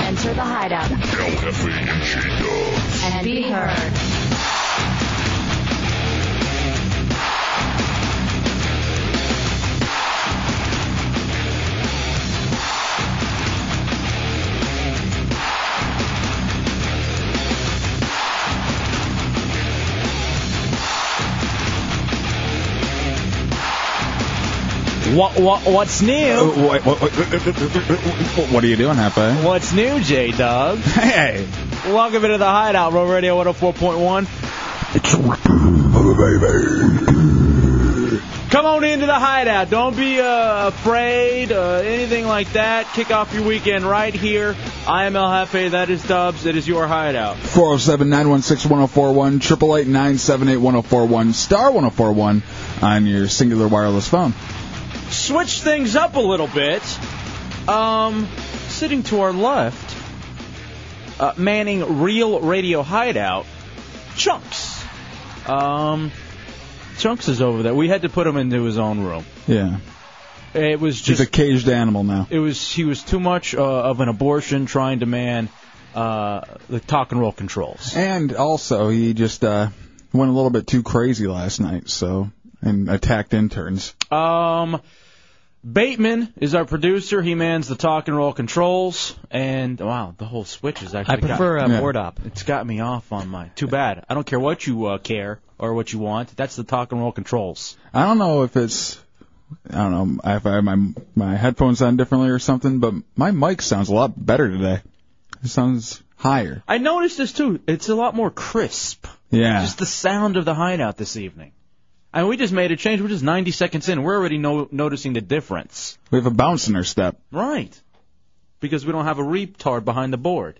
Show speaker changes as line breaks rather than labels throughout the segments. Enter the hideout and be heard.
What, what, what's new?
What, what, what, what are you doing, Hefe?
What's new, J Dub?
Hey!
Welcome into the Hideout, Road Radio 104.1. Come on into the Hideout. Don't be uh, afraid, uh, anything like that. Kick off your weekend right here. I am El Jefe. That is Dubs. It is your Hideout.
407 916 1041, 888 978 1041, star 1041 on your singular wireless phone.
switch things up a little bit. Um, sitting to our left, uh, manning Real Radio Hideout, Chunks. Um, Chunks is over there. We had to put him into his own room.
Yeah.
It was
He's
just
a caged animal now.
it was he was too much uh, of an abortion trying to man uh, the talk and roll controls.
And also, he just uh, went a little bit too crazy last night, so, and attacked interns.
Um, Bateman is our producer. He mans the talk and roll controls. And wow, the whole switch is actually.
I prefer
got,
uh,
Yeah.
Mordop.
It's got me off on my. Too bad. I don't care what you uh, care or what you want. That's the talk and roll controls.
I don't know if it's I don't know if I have my my headphones on differently or something, but my mic sounds a lot better today. It sounds higher.
I noticed this too. It's a lot more crisp.
Yeah.
Just the sound of the hideout this evening. And we just made a change. We're just 90 seconds in. We're already no- noticing the difference.
we have a bounce in our step.
Right. Because we don't have a retard behind the board.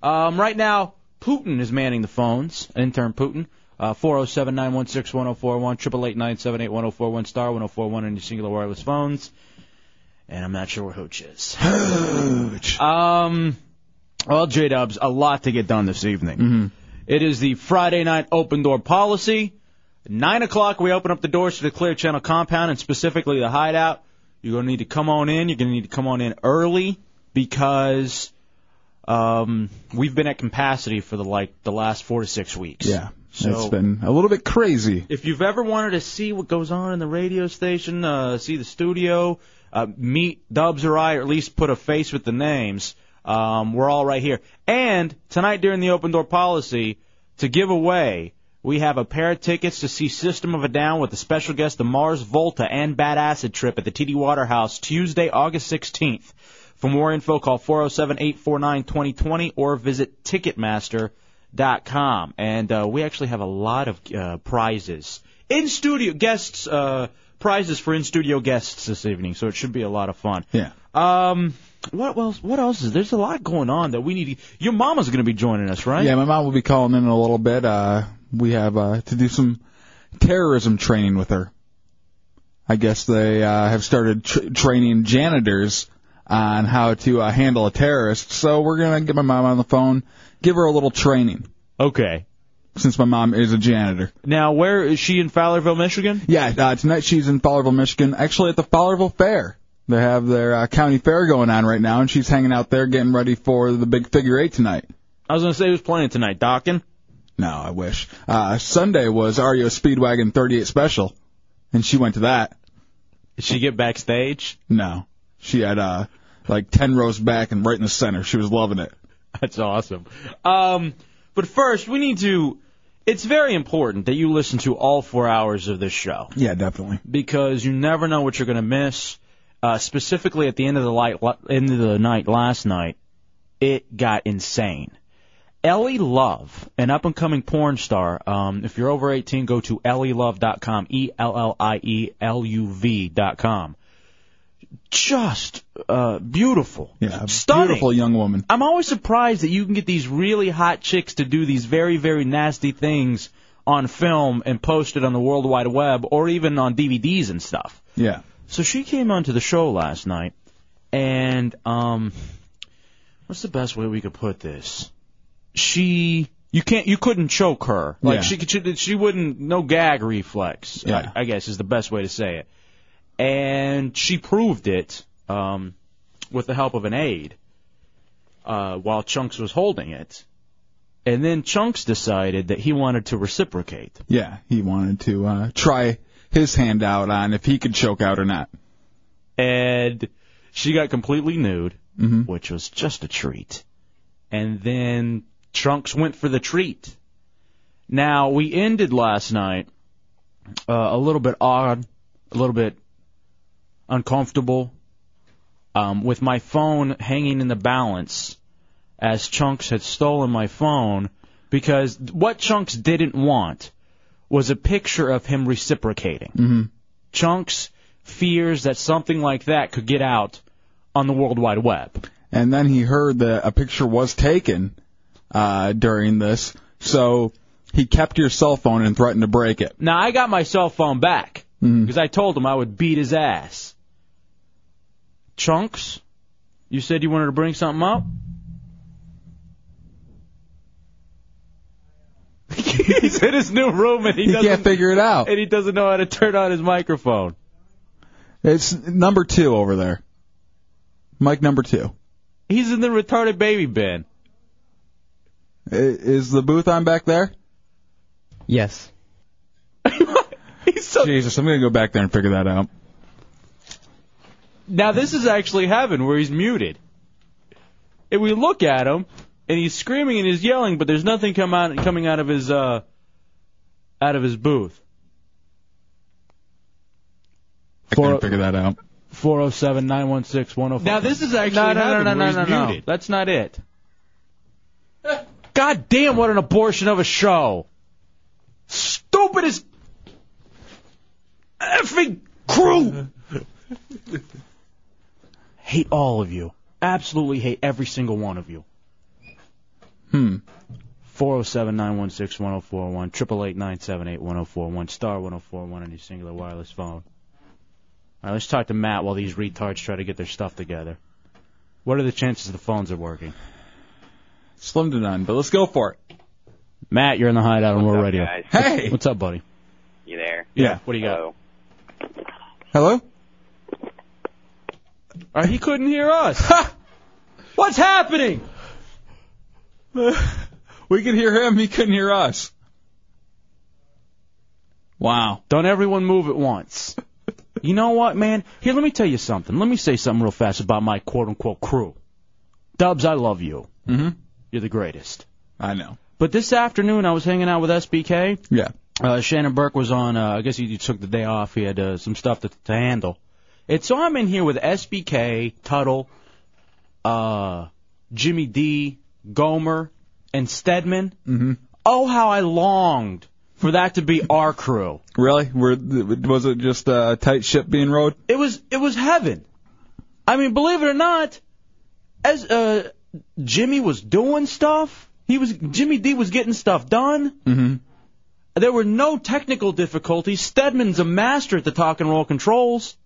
Um, right now, Putin is manning the phones. Intern Putin. Uh, 407 916 1041, 888 978 1041, star 1041 on your singular wireless phones. And I'm not sure where Hooch is. Hooch! Um, well, J Dubs, a lot to get done this evening. It is the Friday night open door policy. Nine o'clock, we open up the doors to the Clear Channel compound and specifically the hideout. You're going to need to come on in. You're going to need to come on in early because um, we've been at capacity for the like the last four to six weeks.
Yeah. it's
So-
been a little bit crazy.
If you've ever wanted to see what goes on in the radio station, uh, see the studio, uh, meet Dubs or I, or at least put a face with the names, um, we're all right here. And tonight during the open door policy, to give away, we have a pair of tickets to see System of a Down with a special guest, the Mars Volta and Bad Acid Trip at the TD Waterhouse Tuesday, August 16th. For more info, call 407-849-2020 or visit Ticketmaster.com. And uh, we actually have a lot of uh, prizes. In-studio guests, uh, prizes for in-studio guests this evening, so it should be a lot of fun.
Yeah.
Um, what else? What else is there's a lot going on that we need. To, your mama's going to be joining us, right?
Yeah, my mom will be calling in a little bit. Uh we have uh to do some terrorism training with her. I guess they uh have started tr- training janitors on how to uh, handle a terrorist. So we're going to get my mom on the phone, give her a little training.
Okay.
since my mom is a janitor.
Now, where is she in Fowlerville, Michigan?
Yeah, uh, tonight she's in Fowlerville, Michigan, actually at the Fowlerville Fair. They have their uh, county fair going on right now, and she's hanging out there getting ready for the big figure eight tonight.
I was going to say who's playing tonight, Dockin.
No, I wish. Uh, Sunday was REO Speedwagon 38 Special, and she went to that.
Did she get backstage?
No. She had, uh, like 10 rows back and right in the center. She was loving it.
That's awesome. Um, but first, we need to. It's very important that you listen to all four hours of this show
Yeah, definitely.
because you never know what you're going to miss. Uh, specifically at the end of the light, end of the night last night, it got insane. Ellie Love, an up and coming porn star. Um, if you're over 18, go to ellielove.com, E L L I E L U V.com. just uh, beautiful.
Yeah,
Stunning.
beautiful young woman.
I'm always surprised that you can get these really hot chicks to do these very, very nasty things on film and post it on the World Wide Web or even on DVDs and stuff.
Yeah.
So she came onto the show last night, and um, what's the best way we could put this? She, you can't, you couldn't choke her. Like
Yeah.
she could, she, she wouldn't, no gag reflex.
Yeah.
I, I guess is the best way to say it. And she proved it um, with the help of an aide uh, while Chunks was holding it. And then Chunks decided that he wanted to reciprocate.
Yeah, he wanted to uh, try his hand out on if he could choke out or not.
and she got completely nude, which was just a treat. And then Trunks went for the treat. Now we ended last night uh, a little bit odd, a little bit uncomfortable, um, with my phone hanging in the balance, as Chunks had stolen my phone because what Chunks didn't want was a picture of him reciprocating. Chunks fears that something like that could get out on the World Wide Web.
And then he heard that a picture was taken uh, during this, so he kept your cell phone and threatened to break it.
Now, I got my cell phone back
Mm-hmm.
because I told him I would beat his ass. Chunks, you said you wanted to bring something up? He's in his new room and he,
He can't
doesn't
figure it out.
and he doesn't know how to turn on his microphone.
It's number two over there. Mike number two.
He's in the retarded baby bin.
I- Is the booth on back there?
Yes.
He's so
Jesus, I'm gonna go back there and figure that out.
Now this is actually heaven where he's muted. And we look at him and he's screaming and he's yelling, but there's nothing come out coming out of his uh out of his booth.
I
For-
can't figure that out.
Four oh seven nine one six one oh five. Now this is actually no, no,
heaven
no, no,
where
no,
he's
no, no.
muted.
That's not it. God damn what an abortion of a show. Stupidest effing crew. hate all of you. Absolutely hate every single one of you.
Hmm.
407-916-1041, 888-978-1041, star 1041 on your singular wireless phone. All right, let's talk to Matt while these retards try to get their stuff together. What are the chances the phones are working?
Slim to none, but let's go for it.
Matt, you're in the hideout on World Radio.
Guys,
Hey.
What's up, buddy?
you there?
Yeah.
What do you got?
Hello.
Hello.
All right, Uh, he couldn't hear us. What's happening?
We could hear him. He couldn't hear us. Wow.
Don't everyone move at once. You know what, man? Here, let me tell you something. Let me say something real fast about my quote unquote crew. Dubs, I love you.
Mhm.
You're the greatest.
I know.
But this afternoon, I was hanging out with SBK.
Yeah.
Uh, Shannon Burke was on. Uh, I guess he took the day off. He had uh, some stuff to, to handle. And so I'm in here with SBK, Tuttle, uh, Jimmy D, Gomer, and Stedman. Mm-hmm. Oh, how I longed for that to be our crew.
Really? Were was it just a tight ship being rowed?
It was it was heaven. I mean, believe it or not, as uh, Jimmy was doing stuff, he was Jimmy D was getting stuff done.
Mhm.
There were no technical difficulties. Stedman's a master at the talk and roll controls.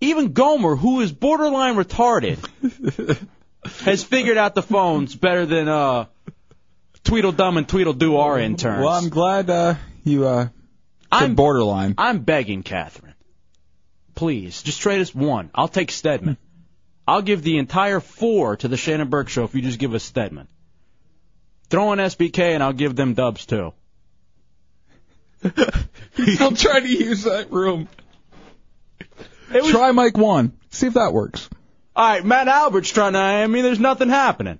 Even Gomer, who is borderline retarded, has figured out the phones better than uh, Tweedledum and Tweedledoo are interns.
Well, I'm glad uh, you uh,
I'm-
said borderline.
I'm begging Catherine. Please, just trade us one. I'll take Stedman. I'll give the entire four to the Shannon Burke show if you just give us Stedman. Throw in SBK and I'll give them dubs too.
I'll try to use that room.
It was-
Try Mike one. See if that works.
All right, Matt Albert's trying to I mean, there's nothing happening.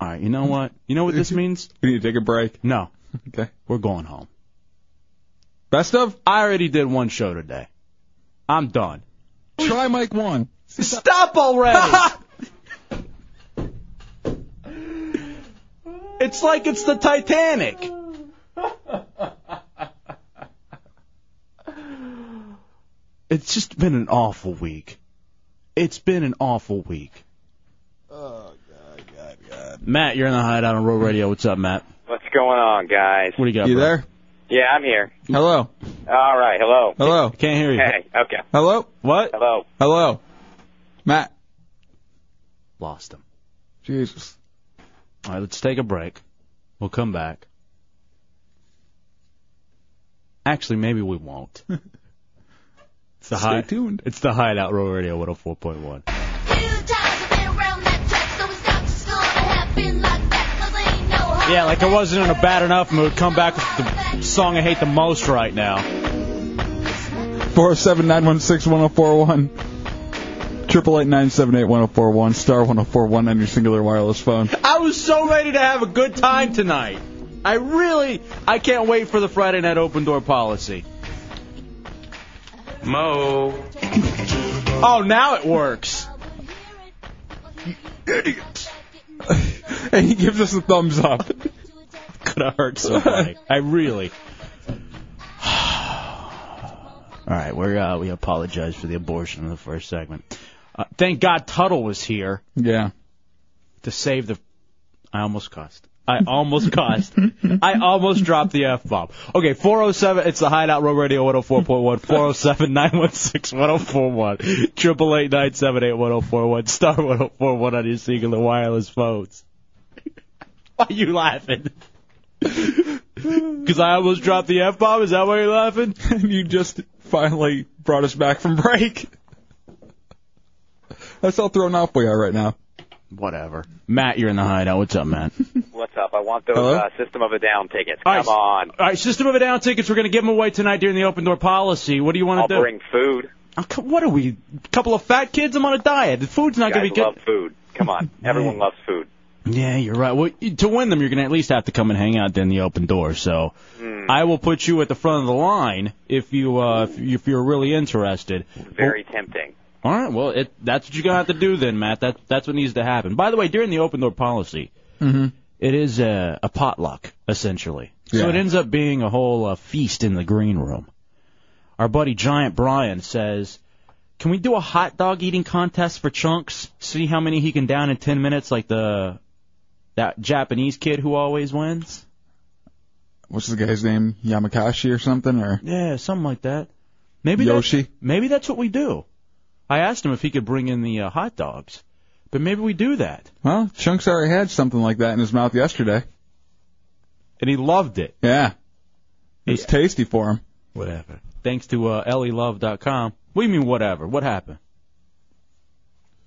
All right, you know what? You know what this means?
We need to take a break.
No,
Okay.
we're going home.
Best of.
I already did one show today. I'm done.
Try Mike one.
Stop already! it's like it's the Titanic. It's just been an awful week. It's been an awful week. Oh, God, God, God. Matt, you're in the hideout on Road Radio. What's up, Matt?
What's going on, guys?
What do you got?
You
there?
Yeah, I'm here.
Hello.
All right, hello.
Hello.
Can't hear
Hey, okay.
Hello.
What?
Hello.
Hello. Matt.
Lost him.
Jesus.
All right, let's take a break. We'll come back. Actually, maybe we won't. It's the Stay tuned. It's the Hideout Road Radio 104.1. Yeah, like I wasn't in a bad enough mood. Come back with the song I hate the most right now.
Four oh seven nine one six one zero four one. Triple eight nine seven eight one zero four one star one zero four one on your singular wireless phone.
I was so ready to have a good time tonight. I really, I can't wait for the Friday night open door policy. Mo. Oh, now it works.
and he gives us a thumbs up.
Could have hurt somebody. I really. All right, we're uh, we apologize for the abortion in the first segment. Uh, thank God Tuttle was here.
Yeah.
To save the, I almost cussed. I almost cussed. I almost dropped the f bomb. Okay, 407. It's the Hideout Road Radio 104.1. 407 916 1041. Triple eight nine seven eight one zero four one star one zero four one on your singular wireless phones. Why are you laughing? Because I almost dropped the F bomb? Is that why you're laughing?
And you just finally brought us back from break. That's how thrown off we are right now.
Whatever. Matt, you're in the hideout. What's up, Matt?
What's up? I want those
Hello?
uh, System of a Down tickets.
All
Come
right.
on.
All right, System of a Down tickets. We're going to give them away tonight during the open door policy. What do you
I'll
want to do?
bring food.
Oh, co- what are we? A couple of fat kids? I'm on a diet. The food's not
guys
going to be good.
love food. Come on. Everyone loves food.
Yeah, you're right. Well, you- to win them, you're going to at least have to come and hang out in the open door. So
Hmm.
I will put you at the front of the line if you uh, if, you- if you're really interested.
Very tempting.
All right. Well, it, that's what you're gonna have to do then, Matt. That that's what needs to happen. By the way, during the open door policy, Mm-hmm. it is a, a potluck essentially. So
Yeah.
it ends up being a whole uh, feast in the green room. Our buddy Giant Brian says, "Can we do a hot dog eating contest for chunks? See how many he can down in ten minutes, like the that Japanese kid who always wins."
What's the guy's name? Yamakashi or something? Or
Yeah, something like that. Maybe
Yoshi?
That's, maybe that's what we do. I asked him if he could bring in the uh, hot dogs, but maybe we do that.
Well, Chunks already had something like that in his mouth yesterday.
And he loved it.
Yeah. It was tasty for him.
Whatever. Thanks to uh, ellielove.com. What do you mean whatever? What happened?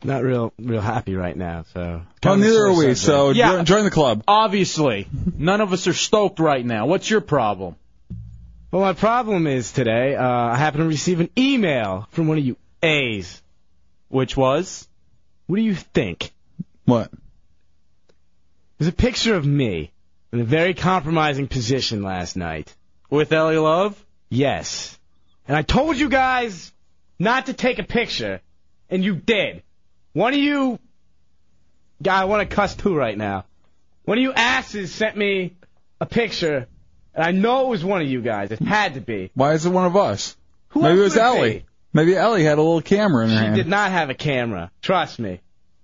Not real, real happy right now. So.
Oh, neither are we, so
Yeah.
join, join the club.
Obviously, none of us are stoked right now. What's your problem?
Well, my problem is today. Uh, I happen to receive an email from one of you A's.
Which was?
What do you think?
What?
There's a picture of me in a very compromising position last night.
With Ellie Love?
Yes. And I told you guys not to take a picture, and you did. One of you. God, I want to cuss too right now. One of you asses sent me a picture, and I know it was one of you guys. It had to be.
Why is it one of us?
Who
Maybe it
else
was
would
Ellie.
be?
Maybe Ellie had a little camera in her
She
hand.
did not have a camera. Trust me.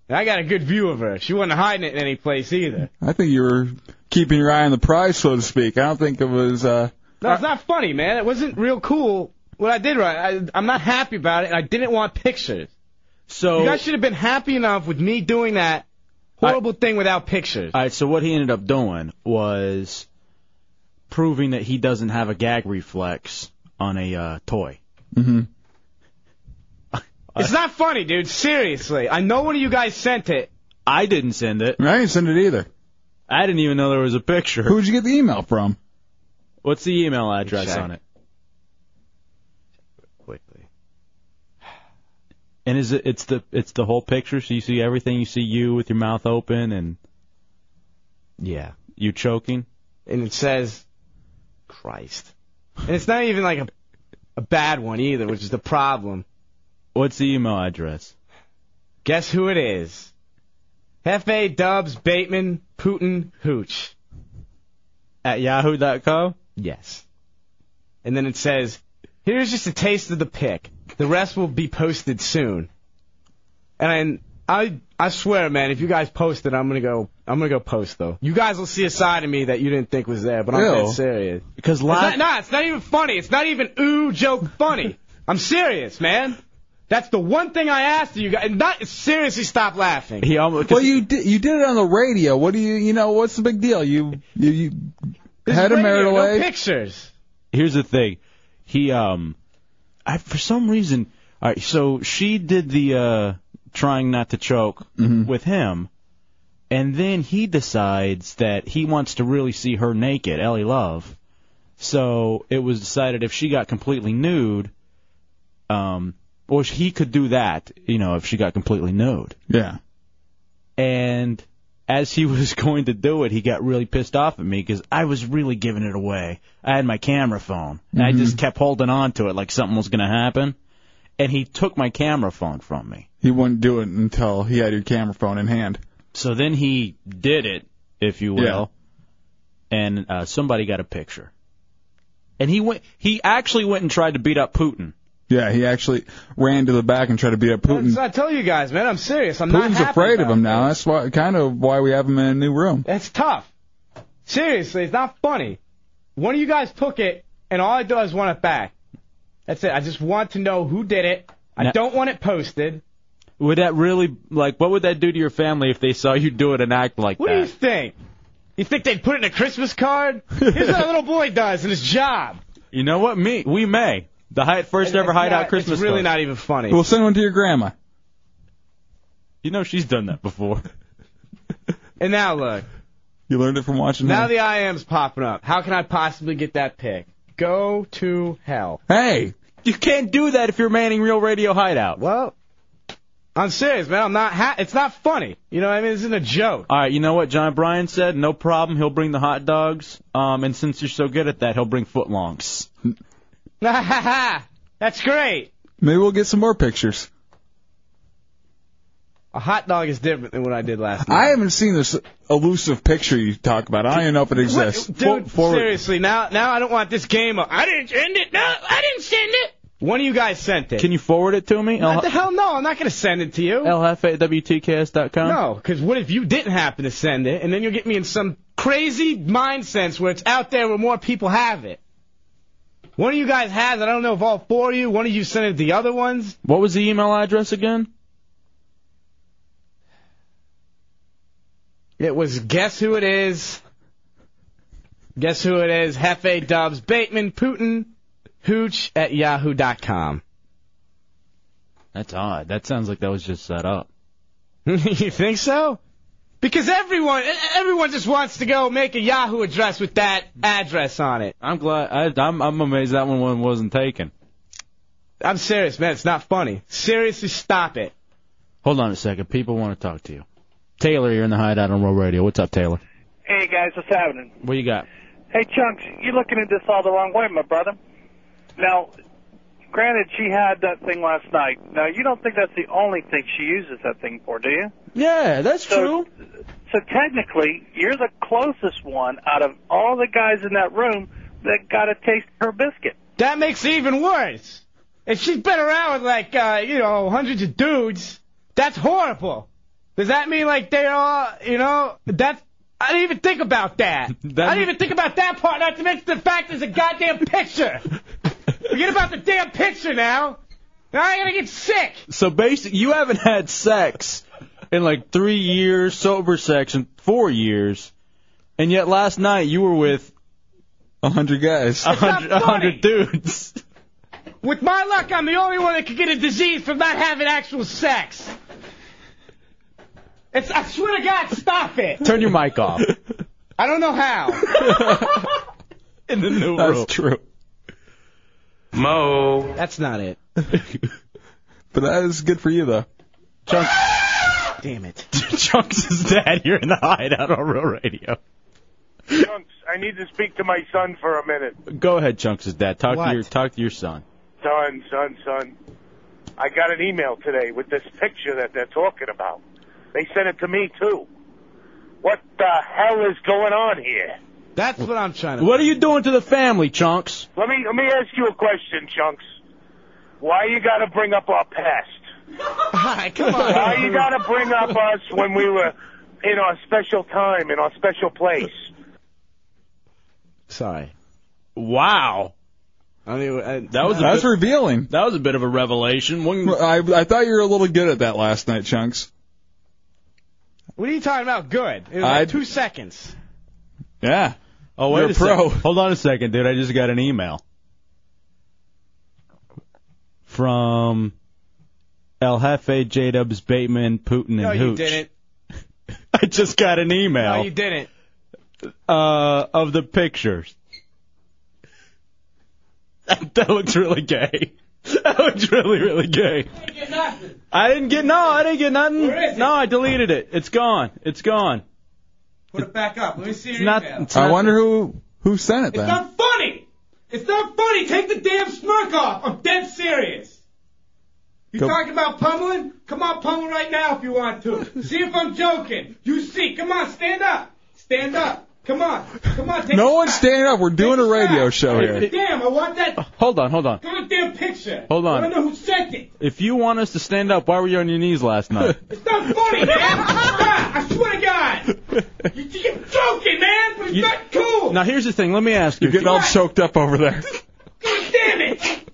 And I got a good view of her. She wasn't hiding it in any place either.
I think you were keeping your eye on the prize, so to speak. I don't think it was. uh
No, it's not funny, man. It wasn't real cool. What I did right, I, I'm not happy about it, and I didn't want pictures.
So,
You guys should have been happy enough with me doing that horrible thing without pictures.
all right, so what he ended up doing was proving that he doesn't have a gag reflex on a uh, toy.
Mm-hmm.
it's not funny, dude. Seriously. I know one of you guys sent it.
I didn't send it.
I didn't send it either.
I didn't even know there was a picture.
Who'd you get the email from?
What's the email address
Check.
on it?
Quickly.
And is it? It's the it's the whole picture. So you see everything. You see you with your mouth open and
Yeah.
you choking.
And it says, Christ. And it's not even like a, a bad one either, which is the problem.
What's the email address?
Guess who it is? Hefe, Dubs, Bateman, Putin, Hooch.
At yahoo.com.
Yes. And then it says, here's just a taste of the pick. The rest will be posted soon. And I, I swear, man, if you guys post it, I'm gonna go. I'm gonna go post though. You guys will see a side of me that you didn't think was there, but I'm
Ew.
dead serious.
Because
It's not,
live,
nah, it's not even funny. It's not even ooh joke funny. I'm serious, man. That's the one thing I asked you guys. Not seriously, stop laughing.
he almost.
Well, you did you did it on the radio. What do you you know? What's the big deal? You you, you
This is
had a
radio,
marital
no
way.
pictures.
here's the thing. He um, I for some reason. All right, so she did the uh trying not to choke with him, and then he decides that he wants to really see her naked, Ellie Love. So it was decided if she got completely nude, um, or he could do that, you know, if she got completely nude.
yeah.
and as he was going to do it, he got really pissed off at me because I was really giving it away. I had my camera phone, and I
Mm-hmm.
just kept holding on to it like something was going to happen. And he took my camera phone from me.
He wouldn't do it until he had your camera phone in hand.
So then he did it, if you will, and uh, somebody got a picture. And he went. He actually went and tried to beat up Putin.
Yeah, he actually ran to the back and tried to beat up Putin.
So I tell you guys, man, I'm serious. I'm not
Putin's
happy
afraid of
about
him now.
this.
That's why kind of why we have him in a new room.
That's tough. Seriously, it's not funny. One of you guys took it, and all I do is want it back. That's it. I just want to know who did it. I
Now-
don't want it posted.
Would that really like? What would that do to your family if they saw you do it and act like
What
that?
do you think? You think they'd put it in a Christmas card? Here's what a little boy does in his job.
You know what? Me, we may. The hi- first ever
It's
hideout
not-
Christmas.
It's really
card.
not even funny.
We'll send one to your grandma.
You know she's done that before.
And now look,
You learned it from watching
now
him.
the IM's popping up. How can I possibly get that pick? Go to hell.
hey,
you can't do that if you're manning Real Radio Hideout.
Well, I'm serious, man. I'm not. Ha- it's not funny. You know what I mean? This isn't a joke.
All right, you know what John Bryan said? No problem. He'll bring the hot dogs. Um, and since you're so good at that, he'll bring footlongs.
That's great.
maybe we'll get some more pictures.
A hot dog is different than what I did last night.
I haven't seen this elusive picture you talk about. I don't even know if it
What-
exists.
dude,
For- forward-
seriously, now now I don't want this game. Up. I didn't send it. No, I didn't send it. One of you guys sent it.
Can you forward it to me?
What the hell? No, I'm not gonna send it to you.
LFAWTKS.com?
No, because what if you didn't happen to send it, and then you'll get me in some crazy mind sense where it's out there where more people have it. One of you guys has it. I don't know if all four of you. One of you sent it to the other ones.
What was the email address again?
It was guess who it is. Guess who it is? Hefe Dubs Bateman Putin Hooch at yahoo dot com.
That's odd. That sounds like that was just set up.
you think so? Because everyone, e-, everyone just wants to go make a Yahoo address with that address on it.
I'm glad. I, I'm, I'm amazed that one wasn't taken.
I'm serious, man. It's not funny. Seriously, stop it.
Hold on a second. People want to talk to you. Taylor, you're in the hideout on Real Radio. What's up, Taylor?
Hey guys, what's happening?
What you got?
Hey Chunks, you're looking at this all the wrong way, my brother. Now, granted, she had that thing last night. Now, you don't think that's the only thing she uses that thing for, do you?
Yeah, that's
So- So technically, you're the closest one out of all the guys in that room that got a taste of her biscuit.
That makes it even worse. If she's been around with like, uh, you know, hundreds of dudes, that's horrible. Does that mean like they are, you know, that's, I didn't even think about that.
That-
I didn't even think about that part, not to mention the fact there's a goddamn picture. Forget about the damn picture now. Now I'm gonna get sick.
So basically, you haven't had sex in like three years, sober sex in four years, and yet last night you were with
a hundred guys.
a
not
hundred a hundred dudes.
With my luck, I'm the only one that could get a disease from not having actual sex. It's, I swear to God, stop it.
Turn your mic off.
I don't know how.
In the new
That's true.
Mo.
That's not it.
But that is good for you though.
Damn it.
Chunks is dead. You're in the hideout on Real Radio.
Chunks, I need to speak to my son for a minute.
Go ahead, Chunks is dead. Talk
What?
to your talk to your son.
Son, son, son. I got an email today with this picture that they're talking about. They sent it to me, too. What the hell is going on here?
That's what I'm trying to.
What are you doing to the family, Chunks?
Let me let me ask you a question, Chunks. Why you got to bring up our past?
come on.
Why you got to bring up us when we were in our special time, in our special place?
Sorry. Wow. I mean,
that was a
That's
bit,
revealing.
that was a bit of a revelation. One,
I I thought you were a little good at that last night, chunks.
What are you talking about? Good. It was like
I'd-
two seconds.
Yeah.
oh wait
You're
a
a pro.
second. Hold on a second, dude. I just got an email from El Jefe, J Dubs, Bateman, Putin, and
No, you
Hooch.
didn't.
I just got an email
No, you didn't.
uh, of the pictures. That, that looks really gay. That looks really, really gay. I didn't get no, I didn't get nothing.
Where is it?
No, I deleted it. It's gone. It's gone.
Put it back up. Let me see your
It's not. it's
I
not-
wonder who who sent it then.
funny. It's not funny. Take the damn smirk off. I'm dead serious. You
Go-
talking about pummeling? Come on, pummel right now if you want to. See if I'm joking. You see. Come on, stand up. Stand up. Come on. Come on. Take
no
a
one's
shot.
standing up. We're doing a radio show here.
Damn, I want that
Hold on, hold on.
goddamn picture.
Hold on.
I don't know who sent it.
If you want us to stand up, why were you on your knees last night?
It's not funny, man. Stop. I swear to God. You, you're joking, man, but it's
You-
not cool.
now here's the thing. Let me ask you.
You're getting all choked up over there.
God damn it.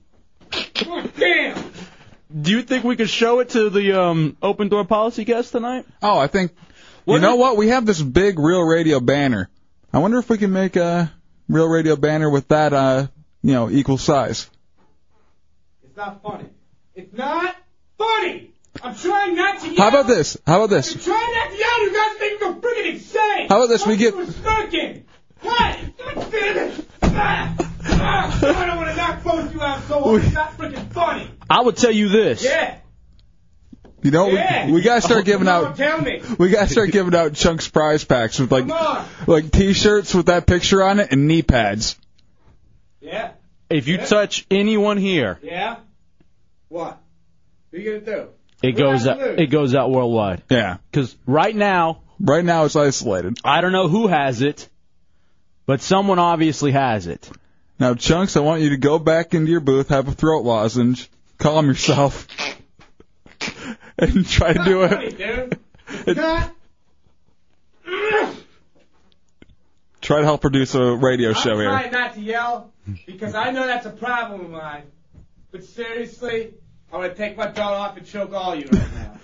God damn.
do you think we could show it to the um, open door policy guest tonight?
Oh, I think.
What
you know
if-
what? We have this big real radio banner. I wonder if we can make a real radio banner with that, uh, you know, equal size.
It's not funny. It's not funny. I'm trying not to yell.
How about this? How about
I'm
this?
trying not to yell. You guys think I'm freaking insane.
How about this? We get-
We're smirking. What? God damn it. Ah, ah, I don't want to knock both you out so hard. It's not freaking funny.
I would tell you this. Oh,
Yeah.
You know,
Yeah.
we, we gotta start giving
No,
out.
tell me.
We gotta start giving out chunks prize packs with like,
Come on.
like T-shirts with that picture on it and knee pads.
Yeah.
If you touch anyone here,
Yeah. What? What are you gonna do?
it goes out.
Absolutely.
It goes out worldwide.
Yeah.
Because right now,
Right now it's isolated.
I don't know who has it, but someone obviously has it.
Now, chunks, I want you to go back into your booth, have a throat lozenge, calm yourself, and try to do
Funny,
it.
dude. It's not.
Try to help produce a radio show
I'm
here.
trying not to yell because I know that's a problem of mine. But seriously, I would take my belt off and choke all you right now.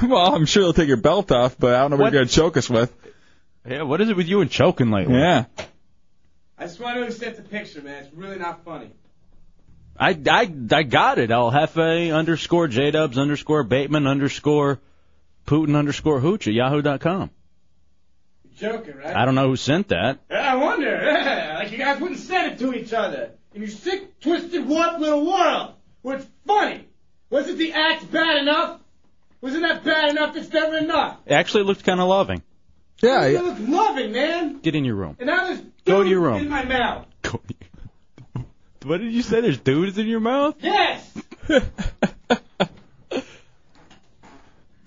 well, I'm sure they'll take your belt off, but I don't know what,
What?
you're gonna choke us with.
Yeah, what is it with you and choking lately?
Yeah.
I just wanted to set the picture, man. It's really not funny.
I, I, I got it. El Jefe underscore J Dubs underscore Bateman underscore Putin underscore Hooch at Yahoo dot com.
You're joking, right?
I don't know who sent that.
Yeah, I wonder. Yeah, like you guys wouldn't send it to each other in your sick, twisted, warped little world where it's funny. Wasn't the act bad enough? Wasn't that bad enough? It's never enough.
Actually, it looked kind of loving.
Yeah.
You
I-
look loving, man.
Get in your room.
And now there's
Go to
dudes
your room.
in my mouth.
What did you say? There's dudes in your mouth?
Yes.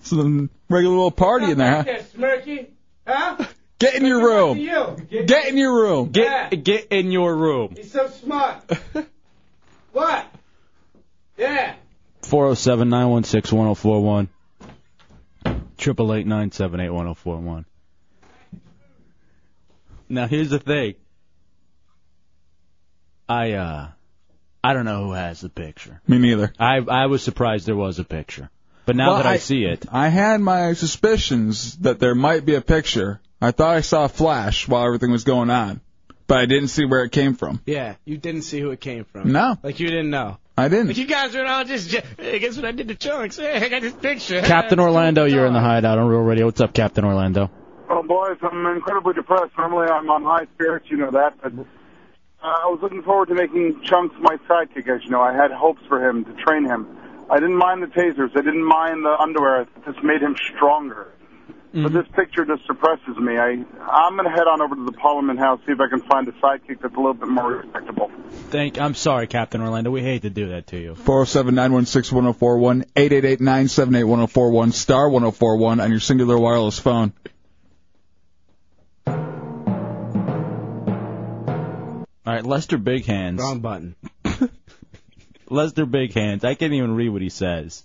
Some regular little party in there.
Right
Huh?
there, Smirky. Huh?
Get in your
To
room.
you. Get-
Get in your room.
Get,
Yeah.
get in your room.
He's so smart. what? Yeah.
407 916 1041. 888 978 1041. Now, here's the thing. I, uh, I don't know who has the picture.
Me neither.
I, I was surprised there was a picture. But now
Well,
that I,
I-
see it,
I had my suspicions that there might be a picture. I thought I saw a flash while everything was going on, but I didn't see where it came from.
Yeah, you didn't see who it came from.
No,
Like you didn't know.
I didn't.
you guys were all just, hey, guess what I did to Chunks? Hey, I got this picture.
Captain Orlando, you're in the hideout on Real Radio. What's up, Captain Orlando?
Oh, boys, I'm incredibly depressed. Normally I'm on high spirits, you know that, but uh, I was looking forward to making Chunks my sidekick, as you know. I had hopes for him to train him. I didn't mind the tasers. I didn't mind the underwear. This made him stronger. But
Mm-hmm.
this picture just depresses me. I, I'm going to head on over to the Parliament House, see if I can find a sidekick that's a little bit more respectable.
Thank. I'm sorry, Captain Orlando. We hate to do that to you.
407-916-1041, 888-978-1041, star 1041 on your singular wireless phone.
All right, Lester Big Hands.
button.
Lester Big Hands. I can't even read what he says.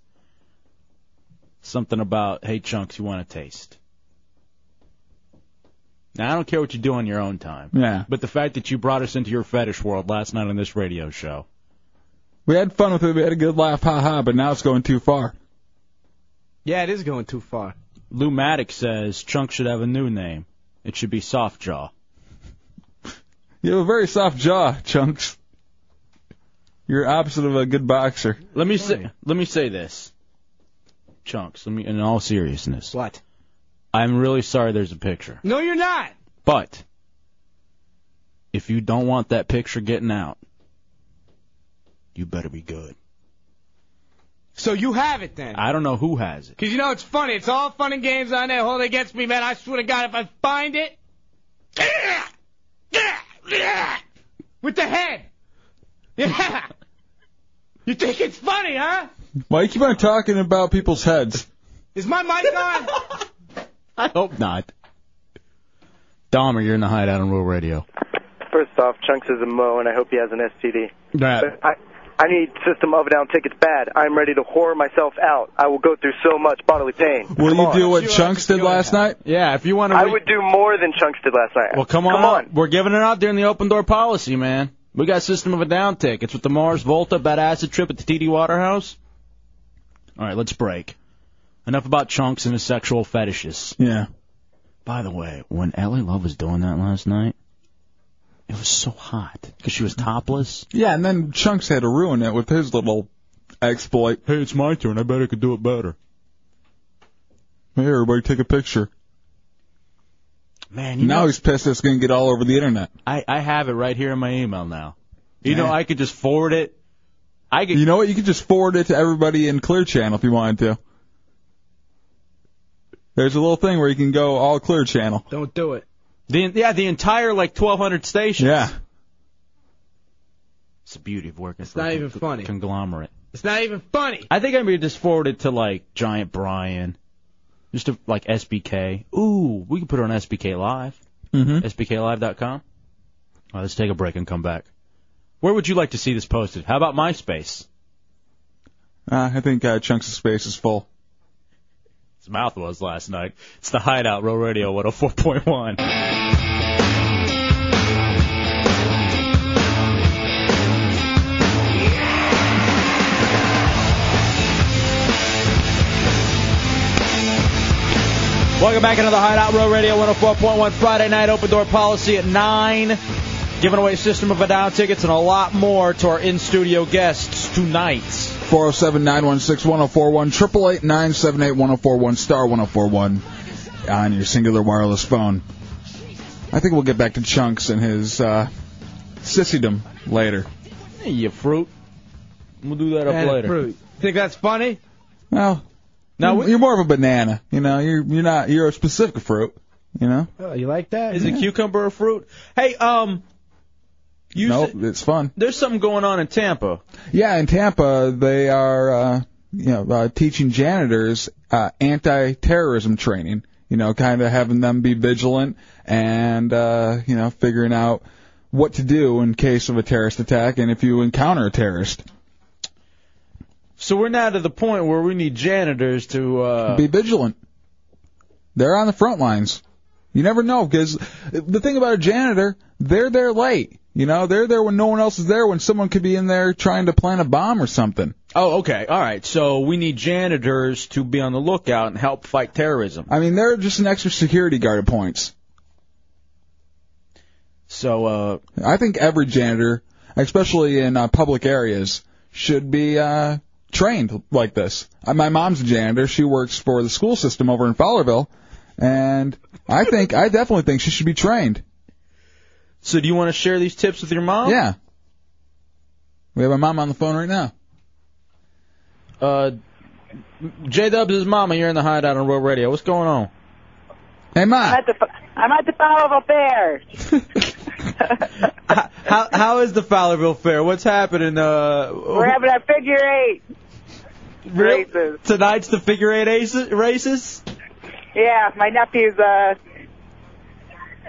Something about, hey, Chunks, you want a taste? Now, I don't care what you do on your own time.
Yeah.
But the fact that you brought us into your fetish world last night on this radio show.
We had fun with it. We had a good laugh, ha ha. But now it's going too far.
Yeah, it is going too far.
Lou Maddox says Chunk should have a new name. It should be Softjaw.
You have a very soft jaw, Chunks. You're opposite of a good boxer.
Let me say let me say this. Chunks, let me in all seriousness.
What?
I'm really sorry there's a picture.
No, you're not.
But if you don't want that picture getting out, you better be good.
So you have it then.
I don't know who has it.
Because you know, it's funny. It's all fun and games on there. Hold it against me, man. I swear to God, if I find it. With the head. Yeah. You think it's funny, huh?
Why you keep on talking about people's heads?
Is my mic on?
I hope not. Dahmer, you're in the hideout on Real Radio.
First off, Chunks is a mo, and I hope he has an STD.
That.
I, I need System of a Down tickets bad. I'm ready to whore myself out. I will go through so much bodily pain.
Will
Come
you
on.
do what Chunks did last night?
Yeah, if you want
I would do more than Chunks did last night.
Well, come on,
Come on.
We're giving it out during the open door policy, man. We got System of a Down tickets with the Mars Volta, Bad Acid Trip at the TD Waterhouse. All right, let's break. Enough about chunks and his sexual fetishes.
Yeah.
By the way, when Ellie Love was doing that last night, it was so hot because she was topless.
Yeah, and then Chunks had to ruin it with his little exploit. Hey, it's my turn. I bet I could do it better. Hey, everybody, take a picture.
Man, you
Now
know,
he's pissed it's going to get all over the internet.
I, I have it right here in my email now. You
Yeah.
know, I could just forward it. I could.
You know what? You could just forward it to everybody in Clear Channel if you wanted to. There's a little thing where you can go all Clear Channel.
Don't do it.
The, yeah, the entire like 1,200 stations.
Yeah.
It's the beauty of working
It's
for
not
a
even
con-
funny.
conglomerate.
It's not even funny.
I think I'm gonna just forward it to like Giant Brian, just to like SBK. Ooh, we can put it on SBK Live,
Mm-hmm.
SBKLive.com. All right, let's take a break and come back. Where would you like to see this posted? How about MySpace?
Uh, I think uh, Chunks of Space is full.
His mouth was last night. It's the Hideout Row Radio 104.1. Welcome back into the Hideout Row Radio 104.1 Friday night open door policy at 9. Giving away System of a Down tickets and a lot more to our in studio guests tonight.
407 916 1041, 888 978 1041, star 1041 on your singular wireless phone. I think we'll get back to Chunks and his uh, sissydom later.
Hey, you fruit. We'll do that up
And
later.
fruit. Think that's funny?
Well,
Now,
you're, you're more of a banana, you know. You're you're not you're a specific fruit, you know.
Oh, you like that?
Is it cucumber or fruit? Hey, um, you
No,
said-
it's fun.
there's something going on in Tampa.
Yeah, in Tampa they are uh, you know uh, teaching janitors uh, anti-terrorism training. You know, kind of having them be vigilant and uh, you know figuring out what to do in case of a terrorist attack and if you encounter a terrorist,
So we're now to the point where we need janitors to. Uh,
be vigilant. They're on the front lines. You never know because the thing about a janitor, they're there late. You know, they're there when no one else is there. When someone could be in there trying to plant a bomb or something.
oh, okay, all right. So we need janitors to be on the lookout and help fight terrorism.
I mean, they're just an extra security guard at points.
So uh,
I think every janitor, especially in uh, public areas, should be uh, trained like this. Uh, my mom's a janitor. She works for the school system over in Fowlerville, and I think I definitely think she should be trained.
so do you want to share these tips with your mom?
Yeah. We have my mom on the phone right now.
Uh, J Dubs is mama. You're in the hideout on Road Radio. What's going on?
Hey,
I'm
mom.
at the I'm at the Fowlerville Bears.
How how is the Fowlerville Fair? What's happening? Uh,
We're having a figure eight
real-
races.
Tonight's the figure eight aces- races.
Yeah, my nephew's uh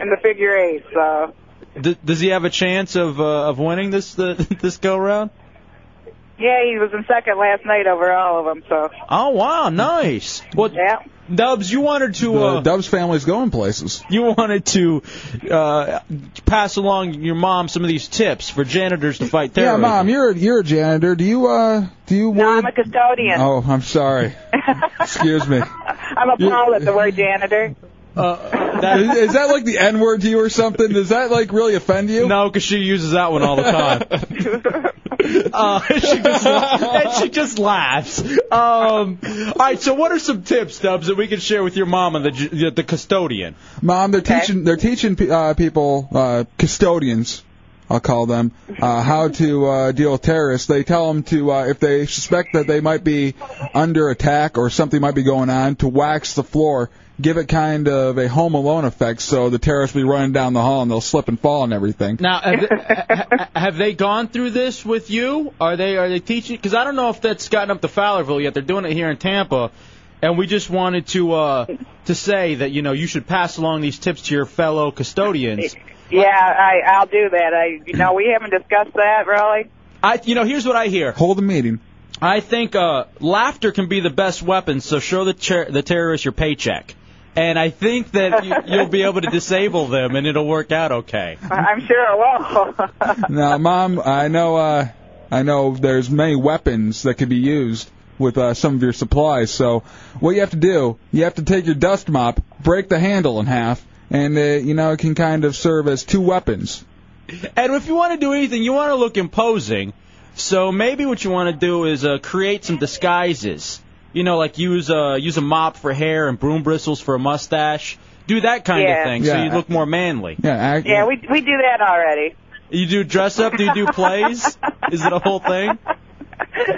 in the figure eight, so
D- does he have a chance of uh, of winning this the, this go round?
Yeah, he was in second last night over all of them. So
Oh wow, nice. Well,
yeah,
Dubs, you wanted to.
The
Uh,
Dubs family's going places.
You wanted to uh, pass along your mom some of these tips for janitors to fight
Yeah,
terrorism.
mom, you're you're a janitor. Do you uh do you work?
I'm a custodian.
Oh, I'm sorry. Excuse me.
I'm appalled at the word janitor.
Is, is Uh, that like the N word to you or something? Does that like really offend you?
No, because she uses that one all the time. uh, she just and she just laughs. Um, all right, so what are some tips, Dubs, that we can share with your mom and the ju- the custodian?
Mom, they're teaching they're teaching pe- uh, people uh, custodians, I'll call them, uh, how to uh, deal with terrorists. They tell them to uh, if they suspect that they might be under attack or something might be going on, to wax the floor, give it kind of a Home Alone effect, so the terrorists will be running down the hall and they'll slip and fall and everything.
Now, have they, ha- ha- have they gone through this with you? Are they are they teaching? Because I don't know if that's gotten up to Fowlerville yet. They're doing it here in Tampa, and we just wanted to uh, to say that you know you should pass along these tips to your fellow custodians.
Yeah, I I'll do that. I you know we haven't discussed that really.
I you know here's what I hear.
Hold a meeting.
I think uh, laughter can be the best weapon. So show the ter- the terrorists your paycheck, and I think that you, you'll be able to disable them, and it'll work out okay.
I- I'm sure it will.
Now, mom, I know uh, I know there's many weapons that could be used with uh, some of your supplies. So what you have to do, you have to take your dust mop, break the handle in half, and uh, you know it can kind of serve as two weapons.
And if you want to do anything, you want to look imposing. So maybe what you want to do is uh, create some disguises. You know, like use a use a mop for hair and broom bristles for a mustache. Do that kind
Yeah.
of thing, so
Yeah.
you look more manly.
Yeah, I,
yeah, we we do that already.
You do dress up. Do you do plays? Is it a whole thing?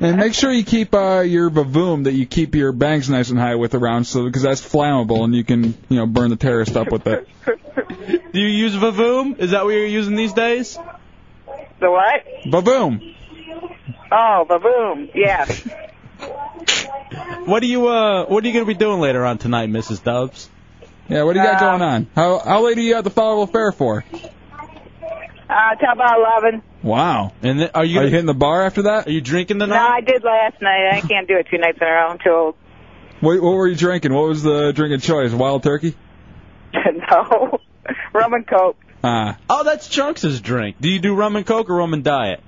and make sure you keep uh, your bavoom that you keep your bangs nice and high with around, so because that's flammable and you can you know burn the terrorist up with it.
Do you use Vavoom? Is that what you're using these days?
The what?
Bavoom.
Oh, ba-boom. Yeah.
What are you uh What are you gonna be doing later on tonight, Mrs. Dubs? Um,
Yeah, what do you got going on? How how late are you at the Fowlerville Fair for?
Uh, till about 11.
Wow.
And th- are you
are you hitting the bar after that?
Are you drinking
No, I did last night. I can't do it two nights in a row. I'm too old.
What, what were you drinking? What was the drinking choice? Wild turkey?
no. Rum and Coke.
Ah.
Oh, that's Chunks' drink. Do you do rum and coke or rum and diet?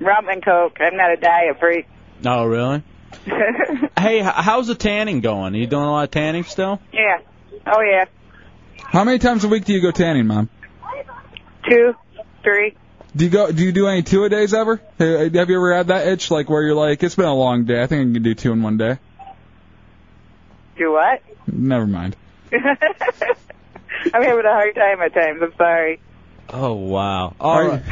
Rum and Coke. I'm not a diet freak.
Oh, really? hey, h- how's the tanning going? Are you doing a lot of tanning still?
yeah. Oh, yeah.
How many times a week do you go tanning, Mom?
Two, three.
Do you go? Do you do any two a days ever? Hey, Have you ever had that itch like where you're like, it's been a long day. I think I can do two in one day.
Do what?
Never mind.
I'm having a hard time at times. I'm sorry.
Oh, wow. All right.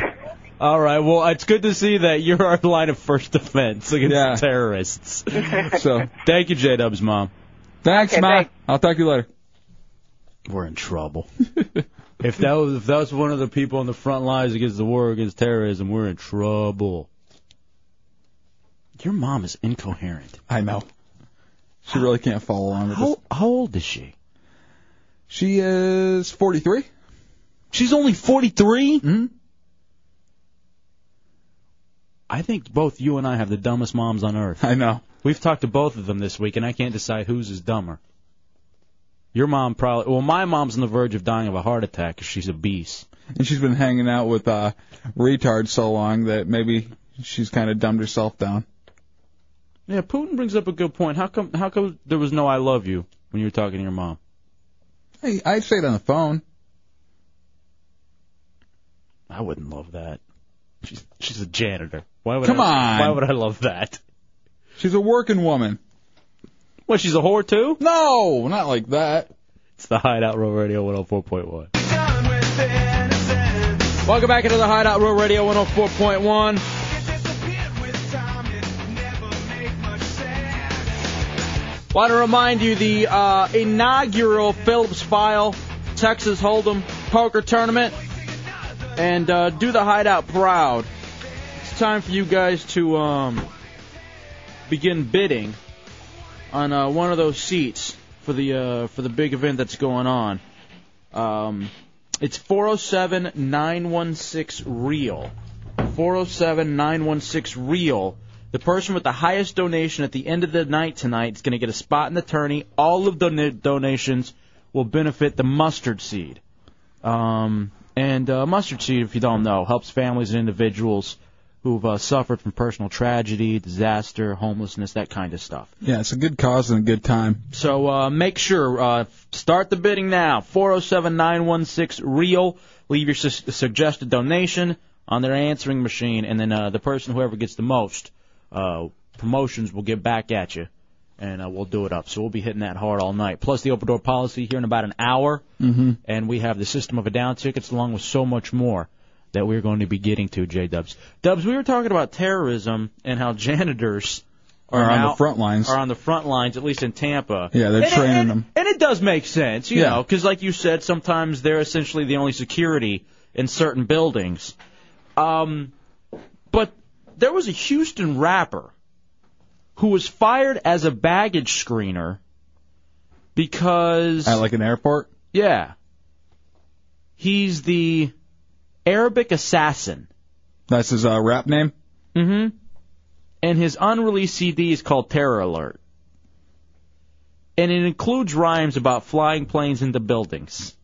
All right. Well, it's good to see that you're our line of first defense against
Yeah.
terrorists.
So
Thank you, J Dub's mom.
thanks,
Okay,
Ma.
thanks.
I'll talk to you later.
We're in trouble. if that was if that was one of the people on the front lines against the war against terrorism, we're in trouble. Your mom is incoherent.
I know. She really can't follow along with this.
How how old is she?
She is 43.
She's only 43?
Mm-hmm.
I think both you and I have the dumbest moms on earth.
I know.
We've talked to both of them this week, and I can't decide whose is dumber. Your mom probably. Well, my mom's on the verge of dying of a heart attack 'cause she's obese.
And she's been hanging out with uh retards so long that maybe she's kind of dumbed herself down.
Yeah, Putin brings up a good point. How come? How come there was no "I love you" when you were talking to your mom?
Hey, I'd say it on the phone.
I wouldn't love that. She's she's a janitor. Why would
Come
I,
on.
Why would I love that?
She's a working woman.
Well, she's a whore too.
No, not like that.
It's the Hideout Row Radio 104.1. Welcome back into the Hideout Row Radio 104.1. Want to remind you the uh, inaugural Phillips File Texas Hold'em Poker Tournament, and uh, do the Hideout proud. It's time for you guys to um, begin bidding on uh, one of those seats for the uh, for the big event that's going on. Um, it's E 407 916 real. 407 916 real E The person with the highest donation at the end of the night tonight is going to get a spot in the tourney. All of the don- donations will benefit the mustard seed. Um, and uh, mustard seed, if you don't know, helps families and individuals who've uh, suffered from personal tragedy, disaster, homelessness, that kind of stuff.
Yeah, it's a good cause and a good time.
So uh, make sure uh, start the bidding now. Four zero seven nine one six real. Leave your su- suggested donation on their answering machine, and then uh, the person whoever gets the most uh, promotions will get back at you, and uh, we'll do it up. So we'll be hitting that hard all night. Plus the open door policy here in about an hour,
Mm-hmm.
and we have the System of a Down tickets along with so much more that we're going to be getting to. J Dubs, Dubs, we were talking about terrorism and how janitors
Are on
now-
the front lines.
Are on the front lines, at least in Tampa.
Yeah, they're
And it-
training
and-
them.
And it does make sense, you know,
Yeah.
'cause like you said, sometimes they're essentially the only security in certain buildings. Um, but there was a Houston rapper who was fired as a baggage screener because
At like an airport.
yeah, he's the Arabic assassin.
That's his uh, rap name.
Mm-hmm. And his unreleased CD is called Terror Alert. And it includes rhymes about flying planes into buildings.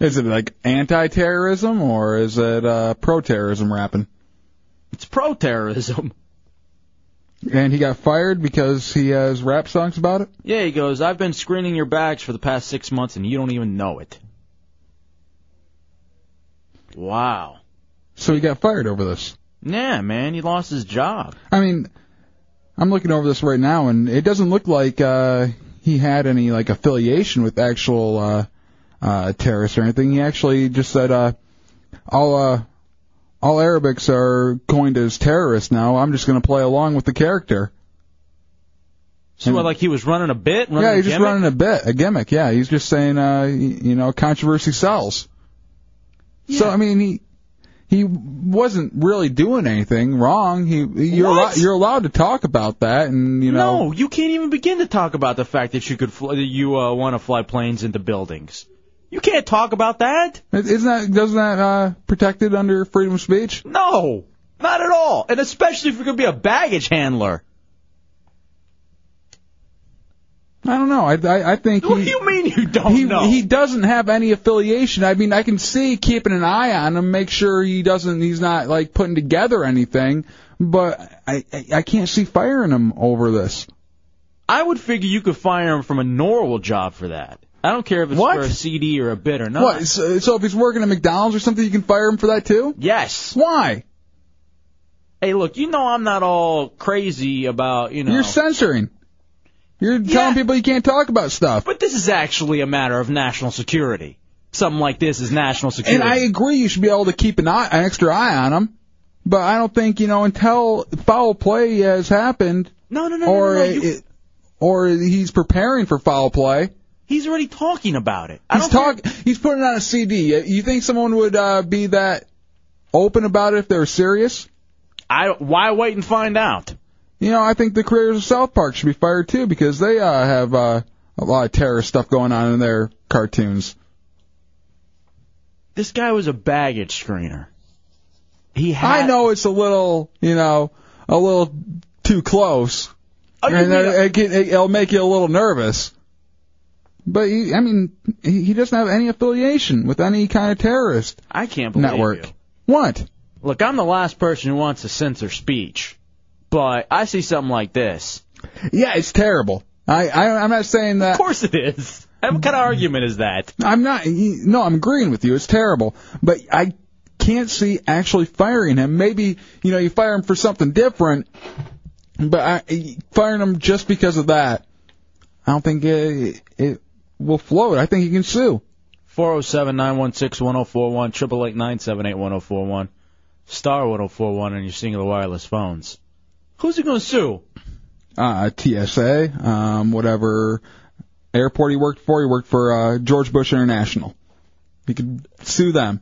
Is it like anti-terrorism or is it uh, pro-terrorism rapping?
It's pro-terrorism.
And he got fired because he has rap songs about it.
Yeah, he goes, I've been screening your bags for the past six months and you don't even know it. Wow.
So he got fired over this.
Yeah, man, he lost his job.
I mean, I'm looking over this right now, and it doesn't look like uh, he had any like affiliation with actual uh, uh, terrorists or anything. He actually just said, uh, "All uh, all Arabics are coined as terrorists now. I'm just going to play along with the character."
So, what, like, he was running a bit? Running
Hmm. yeah,
a
he's just
gimmick?
running a bit, a gimmick. Yeah, he's just saying, uh, y- you know, controversy sells. So I mean, he he wasn't really doing anything wrong. He you're
What?
allo- you're allowed to talk about that, and you know,
No, you can't even begin to talk about the fact that you could fly, that you uh, want to fly planes into buildings. You can't talk about that.
It- Isn't that doesn't that uh, protected under freedom of speech?
No, not at all. And especially if you're going to be a baggage handler.
I don't know. I I, I think. What he, do you
mean you don't
he,
know?
He doesn't have any affiliation. I mean, I can see keeping an eye on him, make sure he doesn't. He's not like putting together anything. But I I, I can't see firing him over this.
I would figure you could fire him from a normal job for that. I don't care if it's for a CD or a bit or not.
What? So, so if he's working at McDonald's or something, you can fire him for that too?
Yes.
Why?
Hey, look, you know I'm not all crazy about you know.
You're censoring. You're telling people you can't talk about stuff.
but this is actually a matter of national security. Something like this is national
And
security.
I agree, you should be able to keep an eye, an extra eye on him. But I don't think you know until foul play has happened.
No, no, no, no,
or
no, no, you-
it- or he's preparing for foul play.
He's already talking about it.
He's talk. He's putting on a CD. You- You think someone would uh, be that open about it if they were serious?
I don't- why wait and find out?
You know, I think the creators of South Park should be fired too because they uh, have uh, a lot of terrorist stuff going on in their cartoons.
This guy was a baggage screener. He
I know it's a little, you know, a little too close.
Oh, you
and
mean-
it, it, can- it'll make you a little nervous. But he, I mean, he he doesn't have any affiliation with any kind of terrorist
I can't believe
network.
you.
What?
Look, I'm the last person who wants to censor speech, but I see something like this.
Yeah, it's terrible. I, I I'm not saying that. Of
course it is. What kind of argument is that?
I'm not. he- No, I'm agreeing with you. It's terrible, but I can't see actually firing him. Maybe you know you fire him for something different, but I, firing him just because of that, I don't think it, it will float. I think he can sue.
407 916 1041, 888 978 1041, star 1041 on your singular wireless phones. Who's he going to sue?
Uh, TSA, um, whatever airport he worked for, he worked for uh, George Bush International. He could sue them.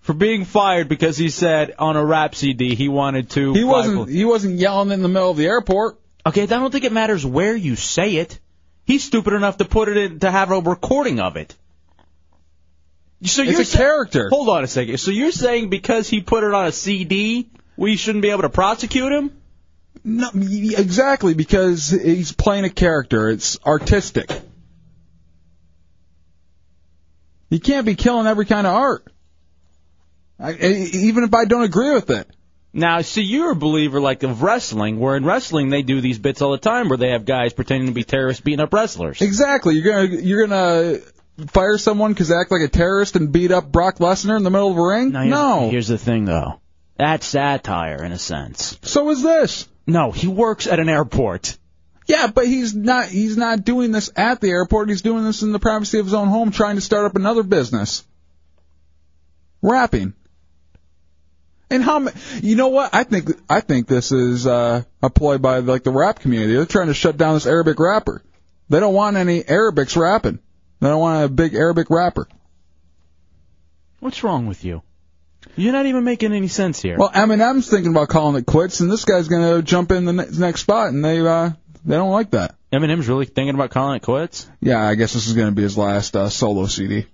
For being fired because he said on a rap CD he wanted to.
He wasn't. He wasn't yelling in the middle of the airport.
Okay, I don't think it matters where you say it. He's stupid enough to put it in, to have a recording of it. So
It's
you're
a character.
Hold on a second. So you're saying because he put it on a CD, we shouldn't be able to prosecute him?
No, y- exactly because he's playing a character. It's artistic. You can't be killing every kind of art. I, e- even if I don't agree with it.
Now, see, you're a believer like of wrestling, where in wrestling they do these bits all the time, where they have guys pretending to be terrorists beating up wrestlers.
Exactly. You're gonna you're gonna fire someone 'cause they act like a terrorist and beat up Brock Lesnar in the middle of a ring.
here's-
no.
Here's the thing, though. That's satire in a sense.
So is this.
No, he works at an airport.
Yeah, but he's not he's not doing this at the airport. He's doing this in the privacy of his own home, trying to start up another business. Rapping. And how ma- you know what? I think I think this is uh, a ploy by like the rap community. They're trying to shut down this Arabic rapper. They don't want any Arabics rapping. They don't want a big Arabic rapper.
What's wrong with you? You're not even making any sense here.
Well, Eminem's thinking about calling it quits, and this guy's gonna jump in the ne- next spot, and they uh, they don't like that.
Eminem's really thinking about calling it quits.
Yeah, I guess this is gonna be his last uh, solo CD.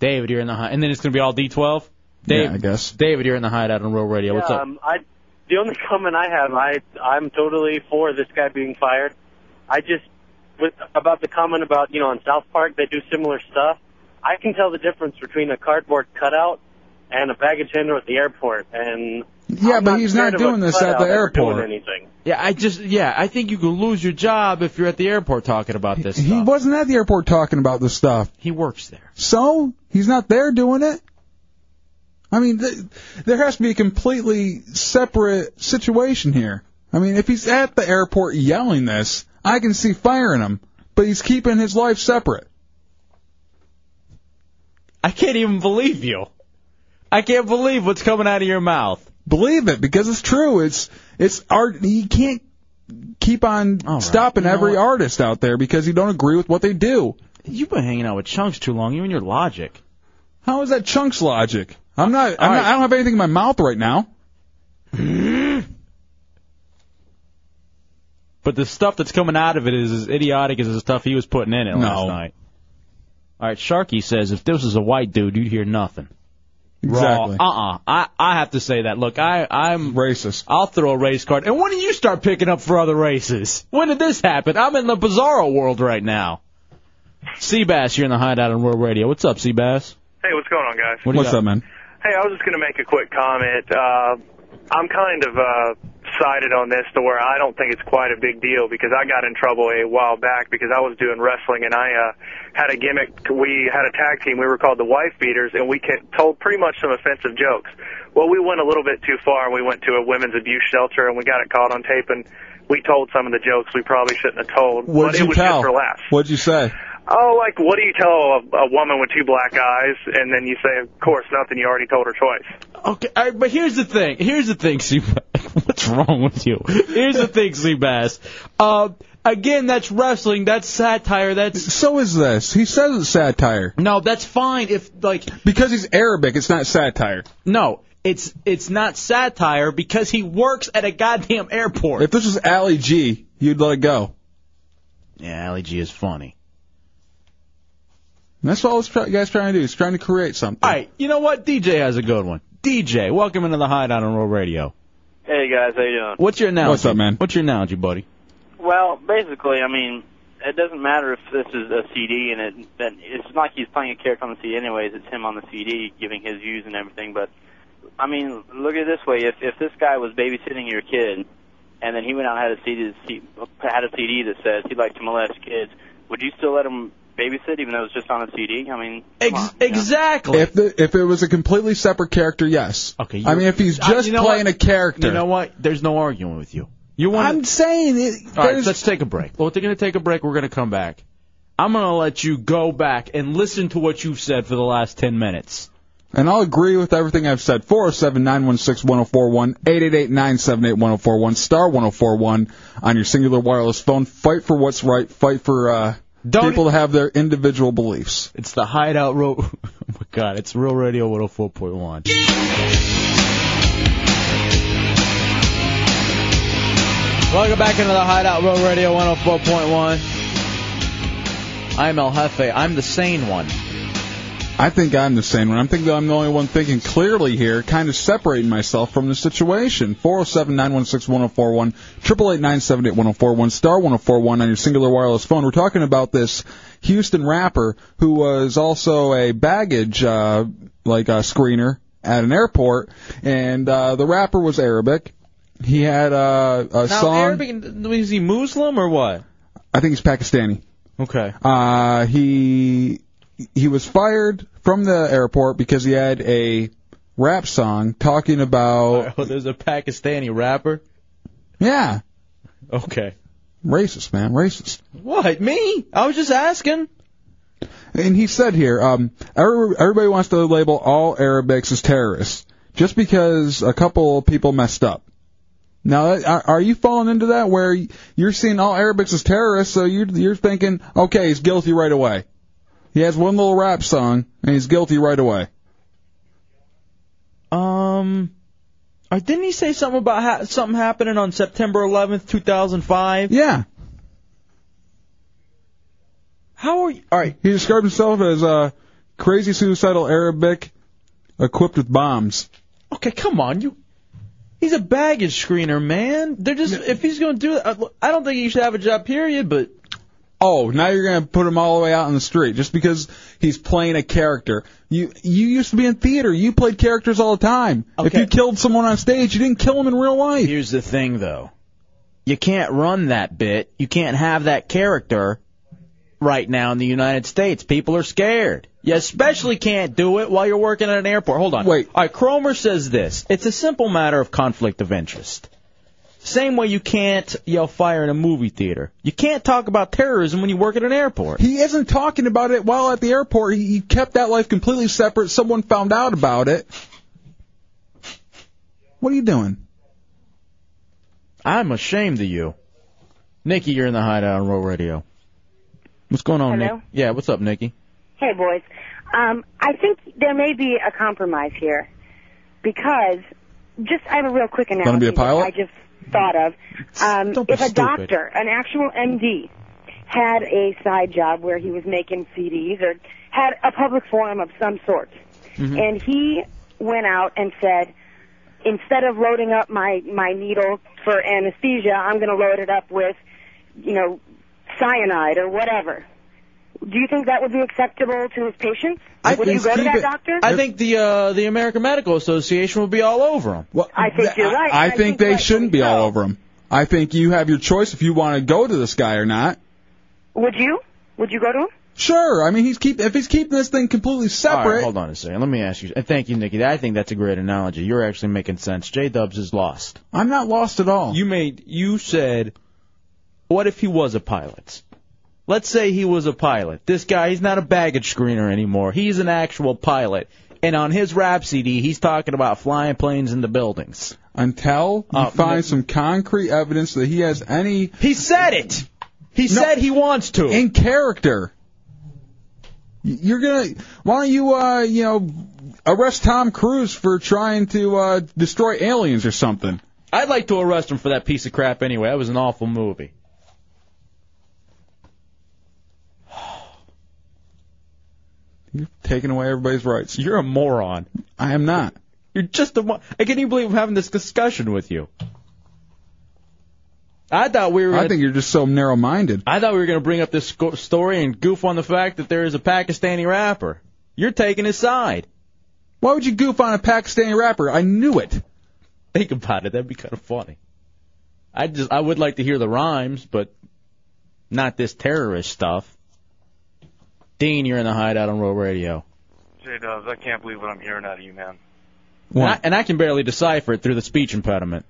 David, you're in the high, and then it's gonna be all D12. Dave,
I guess.
David, you're in the hideout on Real Radio. What's
yeah,
up?
Um, I, the only comment I have, I I'm totally for this guy being fired. I just with about the comment about you know on South Park they do similar stuff. I can tell the difference between a cardboard cutout and a baggage handler at the airport. And
Yeah, but he's
scared
not
of a
doing this at
cutout
the
ever doing
airport.
anything.
Yeah, I just yeah, I think you could lose your job if you're at the airport talking about this.
He wasn't at the airport talking about this stuff.
He works there.
So he's not there doing it. I mean, th- there has to be a completely separate situation here. I mean, if he's at the airport yelling this, I can see firing him, but he's keeping his life separate.
I can't even believe you. I can't believe what's coming out of your mouth.
Believe it because it's true. It's it's art. You can't keep on stopping every artist out there because you don't agree with what they do.
You've been hanging out with Chunks too long. You and your logic.
How is that Chunks logic? I'm not. I'm
All
not I don't have anything in my mouth right now.
But the stuff that's coming out of it is as idiotic as the stuff he was putting in it last night. All right, Sharky says if this was a white dude, you'd hear nothing.
Exactly.
Uh uh I I have to say that. Look, I I'm
racist.
I'll throw a race card. And when do you start picking up for other races? When did this happen? I'm in the bizarro world right now. Seabass, you're in the hideout on World Radio. What's up, Seabass?
Hey, what's going on, guys?
What do you What's got? up, man?
Hey, I was just going to make a quick comment. Uh, I'm kind of uh, sided on this to where I don't think it's quite a big deal because I got in trouble a while back because I was doing wrestling and I uh, had a gimmick. We had a tag team. We were called the Wife Beaters, and we ca- told pretty much some offensive jokes. Well, we went a little bit too far, and we went to a women's abuse shelter, and we got it caught on tape, and we told some of the jokes we probably shouldn't have told.
What'd
but
you
it was
tell?
just for laughs.
What'd you say?
Oh, like what do you tell a, a woman with two black eyes, and then you say, of course, nothing. You already told her twice.
Okay, all right, but here's the thing. Here's the thing, Seabass. What's wrong with you? Here's the thing, Seabass. Uh, again, that's wrestling. That's satire. That's
So is this. He says it's satire.
No, that's fine if like
because he's Arabic, it's not satire.
no. It's it's not satire because he works at a goddamn airport.
If this was Ali G, you'd let it go.
Yeah, Ali G is funny.
And that's what all this try- guy's trying to do. He's trying to create something.
All right, you know what? DJ has a good one. DJ, welcome into the hideout on Roll Radio.
Hey guys, how you doing?
What's your analogy?
What's up, man?
What's your analogy, buddy?
Well, basically, I mean, it doesn't matter if this is a CD and it then it's not like he's playing a character on the CD anyways. It's him on the CD giving his views and everything. But I mean, look at it this way: if if this guy was babysitting your kid, and then he went out and had a CD that he- had a CD that says he'd like to molest kids, would you still let him babysit even though it's just on a CD? I mean, come on, you know?
Exactly.
If the, if it was a completely separate character, yes.
Okay.
I mean, if he's
I-
just
you know
playing
what?
a character.
You know what? There's no arguing with you. You want?
I'm saying it.
All right,
there's-
let's take a break. Well, they're going to take a break. We're going to come back. I'm going to let you go back and listen to what you've said for the last 10 minutes.
And I'll agree with everything I've said. 407 916 1041, 888 978 1041, star 1041 on your singular wireless phone. Fight for what's right. Fight for uh, people to have their individual beliefs.
It's the Hideout Road. oh, my God. It's Real Radio 104.1. Welcome back into the Hideout Road Radio 104.1. I'm El Jefe. I'm the sane one.
I think I'm the same one. I'm thinking I'm the only one thinking clearly here, kind of separating myself from the situation. 407 916 1041, 888 978 1041, star 1041 on your singular wireless phone. We're talking about this Houston rapper who was also a baggage, uh, like a screener at an airport, and uh, the rapper was Arabic. He had uh, a
now,
song.
Arabic, is he Muslim or what?
I think he's Pakistani.
Okay.
Uh, he he was fired from the airport because he had a rap song talking about
Oh, there's a Pakistani rapper.
yeah,
Okay.
racist man, racist.
What me? I was just asking.
And he said here, um, every- everybody wants to label all Arabics as terrorists just because a couple people messed up. Now, are are you falling into that where you're seeing all Arabics as terrorists, so you're, you're thinking, okay, he's guilty right away. He has one little rap song, and he's guilty right away.
Um, or didn't he say something about ha- something happening on September 11th, 2005?
Yeah.
How are you? All right.
He described himself as a crazy suicidal Arabic equipped with bombs.
Okay, come on, you. He's a baggage screener, man. They're just if he's gonna do that. I don't think he should have a job, period. But
Oh, now you're gonna put him all the way out on the street just because he's playing a character. You you used to be in theater. You played characters all the time. If you killed someone on stage, you didn't kill him in real life.
Here's the thing, though. you can't run that bit. You can't have that character right now in the United States. People are scared. You especially can't do it while you're working at an airport. Hold on. Wait. All right, Cromer says this. It's a simple matter of conflict of interest. Same way you can't yell fire in a movie theater. You can't talk about terrorism when you work at an airport.
He isn't talking about it while at the airport. He, he kept that life completely separate. Someone found out about it. What are you doing?
I'm ashamed of you. Nikki, you're in the hideout on Roll Radio. What's going on,
Hello?
Nick? Yeah, what's up, Nikki?
Hey, boys. Um, I think there may be a compromise here because just I have a real quick
be a
analogy that
pilot?
I just thought of. Um,
Don't be
if a
stupid.
doctor, an actual MD, had a side job where he was making CDs or had a public forum of some sort,
Mm-hmm.
and he went out and said, instead of loading up my my needle for anesthesia, I'm going to load it up with, you know, cyanide or whatever. Do you think that would be acceptable to his patients? would you go to that doctor?
I think the uh, the American Medical Association would be all over him.
Well,
I think you're right.
I, think they shouldn't be all over him. I think you have your choice if you want to go to this guy or not.
Would you? Would you go to him?
Sure. I mean, he's keep if he's keeping this thing completely
All right,
separate.
hold on a second. Let me ask you. And thank you, Nikki. I think that's a great analogy. You're actually making sense. J Dubs is lost.
I'm not lost at all.
You made. You said, what if he was a pilot? Let's say he was a pilot. This guy, he's not a baggage screener anymore. He's an actual pilot. And on his rap CD, he's talking about flying planes into buildings.
Until you
Uh,
find
Nick-
some concrete evidence that he has any.
He said it. He said he wants to.
In character. Y- You're gonna. Why don't you, uh, you know, arrest Tom Cruise for trying to uh, destroy aliens or something?
I'd like to arrest him for that piece of crap anyway. That was an awful movie.
You're taking away everybody's rights.
You're a moron.
I am not.
You're just a mo- I can't even believe I'm having this discussion with you. I thought we were.
I think you're just so narrow-minded.
I thought we were going to bring up this sco- story and goof on the fact that there is a Pakistani rapper. You're taking his side.
Why would you goof on a Pakistani rapper? I knew it.
Think about it. That'd be kind of funny. I just I would like to hear the rhymes, but not this terrorist stuff. Dean, you're in the hideout on Roll Radio.
J Dubs, I can't believe what I'm hearing out of you, man.
And I, and I can barely decipher it through the speech impediment.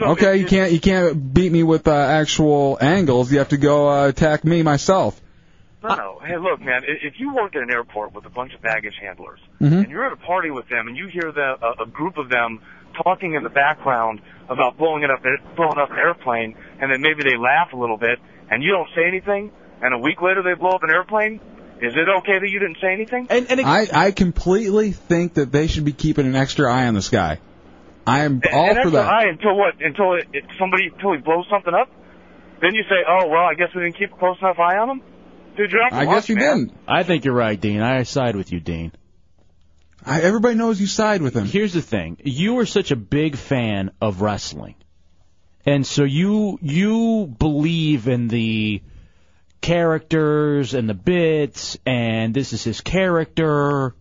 okay, you can't you can't beat me with uh, actual angles. You have to go uh, attack me myself.
No, no. Hey, look, man. i- If you work at an airport with a bunch of baggage handlers,
Mhm.
and you're at a party with them, and you hear the, a, a group of them talking in the background about blowing it up, eh, blowing up an airplane, and then maybe they laugh a little bit, and you don't say anything, and a week later they blow up an airplane. Is it okay that you didn't say anything?
And, and
I I completely think that they should be keeping an extra eye on this guy. I am all
and
for that.
that's I until what? Until it, it, somebody until he blows something up. Then you say, oh well, I guess we didn't keep a close enough eye on him.
Did you ever
I guess
watch,
you
man?
didn't.
I think you're right, Dean. I side with you, Dean.
I, everybody knows you side with him.
Here's the thing: you were such a big fan of wrestling, and so you you believe in the characters and the bits, and this is his character.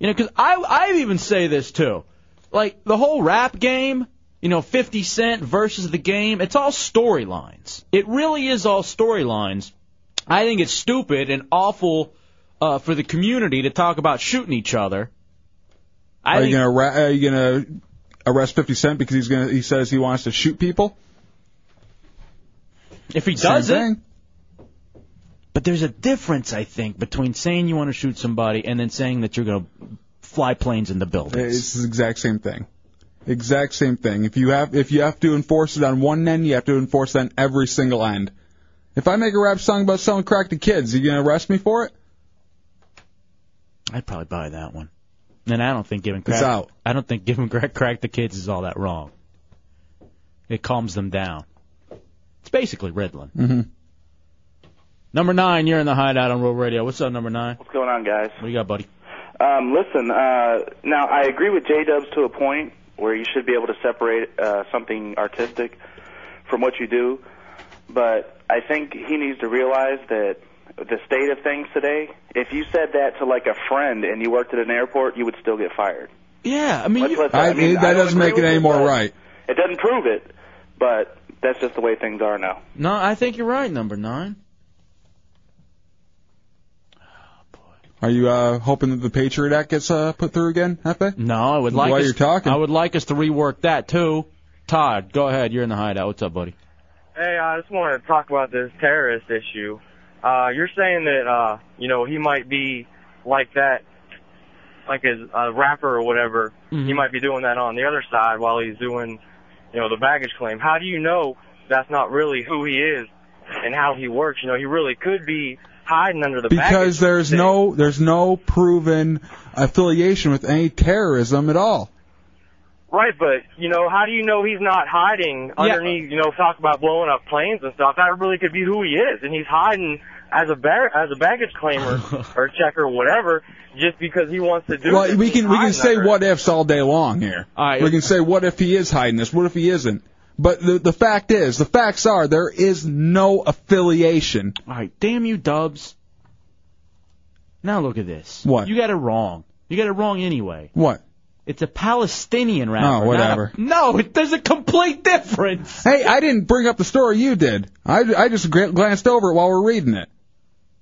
You know, 'cause I I even say this too, like the whole rap game. You know, 50 Cent versus the game. It's all storylines. It really is all storylines. I think it's stupid and awful uh, for the community to talk about shooting each other. I
are
think
you gonna arre- are you gonna arrest Fifty Cent because he's gonna he says he wants to shoot people?
If he
Same
does it.
thing.
But there's a difference, I think, between saying you want to shoot somebody and then saying that you're going to fly planes in the buildings.
It's the exact same thing. Exact same thing. If you have if you have to enforce it on one end, you have to enforce it on every single end. If I make a rap song about selling crack to kids, you gonna arrest me for it?
I'd probably buy that one. And I don't think giving crack,
It's out.
I don't think giving crack, crack to kids is all that wrong. It calms them down. It's basically Ritalin.
Mm-hmm.
Number nine, you're in the hideout on World Radio. What's up, number nine?
What's going on, guys?
What you got, buddy?
Um, listen, uh, now I agree with J Dubs to a point where you should be able to separate uh, something artistic from what you do, but I think he needs to realize that the state of things today, if you said that to like a friend and you worked at an airport, you would still get fired.
Yeah, I mean,
Let's let that-
I,
I mean,
that
I don't
doesn't
agree
make it
with
any
you,
more
but-
right.
It doesn't prove it, but that's just the way things are now.
No, I think you're right, number nine.
Are you uh, hoping that the Patriot Act gets uh, put through again, Hefe?
No, I would like
While
us,
you're talking.
I would like us to rework that too. Todd, go ahead. You're in the hideout. What's up, buddy?
Hey, I just wanted to talk about this terrorist issue. Uh, you're saying that, uh, you know, he might be like that, like as a rapper or whatever. He might be doing that on the other side while he's doing, you know, the baggage claim. How do you know that's not really who he is and how he works? You know, he really could be hiding under the
because there's no there's no proven affiliation with any terrorism at all.
Right, but you know, how do you know he's not hiding underneath? You know, talk about blowing up planes and stuff. That really could be who he is, and he's hiding as a bar- as a baggage claimer or checker, whatever, just because he wants to do.
Well,
it.
we
He's
can we can
hiding
say
under it.
what ifs all day long here.
right.
We can say what if he is hiding this, what if he isn't. But the the fact is, the facts are there is no affiliation.
All right, damn you, Dubs. Now look at this.
What?
You got it wrong. You got it wrong anyway.
What?
It's a Palestinian rapper.
Oh, whatever.
not a- no, it, there's a complete difference.
Hey, I didn't bring up the story you did. I I just gra- glanced over it while we're reading it.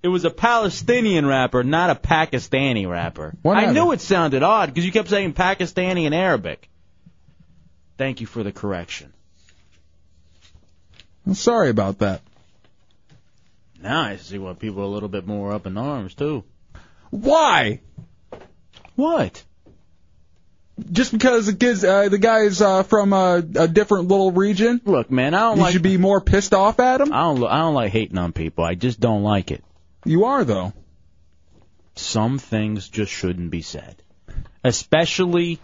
It was a Palestinian rapper, not a Pakistani rapper. I knew it sounded odd because you kept saying Pakistani and Arabic. Thank you for the correction.
I'm sorry about that.
Now I see why people are a little bit more up in arms too.
Why?
What?
Just because the kids, uh, the guy's uh, from a, a different little region.
Look, man, I don't
you
like-
should be more pissed off at him.
I don't. I don't like hating on people. I just don't like it.
You are though.
Some things just shouldn't be said, especially,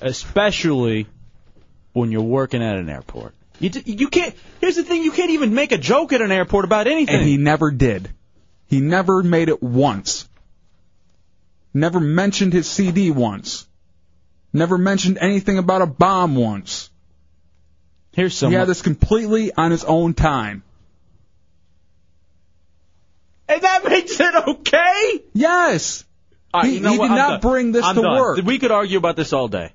especially when you're working at an airport. You d- you can't. Here's the thing: you can't even make a joke at an airport about anything.
And he never did. He never made it once. Never mentioned his CD once. Never mentioned anything about a bomb once.
Here's
He had this completely on his own time.
And that makes it okay?
Yes.
All right,
He-
you know
he
what?
did
I'm
not
done.
bring this
I'm
to
done.
work.
We could argue about this all day.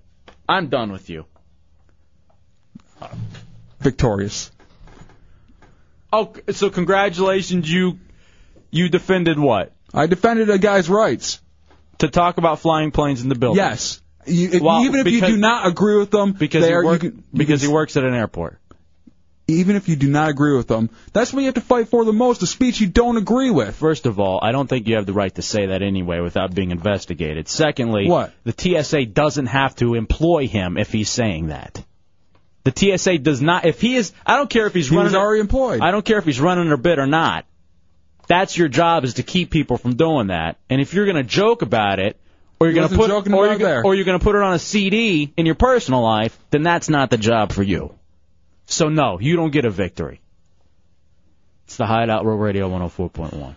I'm done with you.
Victorious.
Oh, so congratulations, you you defended what?
I defended a guy's rights
to talk about flying planes in the building.
Yes. You, if-
Well,
even if
because-
you do not agree with them,
because
they
he
are, you
work-
can- you
because
can-
he works at an airport.
even if you do not agree with them, that's what you have to fight for the most: the speech you don't agree with.
First of all, I don't think you have the right to say that anyway without being investigated. Secondly,
What?
the TSA doesn't have to employ him if he's saying that. The TSA does not. If he is, I don't care if he's
He
running.
was already employed.
I don't care if he's running a bid or not. That's your job is to keep people from doing that. And if you're going to joke about it, or you're
He
going to
wasn't
put,
joking about
or you're,
it
gonna-
there.
or you're going to put it on a CD in your personal life, then that's not the job for you. So oh no, you don't get a victory. It's the Hideout Row Radio 104.1.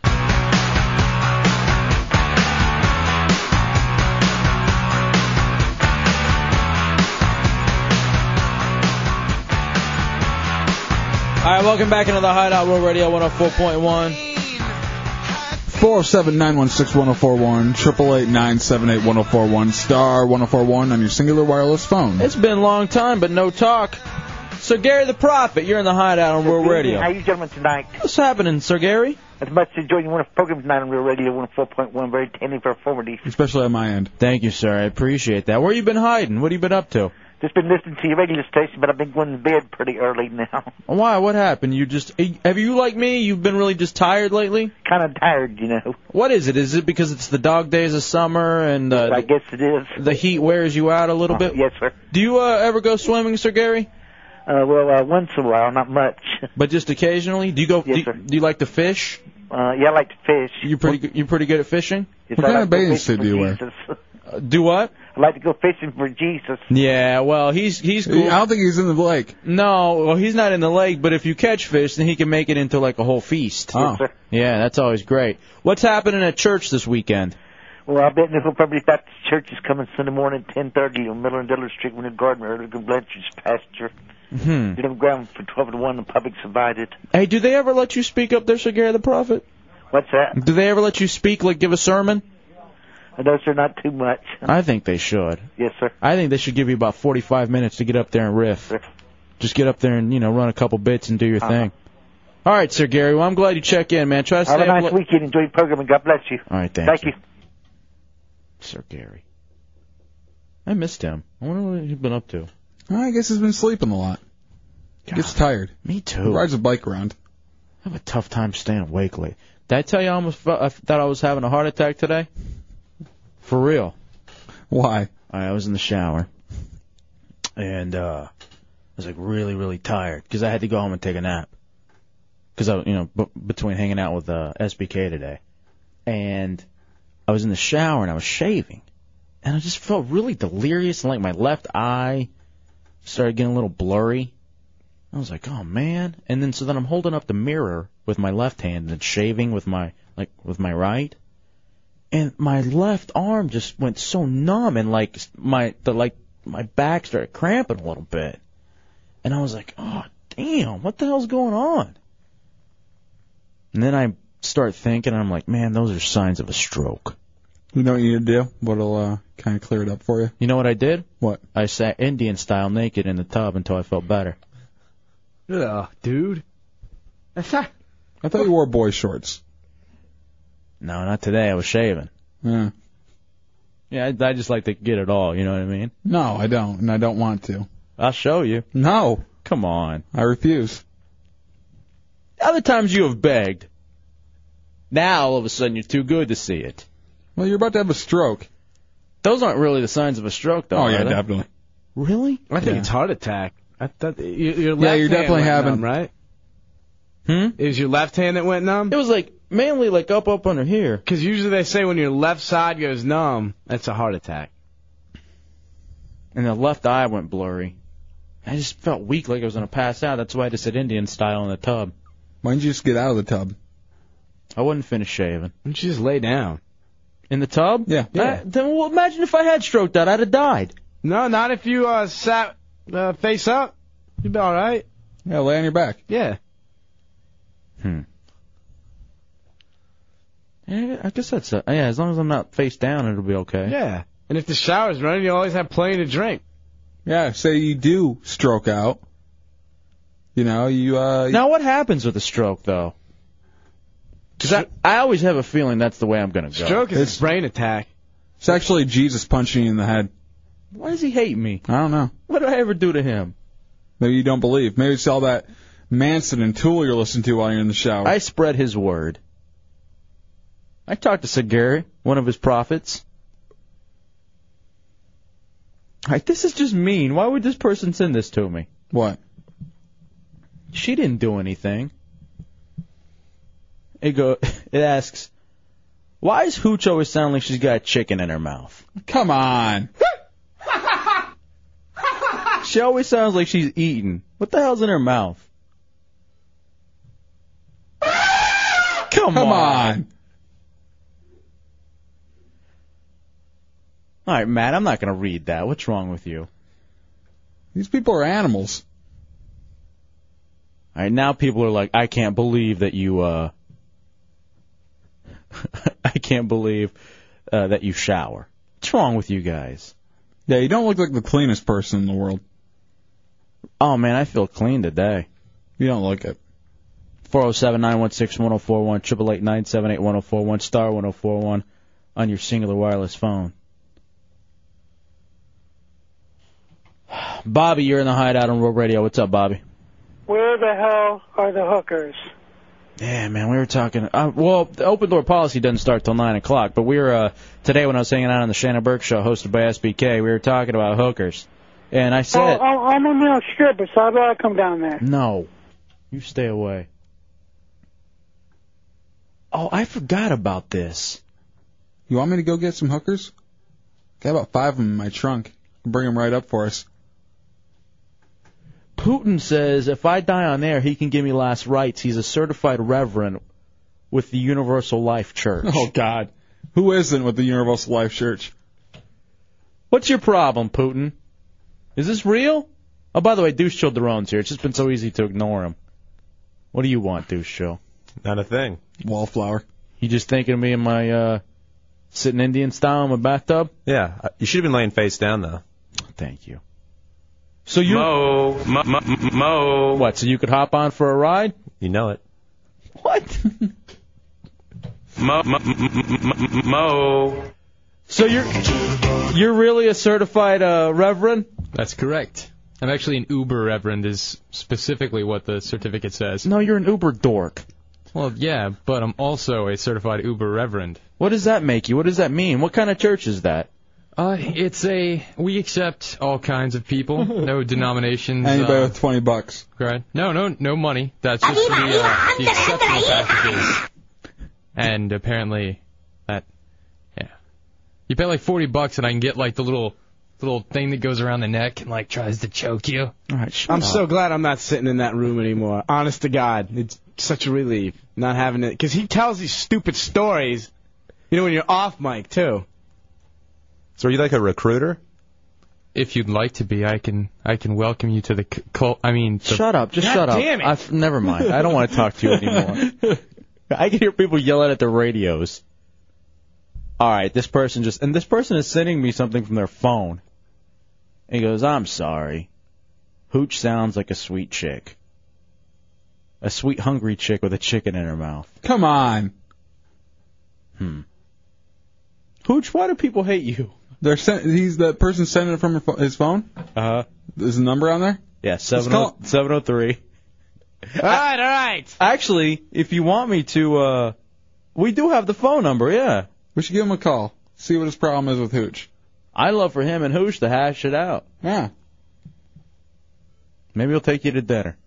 All right, welcome back into the Hideout World Radio 104.1.
407 916 1041, 888 978 1041, star 1041 on your singular wireless phone.
It's been a long time, but no talk. Sir Gary the Prophet, you're in the Hideout on World Radio.
How you gentlemen tonight?
What's happening, Sir Gary?
As much as enjoying one of the programs tonight on Real Radio 104.1, very entertaining performance.
Especially on my end.
Thank you, sir. I appreciate that. Where you been hiding? What have you been up to?
Just been listening to your radio station, but I've been going to bed pretty early now.
Why? What happened? You just have you like me? You've been really just tired lately.
Kind of tired, you know.
What is it? Is it because it's the dog days of summer and uh,
I guess it is. Uh,
the heat wears you out a little bit?
Yes, sir.
Do you uh, ever go swimming, Sir Gary?
Uh, well, uh, once in a while, not much.
But just occasionally. Do you go? do, you, do you like to fish?
Uh, yeah, I like to fish.
You pretty good- you pretty good at fishing?
Yes, What I kind like of to bathing fish suit do you for wear? Jesus.
Uh, do what?
I like to go fishing for Jesus.
Yeah, well, he's he's cool.
I don't think he's in the lake.
No, well, he's not in the lake. But if you catch fish, then he can make it into like a whole feast.
Yes, sir.
yeah, that's always great. What's happening at church this weekend?
Well, I bet Nickel Property Baptist Church is coming Sunday morning at 10.30 on Miller and Diller Street, Winter Garden, Early Blanchard's pasture.
Hmm.
Get on ground for 12 to 1, the public's invited.
Hey, do they ever let you speak up there, Sir Gary the Prophet?
What's that?
Do they ever let you speak, like give a sermon?
Those are not too much.
I think they should.
Yes, sir.
I think they should give you about 45 minutes to get up there and riff. Just get up there and you know run a couple bits and do your
Uh-huh.
thing. All right, Sir Gary. Well, I'm glad you check in, man. Try to stay
Have a
up
nice
lo-
weekend. Enjoy your program, and God bless you.
All right, thank,
Thank you.
Sir Gary. I missed him. I wonder what he's been up to.
I guess he's been sleeping a lot. Gets tired.
Me too.
Rides a bike around.
I have a tough time staying awake late. Did I tell you I almost felt, I thought I was having a heart attack today? For real.
Why?
I was in the shower, and uh I was like really, really tired because I had to go home and take a nap. Because I, you know, b- between hanging out with uh, SBK today, and I was in the shower and I was shaving, and I just felt really delirious and like my left eye started getting a little blurry. I was like, oh man. And then so then I'm holding up the mirror with my left hand and shaving with my like with my right. And my left arm just went so numb and like my the like my back started cramping a little bit. And I was like, oh damn, what the hell's going on? And then I start thinking and I'm like, man, those are signs of a stroke.
You know what you need to do? What'll uh, kind of clear it up for you?
You know what I did?
What?
I sat Indian style naked in the tub until I felt better.
Ugh, dude. That's not.
I thought you wore boy shorts.
No, not today. I was shaving.
Yeah.
Yeah, I, I just like to get it all. You know what I mean?
No, I don't, and I don't want to.
I'll show you.
No.
Come on.
I refuse.
Other times you have begged. Now all of a sudden you're too good to see it.
Well, you're about to have a stroke.
Those aren't really the signs of a stroke, though.
Oh, yeah,
are they?
definitely.
Really?
I think
Yeah.
it's heart attack. I thought y- your, your
Yeah,
left
you're
hand
definitely
went
having-
numb, right?
Hmm.
It was your left hand that went numb?
It was like mainly like up, up under here.
Because usually they say when your left side goes numb, that's a heart attack.
And the left eye went blurry. I just felt weak, like I was gonna pass out. That's why I just said Indian style in the tub.
Why didn't you just get out of the tub?
I wouldn't finish shaving.
Why don't you just lay down?
In the tub?
Yeah.
I- then well, imagine if I had stroked out, I'd have died.
No, not if you uh, sat uh, face up. You'd be all right.
Yeah, lay on your back.
Yeah.
Hmm. Yeah, I guess that's a, yeah. As long as I'm not face down, it'll be okay.
Yeah. And if the shower's running, you always have plenty to drink.
Yeah, say you do stroke out. You know, you uh
Now, what happens with a stroke, though? 'Cause I, I always have a feeling that's the way I'm going to go.
Stroke is a brain attack.
it's actually Jesus punching you in the head.
Why does he hate me?
I don't know.
What did I ever do to him?
Maybe you don't believe. Maybe it's all that Manson and Tool you're listening to while you're in the shower.
I spread his word. I talked to Sir Gary, one of his prophets. All right, this is just mean. Why would this person send this to me?
What?
She didn't do anything. It go. It asks, why is Hooch always sound like she's got a chicken in her mouth?
Come on.
she always sounds like she's eating. What the hell's in her mouth? Come,
Come
on. All right, Matt, I'm not going to read that. What's wrong with you?
These people are animals.
I All right, now people are like, I can't believe that you, uh, I can't believe uh, that you shower. What's wrong with you guys?
Yeah, you don't look like the cleanest person in the world.
Oh man, I feel clean today.
You don't look it.
Four zero seven nine one six one zero four one triple eight nine seven eight one zero four one star one zero four one on your singular wireless phone. Bobby, you're in the hideout on World Radio. What's up, Bobby?
Where the hell are the hookers?
Yeah, man, we were talking. Uh, well, the open door policy doesn't start till nine o'clock, but we were uh, today when I was hanging out on the Shannon Burke show, hosted by SBK. We were talking about hookers, and I
Oh,
said,
oh, I'm a male stripper, so I'd rather come down there.
"No, you stay away." Oh, I forgot about this.
You want me to go get some hookers? Got about five of them in my trunk. Bring them right up for us.
Putin says if I die on air, he can give me last rites. He's a certified reverend with the Universal Life Church.
Oh God, who isn't with the Universal Life Church?
What's your problem, Putin? Is this real? Oh, by the way, Deuce Chill Daron's here. It's just been so easy to ignore him. What do you want, Deuce Chill?
Not a thing.
Wallflower.
You just thinking of me in my uh sitting Indian style in my bathtub?
Yeah, uh, you should have been laying face down though.
Thank you. So you Mo Mo Mo What, so you could hop on for a ride?
You know it.
What?
Mo Mo Mo.
So you're you're really a certified uh, reverend?
That's correct. I'm actually an Uber reverend is specifically what the certificate says.
No, you're an Uber dork.
Well, yeah, but I'm also a certified Uber reverend.
What does that make you? What does that mean? What kind of church is that?
Uh, it's a we accept all kinds of people, no denominations.
Anybody
uh,
with twenty bucks?
Right. No, no, no money. That's just the, uh, the exceptional packages. And apparently, that, yeah, you pay like forty bucks, and I can get like the little, little thing that goes around the neck and like tries to choke you.
All right,
I'm so glad I'm not sitting in that room anymore. Honest to God, it's such a relief not having it. Because he tells these stupid stories, you know, when you're off mic, too.
So are you like a recruiter?
If you'd like to be, I can, I can welcome you to the c- cult. I mean, the-
Shut up. Just shut up. I've, never mind. I don't want to talk to you anymore. I can hear people yelling at their radios. All right, this person just and this person is sending me something from their phone. And he goes, "I'm sorry. Hooch sounds like a sweet chick. A sweet hungry chick with a chicken in her mouth."
Come on.
Hmm. Hooch, why do people hate you?
They're sent, he's the person sending it from her pho- his phone.
Uh huh.
There's a number on there.
Yeah,
Let's call-
70- 703.
All right, all right.
Actually, if you want me to, uh, we do have the phone number, yeah.
We should give him a call. See what his problem is with Hooch.
I love for him and Hooch to hash it out.
Yeah.
Maybe he'll take you to dinner.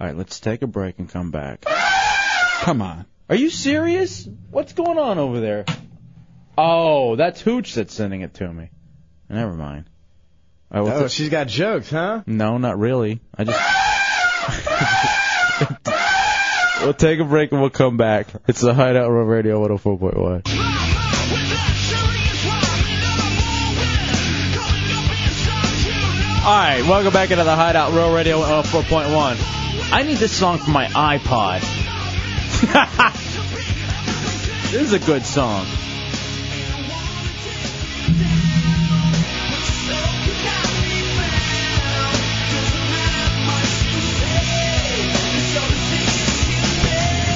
All right, let's take a break and come back.
Come on.
Are you serious? What's going on over there? Oh, that's Hooch that's sending it to me. Never mind. All right, what's
Oh,
it-
she's got jokes, huh?
No, not really. I just. we'll take a break and we'll come back. It's the Hideout Road Radio 104.1. All right, welcome back into the Hideout Row Radio 104.1. I need this song for my iPod. this is a good song.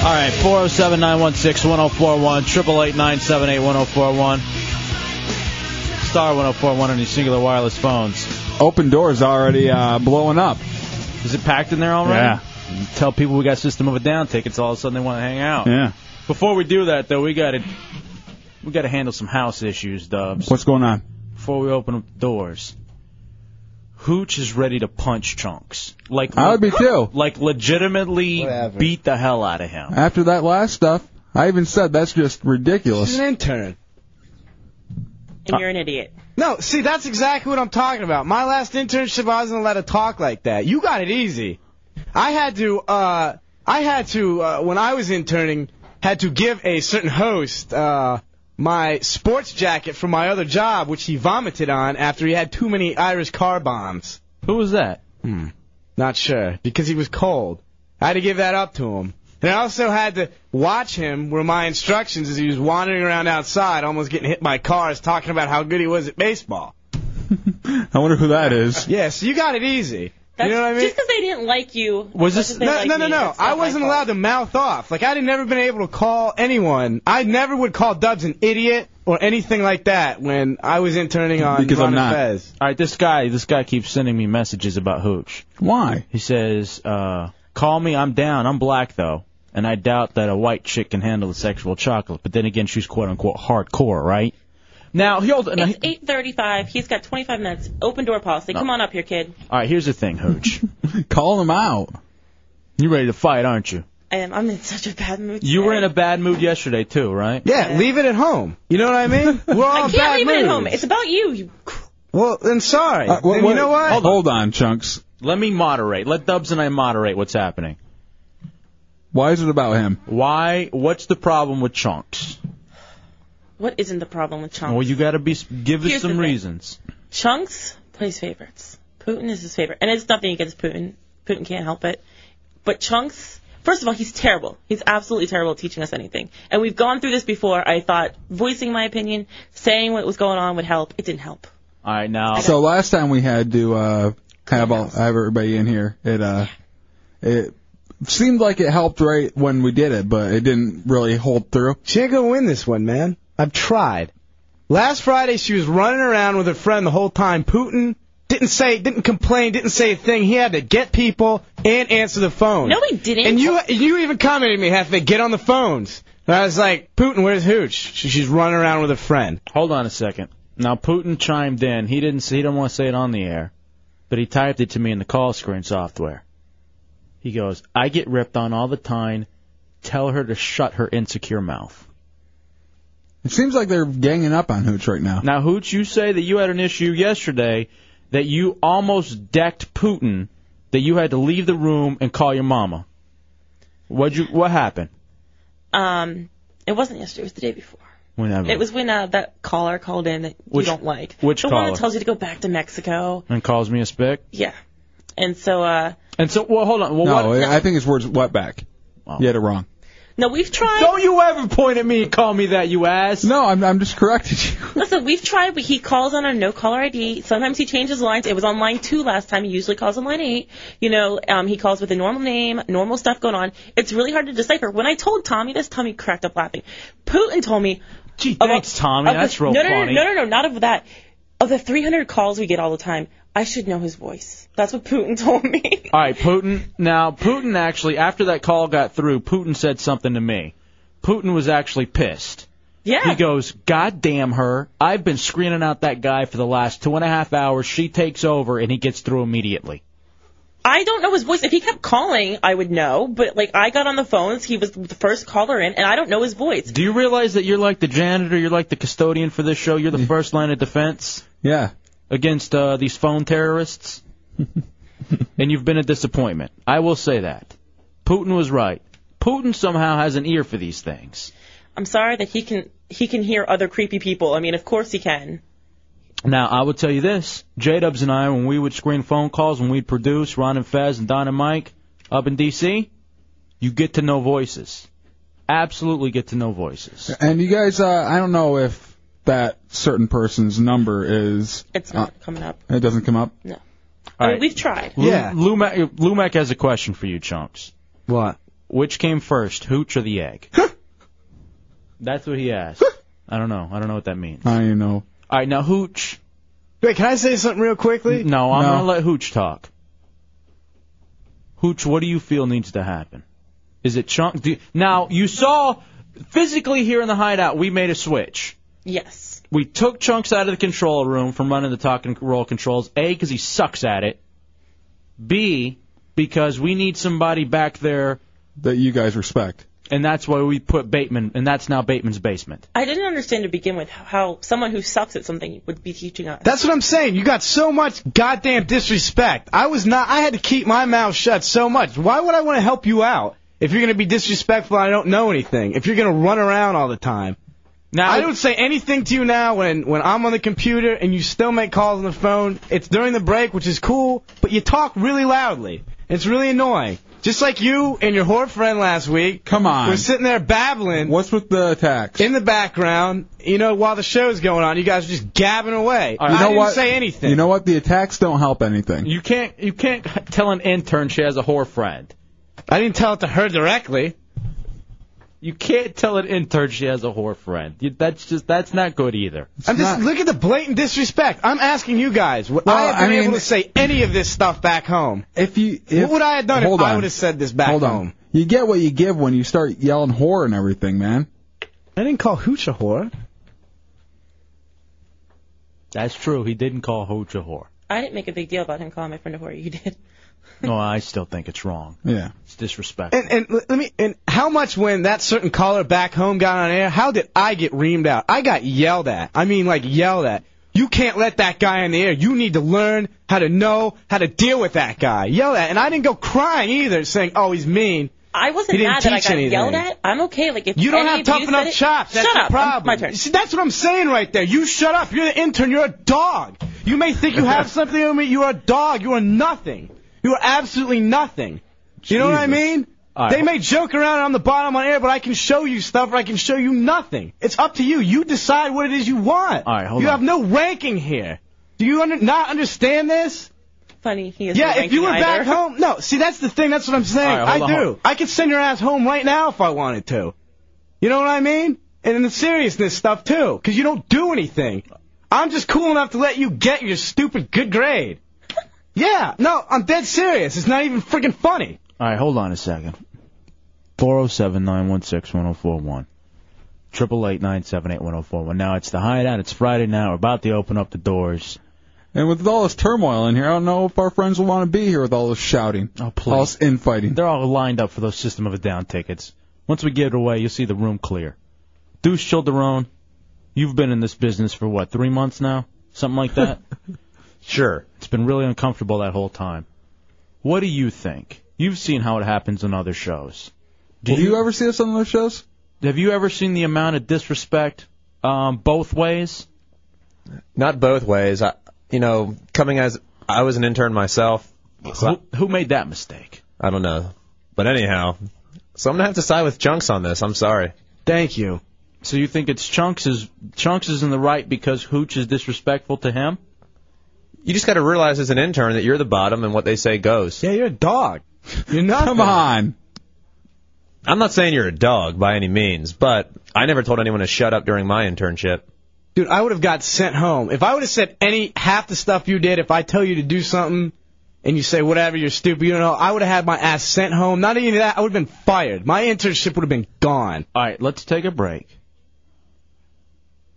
All right, 407 916 1041, 888 978 1041, star 1041 on your singular wireless phones.
Open doors already uh, blowing up.
Is it packed in there already?
Yeah.
Tell people we got System of a Down tickets. All of a sudden they want to hang out.
Yeah.
Before we do that though, we got to we got to handle some house issues, Dubs.
What's going on?
Before we open up the doors, Hooch is ready to punch Chunks. Like
I would be too.
Like legitimately beat the hell out of him.
After that last stuff, I even said that's just ridiculous.
an intern.
And you're an idiot.
No, see, that's exactly what I'm talking about. My last internship, I wasn't allowed to talk like that. You got it easy. I had to, uh, I had to, uh, when I was interning, had to give a certain host, uh, my sports jacket from my other job, which he vomited on after he had too many Irish car bombs.
Who was that?
Hmm. Not sure because he was cold. I had to give that up to him, and I also had to watch him. Were my instructions as he was wandering around outside, almost getting hit by cars, talking about how good he was at baseball.
I wonder who that is.
Yeah, so you got it easy.
That's,
you know what I mean?
Just because they didn't like you.
Was
as
this?
much as
No,
they like
no, no,
me,
no.
that's not
I
my
wasn't
fault.
allowed to mouth off. Like I'd never been able to call anyone. I never would call Dubs an idiot or anything like that when I was interning on Ron and Fez.
All right, this guy, this guy keeps sending me messages about Hooch.
Why?
He says, uh, "Call me. I'm down. I'm black though, and I doubt that a white chick can handle the sexual chocolate. But then again, she's quote unquote hardcore, right? Now, he hold. now, he-
It's 8:35. He's got 25 minutes. Open door policy.
No.
Come on up here, kid.
all right, here's the thing, Hooch. Call him out. You ready to fight, aren't you?
I am. I'm in such a bad mood.
You were in a bad mood yesterday too, right?
Yeah, leave it at home. You know what I mean? We're all
I can't
bad
leave it
moods.
at home. It's about you. you
Well, then sorry.
Uh, wha-
Then
wha-
you know what?
hold on.
Hold on, Chunks.
Let me moderate. Let Dubs and I moderate what's happening.
Why is it about him?
Why? What's the problem with Chunks?
what isn't the problem with Chunks?
Well, you got to be give us
Here's the
some
thing.
reasons.
Chunks plays favorites. Putin is his favorite, and it's nothing against Putin. Putin can't help it. But Chunks, first of all, he's terrible. He's absolutely terrible at teaching us anything. And we've gone through this before. I thought voicing my opinion, saying what was going on would help. It didn't help.
All right, now.
So last time we had to uh, have all have everybody in here. It uh, it seemed like it helped right when we did it, but it didn't really hold through.
She ain't gonna win this one, man. I've tried. Last Friday, she was running around with her friend the whole time. Putin didn't say, didn't complain, didn't say a thing. He had to get people and answer the phone.
No, he didn't.
And you, you even commented to me, Hefe, get on the phones. And I was like, Putin, where's Hooch? She, she's running around with a friend.
Hold on a second. Now Putin chimed in. He didn't. He didn't want to say it on the air, but he typed it to me in the call screen software. He goes, "I get ripped on all the time. Tell her to shut her insecure mouth."
It seems like they're ganging up on Hooch right now.
Now, Hooch, you say that you had an issue yesterday that you almost decked Putin, that you had to leave the room and call your mama. What you? What happened?
Um, it wasn't yesterday. It was the day before.
Whenever.
It was when uh, that caller called in that
Which-
you don't like.
which
the one
caller?
that tells you to go back to Mexico.
and calls me a spick.
Yeah. And so, uh,
And so, well, hold on. Well,
no,
what,
I think his words wetback. You had it wrong.
no, we've tried.
Don't you ever point at me and call me that, you ass.
No, I'm I'm just correcting you.
Listen, we've tried. He calls on our no caller ID. Sometimes he changes lines. It was on line two last time. He usually calls on line eight. You know, um, he calls with a normal name, normal stuff going on. It's really hard to decipher. When I told Tommy this, Tommy cracked up laughing. Putin told me.
Gee,
about-
thanks, Tommy.
of the-
That's real
no, no, no,
funny.
No, no, no, not of that. Of the 300 calls we get all the time, I should know his voice. That's what Putin told me.
All right, Putin. Now, Putin actually, after that call got through, Putin said something to me. Putin was actually pissed.
Yeah.
He goes, God damn her. I've been screening out that guy for the last two and a half hours. She takes over, and he gets through immediately.
I don't know his voice. If he kept calling, I would know. But like, I got on the phones. He was the first caller in, and I don't know his voice.
Do you realize that you're like the janitor? You're like the custodian for this show? You're the first line of defense
Yeah.
against uh, these phone terrorists? and you've been a disappointment. I will say that. Putin was right. Putin somehow has an ear for these things.
I'm sorry that he can he can hear other creepy people. I mean, of course he can.
Now, I will tell you this. J-Dubs and I, when we would screen phone calls, when we'd produce Ron and Fez and Don and Mike up in D.C., you get to know voices. Absolutely get to know voices.
And you guys, uh, I don't know if that certain person's number is. uh,
It's not coming up.
It doesn't come up.
No. I
All
mean,
right.
we've tried.
Lu- Lumac, Lumac has a question for you, Chunks.
What?
Which came first, hooch or the egg? That's what he asked. I don't know. I don't know what that means.
I don't even know.
All right, now Hooch.
Wait, can I say something real quickly?
No, I'm
No.
gonna let Hooch talk. Hooch, what do you feel needs to happen? Is it Chunk? Do now you saw physically here in the hideout, we made a switch.
Yes.
We took Chunks out of the control room from running the talk and roll controls. A, because he sucks at it. B, because we need somebody back there,
That you guys respect.
and that's why we put Bateman, and that's now Bateman's basement.
I didn't understand to begin with how someone who sucks at something would be teaching us.
That's what I'm saying. You got so much goddamn disrespect. I was not. I had to keep my mouth shut so much. Why would I want to help you out if you're gonna be disrespectful? and I don't know anything. If you're gonna run around all the time,
Now
I don't say anything to you now when when I'm on the computer and you still make calls on the phone. It's during the break, which is cool, but you talk really loudly. It's really annoying. Just like you and your whore friend last week. Come
on.
We're sitting there babbling.
What's with the attacks?
In the background, you know, while the show's going on, you guys are just gabbing away.
you
I
know
didn't
what?
say anything.
You know what? The attacks don't help anything.
You can't you can't tell an intern she has a whore friend.
I didn't tell it to her directly.
You can't tell an intern she has a whore friend. You- That's just that's not good either.
I'm just look at the blatant disrespect. I'm asking you guys. Would I have
I
been
mean-
able to say any of this stuff back home?
If you, if-
what would I have done if
hold
I
on.
would have said this back
Hold
home?
on. You get what you give when you start yelling whore and everything, man.
I didn't call Hooch a whore.
That's true. He didn't call Hooch a whore.
I didn't make a big deal about him calling my friend a whore. You did.
No, I still think it's wrong.
Yeah.
It's disrespectful.
And, and let me. And how much when that certain caller back home got on air? How did I get reamed out? I got yelled at. I mean, like yelled at. You can't let that guy on the air. You need to learn how to know how to deal with that guy. Yell at, and I didn't go crying either, saying, "Oh, he's mean."
I wasn't
He didn't
mad that I
teach
got
anything.
yelled at. I'm okay. Like if
You don't
any
have
of
tough
you
enough
said it-
chops. That's
shut
the
up.
problem.
My turn.
See, that's what I'm saying right there. You shut up. You're the intern. You're a dog. You may think you have something on me. You are a dog. You are nothing. You are absolutely nothing. You know what I mean?
All right.
They may joke around and I'm the bottom on air, but I can show you stuff or I can show you nothing. It's up to you. You decide what it is you want. All right,
hold
you
on.
have no ranking here. Do you under, not understand this?
Funny. He is
yeah,
not
if you were
ranking
back
either.
home, no. See, that's the thing. That's what I'm saying.
All right, hold
I
on,
do.
hold on.
I could send your ass home right now if I wanted to. You know what I mean? And in the seriousness stuff too, because you don't do anything. I'm just cool enough to let you get your stupid good grade. Yeah, no, I'm dead serious. It's not even freaking funny.
All right, hold on a second. Four zero seven nine one six one zero four one. Triple eight nine seven eight one zero four one. Now it's the hideout. It's Friday now. We're about to open up the doors.
And with all this turmoil in here, I don't know if our friends will want to be here with all this shouting, oh, all this infighting.
They're all lined up for those System of a Down tickets. Once we get it away, you'll see the room clear. Deuce Childerone, you've been in this business for what, three months now? Something like that?
sure.
It's been really uncomfortable that whole time. What do you think? You've seen how it happens on other shows. Do you,
ever see us on those shows?
Have you ever seen the amount of disrespect um, both ways?
Not both ways. I, you know, coming as I was an intern myself. So
who, who made that mistake?
I don't know. But anyhow, so I'm gonna have to side with Chunks on this. I'm sorry.
Thank you.
So you think it's Chunks is Chunks is in the right because Hooch is disrespectful to him?
You just got to realize as an intern that you're the bottom and what they say goes.
Yeah, you're a dog. You're not.
Come on.
I'm not saying you're a dog by any means, but I never told anyone to shut up during my internship.
Dude, I would have got sent home. If I would have said any half the stuff you did, if I tell you to do something and you say whatever, you're stupid, you don't know, I would have had my ass sent home. Not even that, I would have been fired. My internship would have been gone.
All right, let's take a break.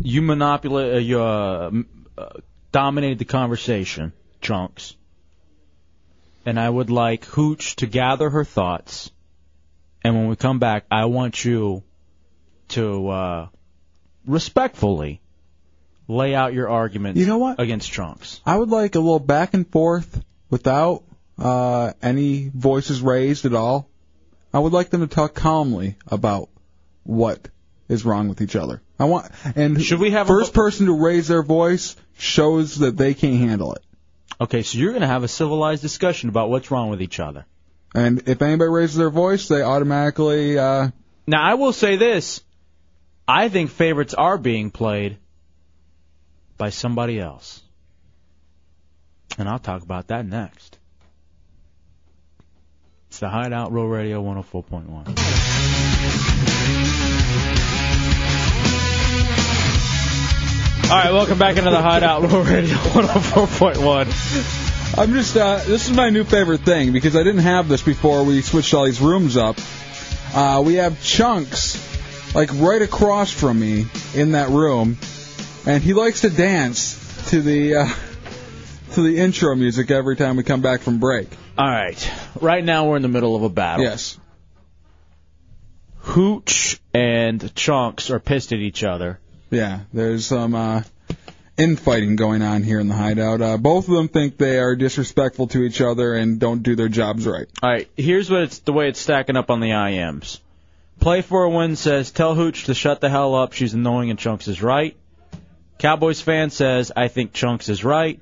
You manipulate, uh, you uh, m- uh, dominated the conversation, chunks. And I would like Hooch to gather her thoughts. And when we come back, I want you to uh, respectfully lay out your arguments.
You know what?
Against chunks.
I would like a little back and forth without uh, any voices raised at all. I would like them to talk calmly about what is wrong with each other. I want and
Should we have a
first person to raise their voice shows that they can't handle it.
Okay, so you're going to have a civilized discussion about what's wrong with each other.
And if anybody raises their voice, they automatically uh,
Now, I will say this. I think favorites are being played by somebody else. And I'll talk about that next. It's the Hideout Row Radio 104.1. All right, welcome back into the Hideout Row Radio 104.1.
I'm just uh, this is my new favorite thing because I didn't have this before we switched all these rooms up. Uh, we have chunks like right across from me in that room, and he likes to dance to the uh, to the intro music every time we come back from break.
All right, right now we're in the middle of a battle.
Yes.
Hooch and Chunks are pissed at each other.
Yeah, there's some uh, infighting going on here in the hideout. Uh, both of them think they are disrespectful to each other and don't do their jobs right.
All right, here's what it's the way it's stacking up on the IMs. Play for a Win says, Tell Hooch to shut the hell up. She's annoying and Chunks is right. Cowboys fan says, I think Chunks is right.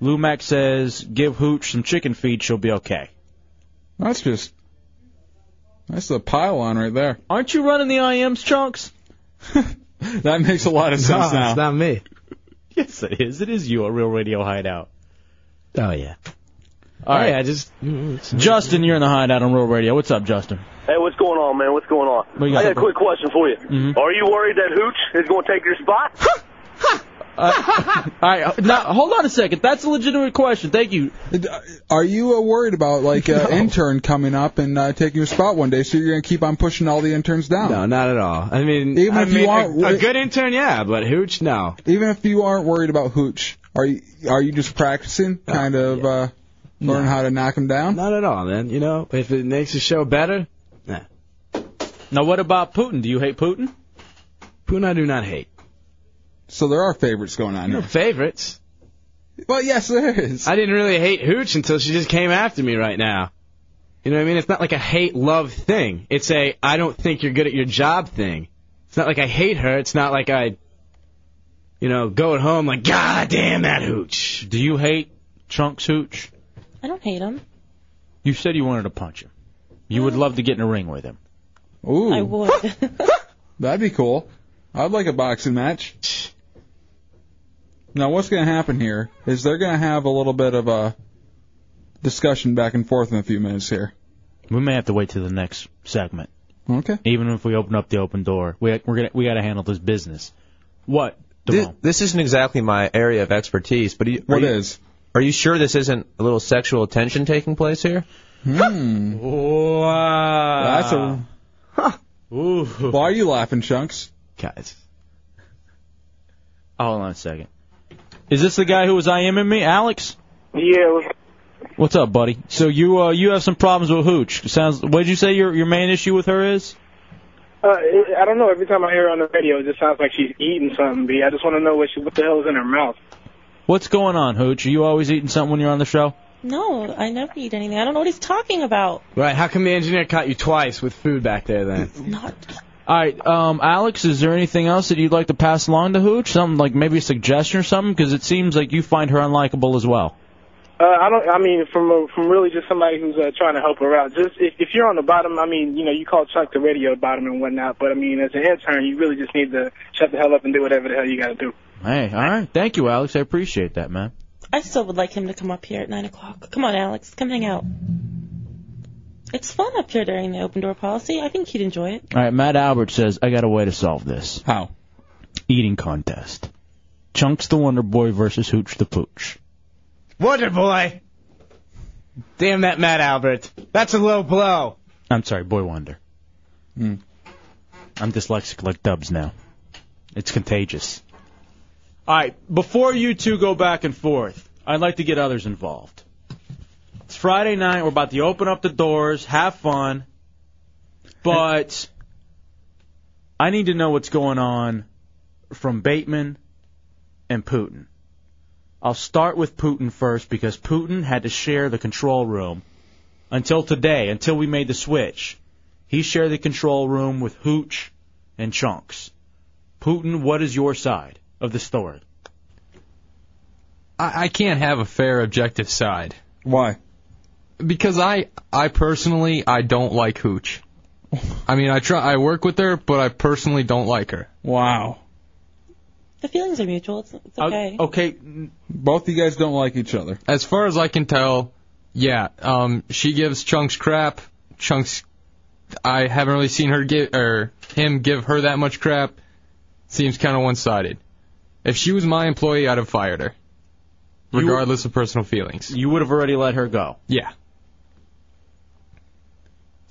Lumac says, Give Hooch some chicken feed. She'll be okay.
That's just. That's the pile on right there.
Aren't you running the IMs, Chunks?
that makes a lot of sense now.
not me.
yes, it is. It is you, a real radio hideout.
Oh, yeah.
All right.
I just.
mm,
Justin, you're in the hideout on Rural Radio. What's up, Justin?
Hey, what's going on, man? What's going on?
What you
I
got?
got a quick question for you.
Mhm.
Are you worried that Hooch is going to take your spot?
Uh, all right, uh, now hold on a second. That's a legitimate question. Thank you.
Are you uh, worried about like an intern coming up and uh, taking your spot one day? So you're gonna keep on pushing all the interns down?
No, not at all. I mean,
Even
I
if you
mean,
aren't-
a, a good intern, yeah, but Hooch, no.
Even if you aren't worried about hooch, are you are you just practicing, kind of uh, learn how to knock him down?
Not at all, man. You know, if it makes the show better, nah.
Now, what about Putin? Do you hate Putin?
Putin, I do not hate.
So there are favorites going on here.
Favorites?
Well, yes, there is.
I didn't really hate Hooch until she just came after me right now. You know what I mean? It's not like a hate love thing. It's a I don't think you're good at your job thing. It's not like I hate her. It's not like I, you know, go at home like God damn that Hooch.
Do you hate Chunks Hooch?
I don't hate him.
You said you wanted to punch him. You would love to get in a ring with him.
Ooh,
I would.
that'd be cool. I'd like a boxing match. Now, what's gonna happen here is they're gonna have a little bit of uh, a discussion back and forth in a few minutes here.
We may have to wait till the next segment.
Okay.
Even if we open up the open door, we we're gonna we got to handle this business. What?
This, this isn't exactly my area of expertise, but are you,
What
are you,
is?
Are you sure this isn't a little sexual attention taking place here?
Hmm.
Wow.
That's a.
Ooh.
Why are you laughing, Chunks?
Guys.
Hold on a second. Is this the guy who was I IMing me, Alex?
Yeah.
What's up, buddy? So you uh you have some problems with Hooch? Sounds. What'd you say your your main issue with her is?
Uh, it- I don't know. Every time I hear her on the radio, it just sounds like she's eating something. B. I just want to know what she, what the hell is in her mouth.
What's going on, Hooch? Are you always eating something when you're on the show?
no, I never eat anything. I don't know what he's talking about.
Right? How come the engineer caught you twice with food back there then?
All right, um, Alex, is there anything else that you'd like to pass along to Hooch? Something like maybe a suggestion or something? Because it seems like you find her unlikable as well.
Uh, I don't. I mean, from a, from really just somebody who's uh, trying to help her out. Just if, if you're on the bottom, I mean, you know, you call Chuck the radio bottom and whatnot. But I mean, as an intern, you really just need to shut the hell up and do whatever the hell you got to do.
Hey, all right. Thank you, Alex. I appreciate that, man.
I still would like him to come up here at nine o'clock. Come on, Alex, come hang out. It's fun up here during the open door policy. I think he'd enjoy it.
All right, Matt Albert says, I got a way to solve this.
How?
Eating contest. Chunks the Wonder Boy versus Hooch the Pooch.
Wonder Boy. Damn that Matt Albert. That's a low blow.
I'm sorry, Boy Wonder. Hmm. I'm dyslexic like Dubs now. It's contagious. All right, before you two go back and forth, I'd like to get others involved. It's Friday night. We're about to open up the doors, have fun, but I need to know what's going on from Bateman and Putin. I'll start with Putin first because Putin had to share the control room until today, until we made the switch. He shared the control room with Hooch and Chunks. Putin, what is your side of the story?
I, I can't have a fair, objective side.
Why?
Because I, I personally, I don't like Hooch. I mean, I try, I work with her, but I personally don't like her.
Wow.
The feelings are mutual. It's, it's okay.
Okay.
Both of you guys don't like each other.
As far as I can tell, yeah, um, she gives Chunks crap. Chunks, I haven't really seen her give or him give her that much crap. Seems kind of one-sided. If she was my employee, I'd have fired her, regardless of personal feelings.
You would have already let her go.
Yeah.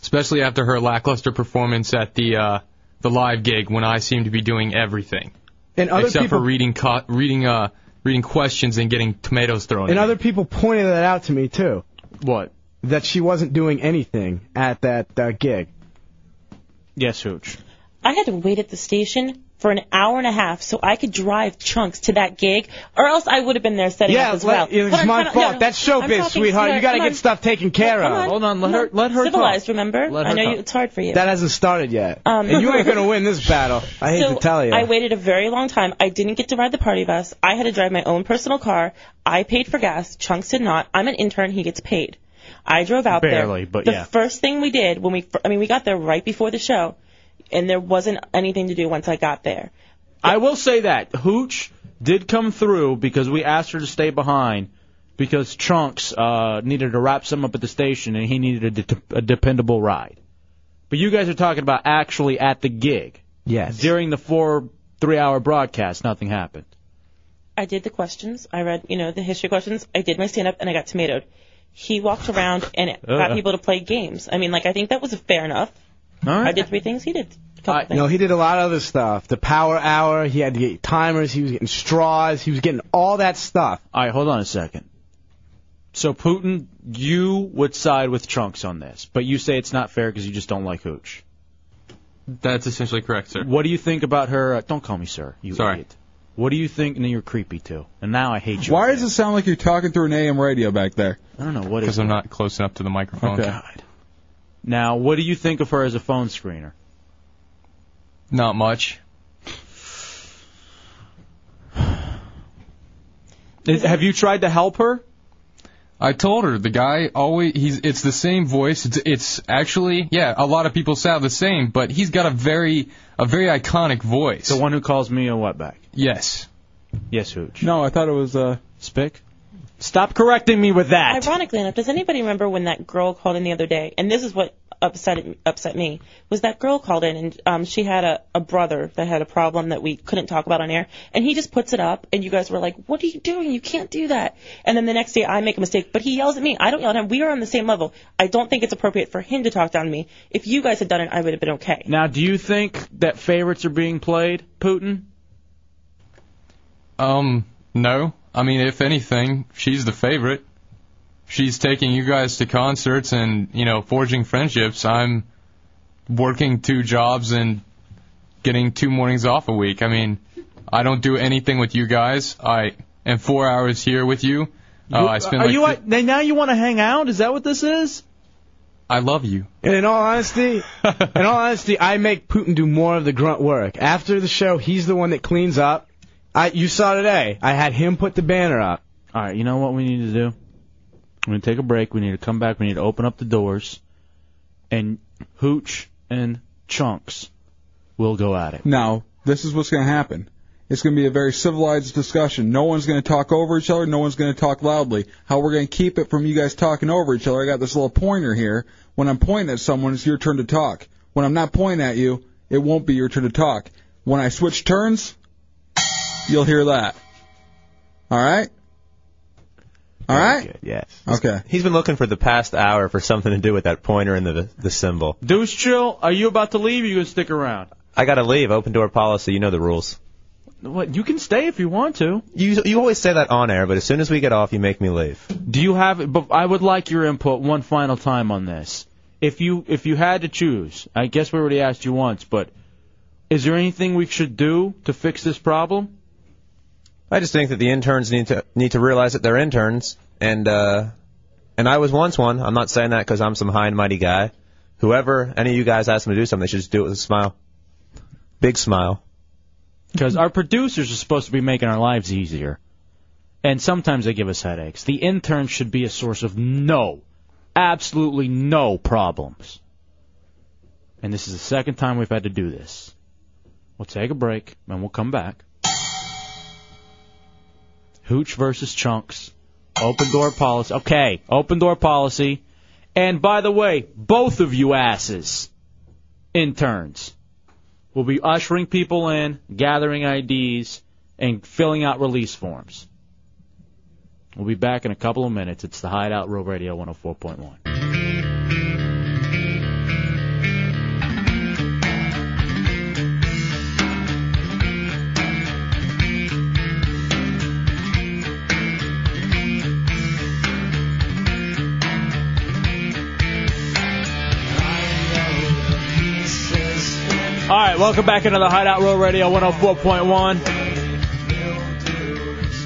Especially after her lackluster performance at the uh, the live gig, when I seemed to be doing everything
And other
except
people
for reading co- reading uh, reading questions and getting tomatoes thrown.
And
at me.
other people pointed that out to me too.
What?
That she wasn't doing anything at that uh, gig.
Yes, Hooch.
I had to wait at the station for an hour and a half so I could drive Chunks to that gig, or else I would have been there setting
Yeah,
up as well.
let- it's
But I'm
my
tryna- no,
fault.
no,
That's
I'm
showbiz,
talking
sweetheart. You
smart.
got to
Come
get
on.
stuff taken care
Come
of.
on. Come on. Civilized, remember? I know you, it's hard for you.
That hasn't started yet,
Um,
and you ain't gonna win this battle. I hate
so
to tell you.
I waited a very long time. I didn't get to ride the party bus. I had to drive my own personal car. I paid for gas. Chunks did not. I'm an intern. He gets paid. I drove out there.
Barely, but
the
yeah.
first thing we did when we, I mean, we got there right before the show, and there wasn't anything to do once I got there.
I will say that Hooch did come through because we asked her to stay behind because Trunks uh, needed to wrap some up at the station and he needed a, de- a dependable ride. But you guys are talking about actually at the gig.
Yes.
During the four three hour broadcast, nothing happened.
I did the questions. I read, you know, the history questions. I did my stand up and I got tomatoed. He walked around and got
Uh.
people to play games. I mean, like, I think that was fair enough.
All right.
I did three things. He did. a couple things.
No, he did a lot of other stuff. The power hour. He had to get timers. He was getting straws. He was getting all that stuff.
All right, hold on a second. So Putin, you would side with Trunks on this, but you say it's not fair because you just don't like Hooch.
That's essentially correct, sir.
What do you think about her? Uh, don't call me sir, you
Sorry.
idiot. What do you think? And you're creepy too. And now I hate you.
Why does it sound like you're talking through an AM radio back there?
I don't know what Oh,
Because I'm not close enough to the microphone.
Okay.
Now, what do you think of her as a phone screener?
Not much.
Is, have you tried to help her?
I told her the guy always he's it's the same voice. It's it's actually yeah, a lot of people sound the same, but he's got a very a very iconic voice. The
one who calls me a wetback.
Yes.
Yes, Hooch.
No, I thought it was uh
Spick. Stop correcting me with that.
Ironically enough, does anybody remember when that girl called in the other day? And this is what upset upset me was that girl called in and um, she had a, a brother that had a problem that we couldn't talk about on air, and he just puts it up, and you guys were like, "What are you doing? You can't do that." And then the next day, I make a mistake, but he yells at me. I don't yell at him. We are on the same level. I don't think it's appropriate for him to talk down to me. If you guys had done it, I would have been okay.
Now, do you think that favorites are being played, Putin?
Um no. I mean if anything, she's the favorite. She's taking you guys to concerts and, you know, forging friendships. I'm working two jobs and getting two mornings off a week. I mean, I don't do anything with you guys. I am 4 hours here with you. Uh, I spend
are
like
you at- now you want to hang out? Is that what this is?
I love you.
And in all honesty, in all honesty, I make Putin do more of the grunt work. After the show, he's the one that cleans up. I, you saw today. I had him put the banner up.
All right, you know what we need to do? We're going to take a break. We need to come back. We need to open up the doors. And Hooch and Chunks will go at it.
Now, this is what's going to happen. It's going to be a very civilized discussion. No one's going to talk over each other. No one's going to talk loudly. How we're going to keep it from you guys talking over each other, I got this little pointer here. When I'm pointing at someone, it's your turn to talk. When I'm not pointing at you, it won't be your turn to talk. When I switch turns, you'll hear that. All right? All right?
Yes.
Okay.
He's been looking for the past hour for something to do with that pointer and the the symbol.
Deuce Chill, are you about to leave or you going to stick around?
I gotta leave. Open door policy. You know the rules.
What? You can stay if you want to.
You you always say that on air, but as soon as we get off, you make me leave.
Do you have? But I would like your input one final time on this. If you if you had to choose, I guess we already asked you once, but is there anything we should do to fix this problem?
I just think that the interns need to need to realize that they're interns, and uh, and I was once one. I'm not saying that because I'm some high and mighty guy. Whoever any of you guys ask them to do something, they should just do it with a smile, big smile.
Because our producers are supposed to be making our lives easier, and sometimes they give us headaches. The intern should be a source of no, absolutely no problems. And this is the second time we've had to do this. We'll take a break and we'll come back. Hooch versus Chunks. Open door policy. Okay, open door policy. And by the way, both of you asses, interns, will be ushering people in, gathering IDs, and filling out release forms. We'll be back in a couple of minutes. It's the Hideout Row Radio 104.1. All right, welcome back into the Hideout Row Radio 104.1.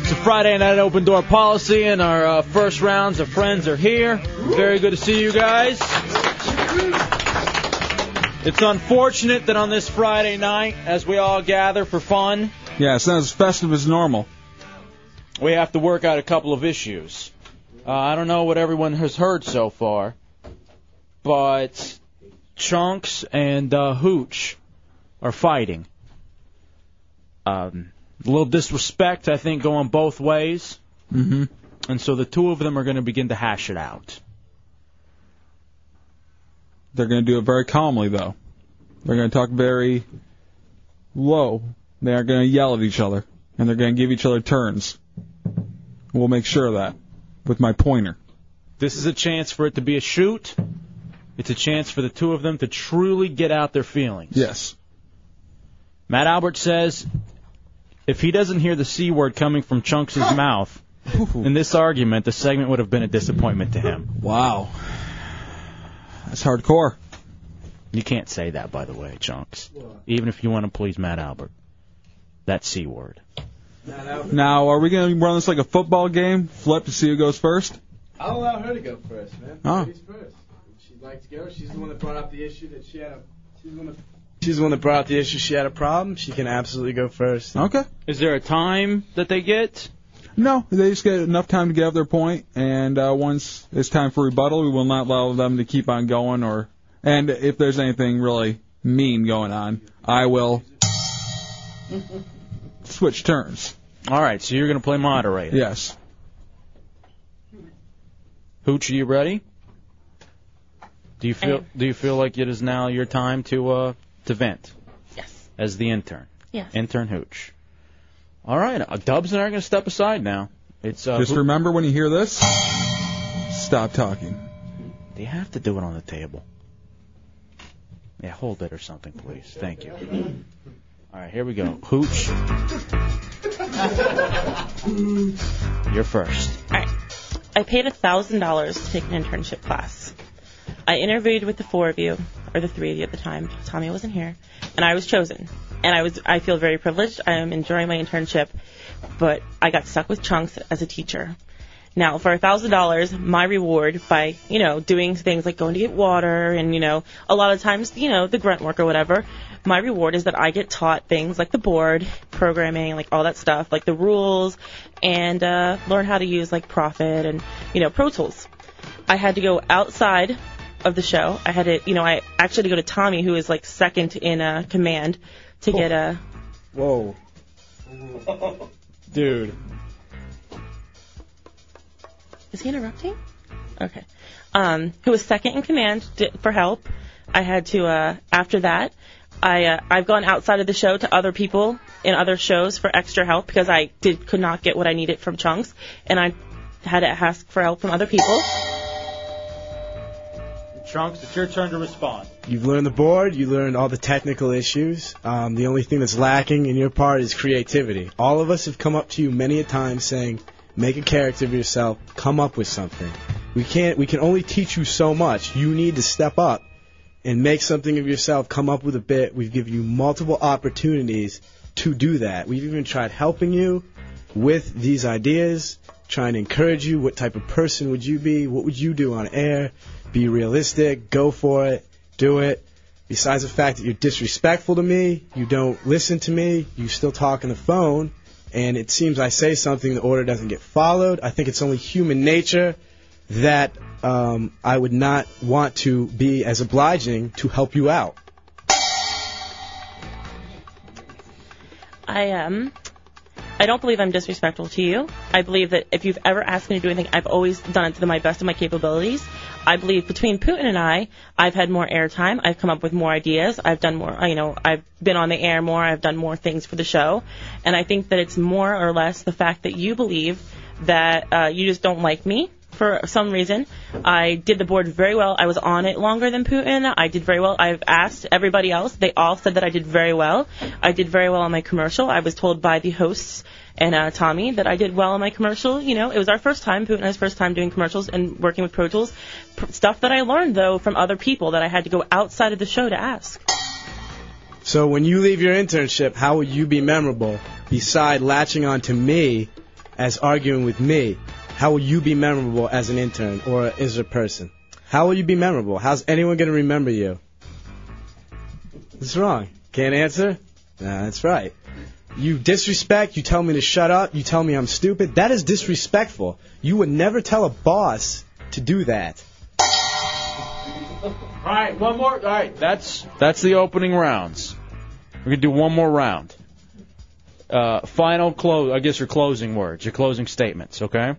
It's a Friday night open door policy, and our uh, first rounds of friends are here. Very good to see you guys. It's unfortunate that on this Friday night, as we all gather for fun,
Yeah, it's not as festive as normal.
we have to work out a couple of issues. Uh, I don't know what everyone has heard so far, but Chunks and uh, Hooch are fighting. Um, a little disrespect, I think, going both ways,
Mm-hmm.
and so the two of them are going to begin to hash it out.
They're going to do it very calmly, though. They're going to talk very low. They are going to yell at each other, and they're going to give each other turns. We'll make sure of that with my pointer.
This is a chance for it to be a shoot. It's a chance for the two of them to truly get out their feelings.
Yes.
Matt Albert says if he doesn't hear the C word coming from Chunks' mouth in this argument, the segment would have been a disappointment to him.
Wow. That's hardcore.
You can't say that, by the way, Chunks. Even if you want to please Matt Albert. That C word.
Now, are we going to run this like a football game? Flip to see who goes first?
I'll allow her to go first, man.
Oh.
Ladies first. If she'd like to go. She's the one that brought up the issue that she had a. She's the one that. She's the one that brought up the issue. She had a problem. She can absolutely go first.
Okay.
Is there a time that they get?
No, they just get enough time to get up their point, and uh, once it's time for rebuttal, we will not allow them to keep on going. Or and if there's anything really mean going on, I will switch turns.
All right, so you're going to play moderator.
Yes.
Hooch, are you ready? Do you feel
am.
Do you feel like it is now your time to uh to vent? Yes. As the intern.
Yes.
Intern Hooch. All right, uh, Dubs and I are going to step aside now. It's uh,
just
Hooch-
remember when you hear this, stop talking.
Do you have to do it on the table? Yeah, hold it or something, please. Thank you. All right, here we go. Hooch, you're first.
I paid $1,000 to take an internship class. I interviewed with the four of you, or the three of you at the time. Tommy wasn't here, and I was chosen. And I was I feel very privileged. I am enjoying my internship, but I got stuck with chunks as a teacher. Now, for $1,000, my reward by, you know, doing things like going to get water and, you know, a lot of times, you know, the grunt work or whatever, my reward is that I get taught things like the board, programming, like all that stuff, like the rules, and uh, learn how to use like Profit and, you know, Pro Tools. I had to go outside of the show. I had to, you know, I actually had to go to Tommy, who is like second in uh, command, to get uh, a.
Whoa.
Dude.
Is he interrupting? Okay. Um, who was second in command d- for help. I had to, uh, after that, I, uh, I've gone outside of the show to other people in other shows for extra help because I did, could not get what I needed from Chunks and I had to ask for help from other people.
Trunks, it's your turn to respond.
You've learned the board. You learned all the technical issues. Um, the only thing that's lacking in your part is creativity. All of us have come up to you many a time saying, "Make a character of yourself. Come up with something." We can't. We can only teach you so much. You need to step up and make something of yourself. Come up with a bit. We've given you multiple opportunities to do that. We've even tried helping you with these ideas, trying to encourage you. What type of person would you be? What would you do on air? Be realistic. Go for it. Do it. Besides the fact that you're disrespectful to me, you don't listen to me, you still talk on the phone, and it seems I say something, the order doesn't get followed. I think it's only human nature that um, I would not want to be as obliging to help you out.
I um I don't believe I'm disrespectful to you. I believe that if you've ever asked me to do anything, I've always done it to the my best of my capabilities. I believe between Putin and I, I've had more airtime. I've come up with more ideas. I've done more, you know, I've been on the air more. I've done more things for the show. And I think that it's more or less the fact that you believe that uh, you just don't like me for some reason. I did the board very well. I was on it longer than Putin. I did very well. I've asked everybody else. They all said that I did very well. I did very well on my commercial. I was told by the hosts and uh, Tommy that I did well on my commercial. You know, it was our first time, Putin and I's first time doing commercials and working with Pro Tools. P- stuff that I learned, though, from other people that I had to go outside of the show to ask.
So when you leave your internship, how will you be memorable beside latching on to me as arguing with me? How will you be memorable as an intern or as a person? How will you be memorable? How's anyone going to remember you? What's wrong? Can't answer? Nah, that's right. You disrespect, you tell me to shut up, you tell me I'm stupid. That is disrespectful. You would never tell a boss to do that.
All right, one more. All right, that's that's the opening rounds. We're gonna do one more round. Uh, final close. I guess your closing words, your closing statements, okay?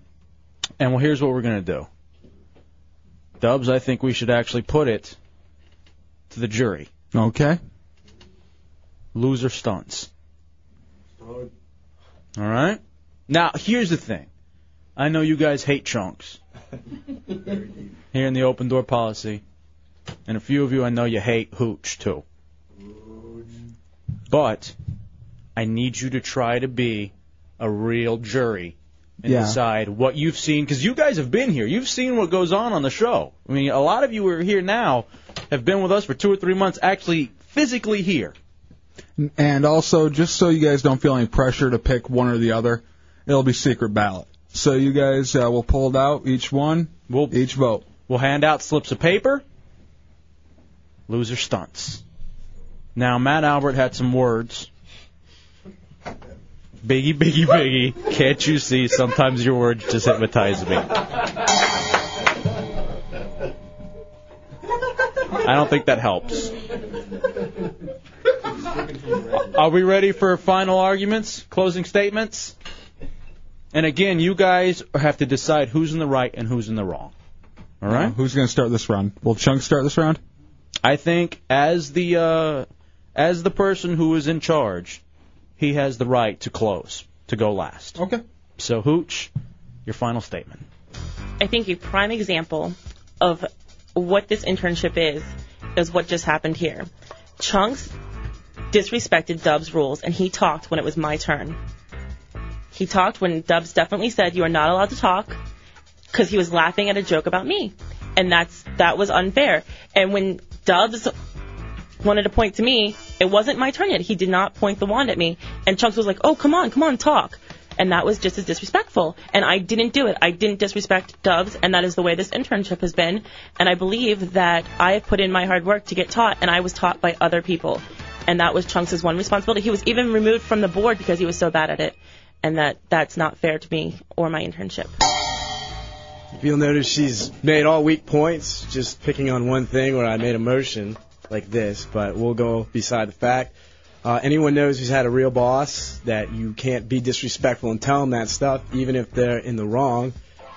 And well, here's what we're gonna do. Dubs, I think we should actually put it to the jury.
Okay.
Loser stunts. All right. Now here's the thing. I know you guys hate chunks. here in the open door policy, and a few of you I know you hate hooch too. But I need you to try to be a real jury and
Yeah.
decide what you've seen because you guys have been here. You've seen what goes on on the show. I mean, a lot of you who are here now have been with us for two or three months, actually physically here.
And also, just so you guys don't feel any pressure to pick one or the other, it'll be secret ballot. So you guys uh, will pull it out, each one,
we'll,
each vote.
We'll hand out slips of paper. Loser stunts. Now, Matt Albert had some words. Biggie, biggie, biggie. Can't you see? Sometimes your words just hypnotize me. I don't think that helps. Are we ready for final arguments, closing statements? And again, you guys have to decide who's in the right and who's in the wrong. All right.
who's going to start this round? Will Chunk start this round?
I think as the uh, as the person who is in charge, he has the right to close, to go last.
Okay.
So Hooch, your final statement.
I think a prime example of what this internship is is what just happened here. Chunks disrespected Dub's rules, and he talked when it was my turn. He talked when Dubs definitely said you are not allowed to talk because he was laughing at a joke about me, and that's that was unfair. And when Dubs wanted to point to me, it wasn't my turn yet. He did not point the wand at me, and Chunks was like, "Oh, come on, come on, talk." And that was just as disrespectful. And I didn't do it. I didn't disrespect Dubs, and that is the way this internship has been. And I believe that I have put in my hard work to get taught, and I was taught by other people. And that was Chunks' one responsibility. He was even removed from the board because he was so bad at it. And that that's not fair to me or my internship.
If you'll notice, she's made all weak points, just picking on one thing where I made a motion like this, but we'll go beside the fact. Uh, anyone knows who's had a real boss that you can't be disrespectful and tell them that stuff, even if they're in the wrong.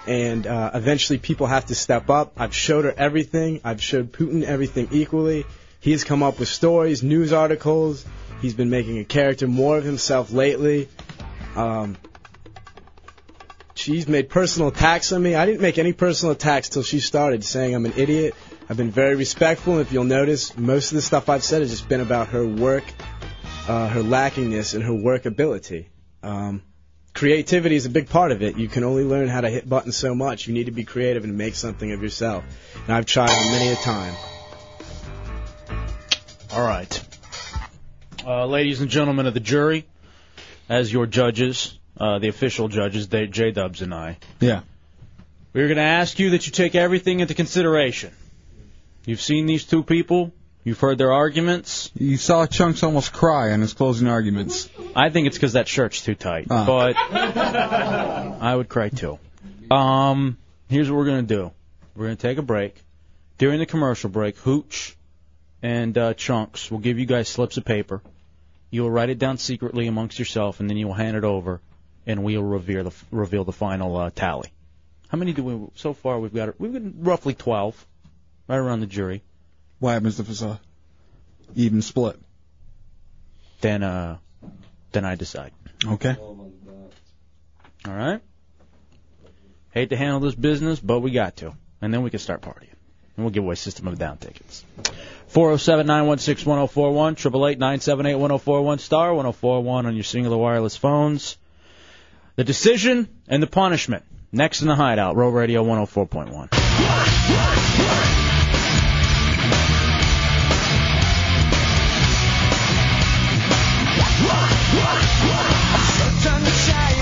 And uh, eventually, people have to step up. I've showed her everything. I've showed Putin everything equally. He has come up with stories, news articles. He's been making a character more of himself lately. Um, she's made personal attacks on me. I didn't make any personal attacks till she started saying I'm an idiot. I've been very respectful, and if you'll notice, most of the stuff I've said has just been about her work, uh, her lackingness, and her workability. Um, creativity is a big part of it. You can only learn how to hit buttons so much. You need to be creative and make something of yourself. And I've tried many a time.
All right. Uh, ladies and gentlemen of the jury, as your judges, uh, the official judges, they, J Dubs and I,
Yeah.
we're going to ask you that you take everything into consideration. You've seen these two people. You've heard their arguments.
You saw Chunks almost cry in his closing arguments.
I think it's because that shirt's too tight,
Ah.
but I would cry too. Um, here's what we're gonna do. We're gonna take a break. During the commercial break, Hooch and uh, Chunks will give you guys slips of paper. You will write it down secretly amongst yourself, and then you will hand it over, and we'll reveal the reveal the final uh, tally. How many do we so far? We've got we've got roughly twelve, right around the jury.
What happens if it's a even split?
Then uh, then I decide.
Okay.
All right. Hate to handle this business, but we got to, and then we can start partying, and we'll give away System of a Down tickets. Four zero seven nine one six one zero four one triple eight nine seven eight one zero four one star one zero four one on your singular wireless phones. The decision and the punishment next in the hideout. Row Radio one zero four point one.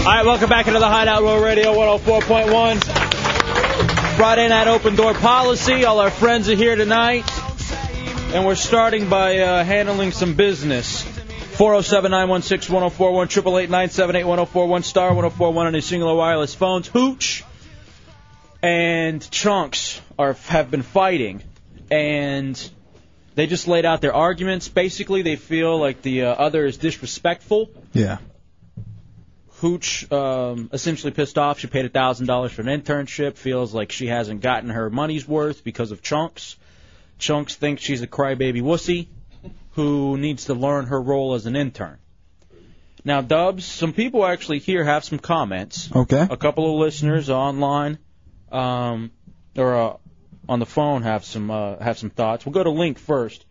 All right, welcome back into the Hideout Row Radio 104.1. Brought in at Open Door Policy. All our friends are here tonight. And we're starting by uh, handling some business. 407 916 1041, 888 978 1041, star 1041 on a singular wireless phones. Hooch and Chunks are have been fighting. And they just laid out their arguments. Basically, they feel like the uh, other is disrespectful.
Yeah.
Hooch um, essentially pissed off. She paid a thousand dollars for an internship. Feels like she hasn't gotten her money's worth because of Chunks. Chunks thinks she's a crybaby wussy who needs to learn her role as an intern. Now, Dubs, some people actually here have some comments.
Okay.
A couple of listeners online um, or uh, on the phone have some uh, have some thoughts. We'll go to Link first.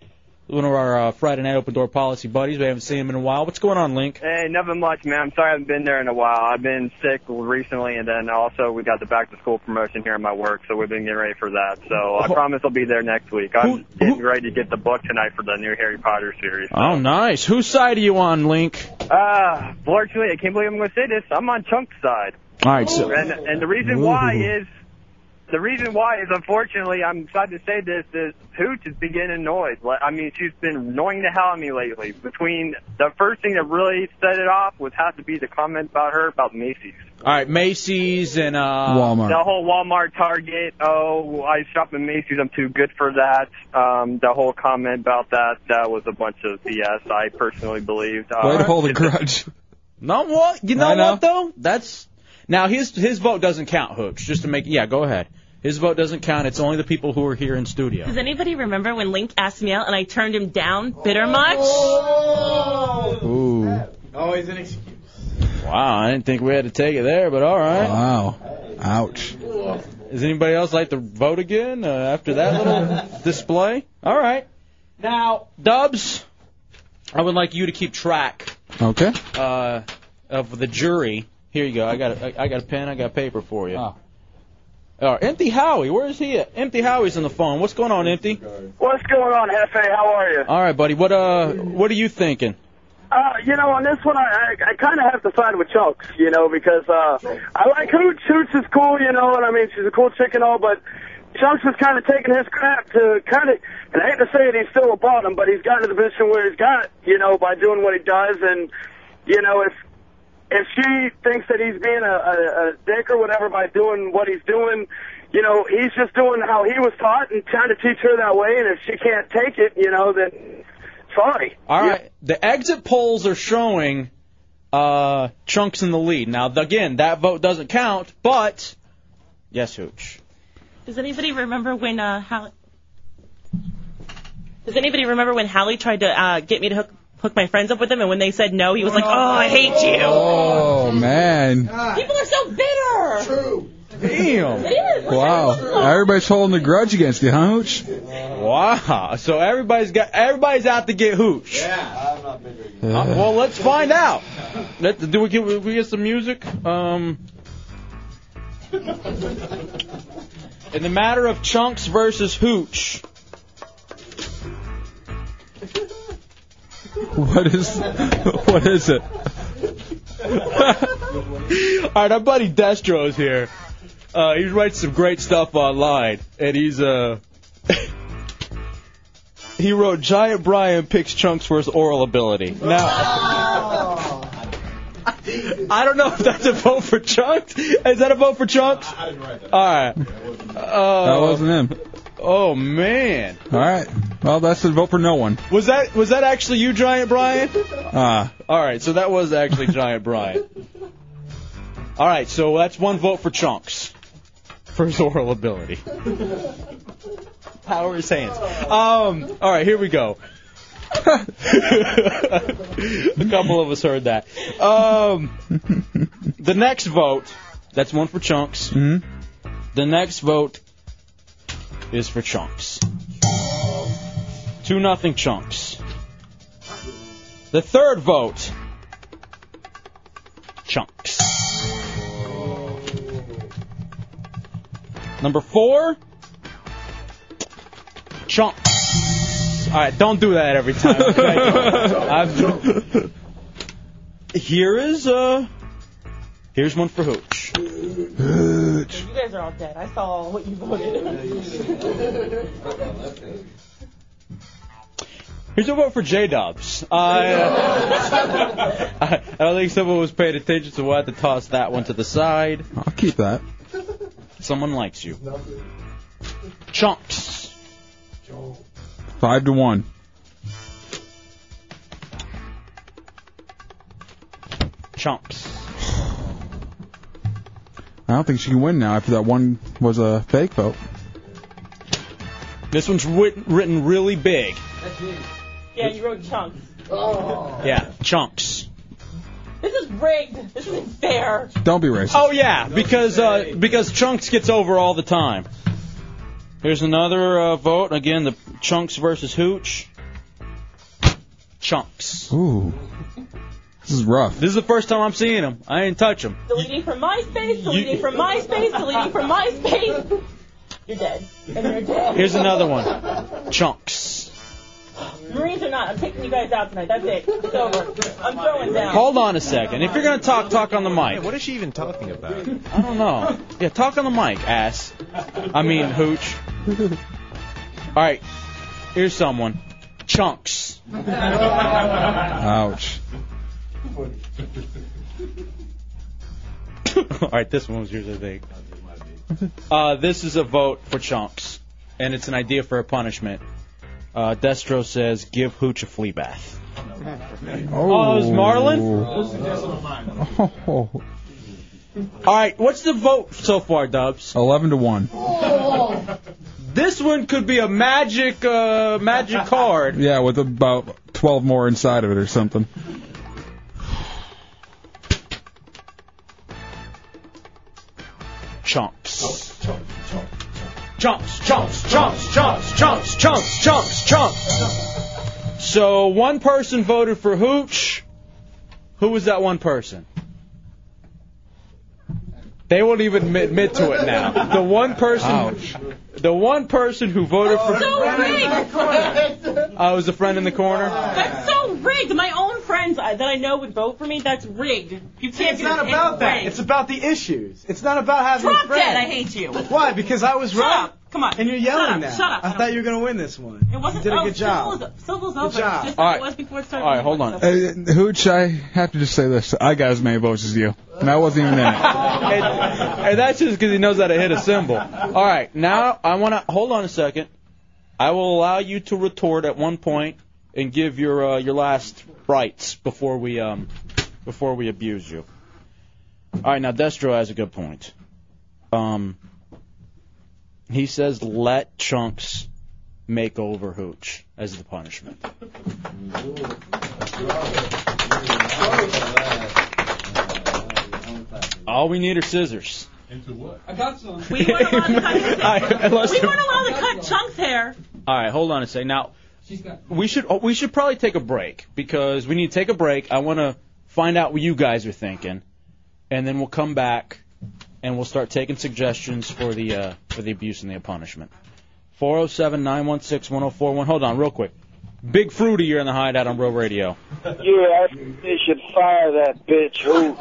One of our uh, Friday night open door policy buddies. We haven't seen him in a while. What's going on, Link?
Hey, nothing much, man. I'm sorry I haven't been there in a while. I've been sick recently, and then also we got the back to school promotion here at my work, so we've been getting ready for that. So I promise I'll be there next week. I'm getting ready to get the book tonight for the new Harry Potter series.
Oh, nice. Whose side are you on, Link?
Ah, fortunately, I can't believe I'm going to say this. I'm on Chunk's side.
All right, so
and and the reason why is the reason why is unfortunately I'm sad to say this is Hooch is beginning annoyed. Like, I mean, she's been annoying the hell out of me lately. Between the first thing that really set it off was had to be the comment about her about Macy's,
all right, Macy's and uh,
the whole Walmart, Target. Oh, I shop at Macy's. I'm too good for that. Um, the whole comment about that that was a bunch of BS. I personally believed. Uh,
Way to hold a grudge.
No, what? You know,
I know.
what though? That's now his his vote doesn't count, Hooks. Just to make yeah, go ahead. His vote doesn't count. It's only the people who are here in studio.
Does anybody remember when Link asked me out and I turned him down bitter much?
Oh.
Oh, Ooh.
Always an excuse.
Wow, I didn't think we had to take it there, but all right.
Wow. Ouch.
Does anybody else like to vote again uh, after that little display? All right. Now, Dubs, I would like you to keep track
Okay.
uh, of the jury. Ah. Here you go. I got a, I, I got a pen. I got paper for you. All right, Empty Howie, where is he at? Empty Howie's on the phone. What's going on, Empty?
What's going on, Hefe? How are you?
All right, buddy. What uh, what are you thinking?
Uh, you know, on this one, I I, I kind of have to side with Chunks, you know, because uh, I like Hooch. Hooch is cool, you know, and I mean, she's a cool chick and all, but Chunks is kind of taking his crap to kind of, and I hate to say it, he's still a bottom, but he's gotten to the position where he's got, you know, by doing what he does, and you know, if if she thinks that he's being a, a, a dick or whatever by doing what he's doing, you know, he's just doing how he was taught and trying to teach her that way, and if she can't take it, you know, then sorry.
All right. The exit polls are showing uh, Chunks in the lead. Now, again, that vote doesn't count, but yes, Hooch.
Does anybody remember when uh, Hallie? Does anybody remember when Hallie tried to uh, get me to hook hook my friends up with him, and when they said no, he was like, "Oh, I hate you."
Oh man.
People are so bitter. True.
Damn. Wow. Everybody's holding a grudge against you, huh, Hooch?
Wow. Uh, So everybody's got everybody's out to get Hooch. Yeah. Uh, well, let's find out. Let do we get we get some music? Um, in the matter of Chunks versus Hooch.
What is what is it?
All right, our buddy Destro's here. Uh, he writes some great stuff online, and he's uh. he wrote Giant Brian picks Chunks for his oral ability. Now. I don't know if that's a vote for Chunks. Is that a vote for Chunks? I didn't write that. All right. Uh,
That wasn't him.
Oh man.
All right. Well, that's a vote for no one.
Was that was that actually you, Giant Brian?
Ah.
All right, so that was actually Giant Brian. All right, so that's one vote for Chunks for his oral ability. Power his hands. Um. All right, here we go. A couple of us heard that. Um. The next vote. That's one for Chunks.
Mm-hmm.
The next vote is for Chunks. Two nothing Chunks. The third vote, Chunks. Number four, Chunks. All right, don't do that every time. okay? I've- Here is uh, Here's one for Hooch.
You guys are all dead. I saw what you voted.
Here's a vote for J Dubs. I, I don't think someone was paying attention, so we'll have to toss that one to the side.
I'll keep that.
Someone likes you. Chunks.
Five to one.
Chunks.
I don't think she can win now after that one was a fake vote.
This one's writ- written really big.
That's me. Yeah, you wrote chunks. Oh.
Yeah, chunks.
This is rigged. This isn't fair.
Don't be racist.
Oh yeah, because uh, because chunks gets over all the time. Here's another uh, vote. Again, the chunks versus hooch. Chunks.
Ooh. This is rough.
This is the first time I'm seeing him. I ain't touch him.
Deleting from MySpace, deleting from MySpace, deleting from MySpace. You're dead. And you're dead.
Here's another one. Chunks.
Marines are not. I'm taking you guys out tonight. That's it. It's over. I'm throwing down.
Hold on a second. If you're gonna talk, talk on the mic.
what is she even talking about?
I don't know. Yeah, talk on the mic, ass. I mean, hooch. All right, here's someone. Chunks.
Ouch.
All right, this one was yours, I think. Uh, this is a vote for Chunks, and it's an idea for a punishment. Uh, Destro says, give Hooch a flea bath. Oh, it was Marlon?
Oh.
All right, what's the vote so far, Dubs?
11 to 1.
This one could be a magic, uh, magic card.
Yeah, with about 12 more inside of it or something.
Chunks. Chunks, chunks, chunks, chunks, chunks, chunks, chunks, chunks. So one person voted for Hooch. Who was that one person? They won't even admit, admit to it now. The one person, the one person who voted for
So rigged.
I was a friend in the corner.
That's so rigged. My own friends I- that I know would vote for me. That's rigged. You can't.
It's
do
not
this.
about
It's
that.
rigged.
It's about the issues. It's not about having
Drop
a friend.
dead, I hate you.
Why? Because I was
Shut
right.
up. Come on.
And you're
Shut
yelling
up,
now.
shut up.
I thought you were gonna win this one.
It wasn't.
You did a
oh,
good job.
Civil's, Civil's
Good
over.
job.
Just
All
like
right.
it was before it started.
All right, hold on.
Uh, Hooch, I have to just say this. I got as many votes as you. And I wasn't even in it.
and, and that's just because he knows how to hit a cymbal. All right, now I want to hold on a second. I will allow you to retort at one point and give your uh, your last rights before we um before we abuse you. All right, now Destro has a good point. Um, he says let chunks make over hooch as the punishment. All we need are scissors.
I got some.
We weren't allowed to cut his
I- I
hair.
lost
we
him.
weren't allowed to cut Chunk's hair.
All right, hold on a second. Now, we should oh, we should probably take a break because we need to take a break. I want to find out what you guys are thinking, and then we'll come back and we'll start taking suggestions for the uh, for the abuse and the punishment. 407-916-1041. Hold on, real quick. Big Fruity, you're in the hideout on Real Radio.
Yeah, I think they should fire that bitch Hooch.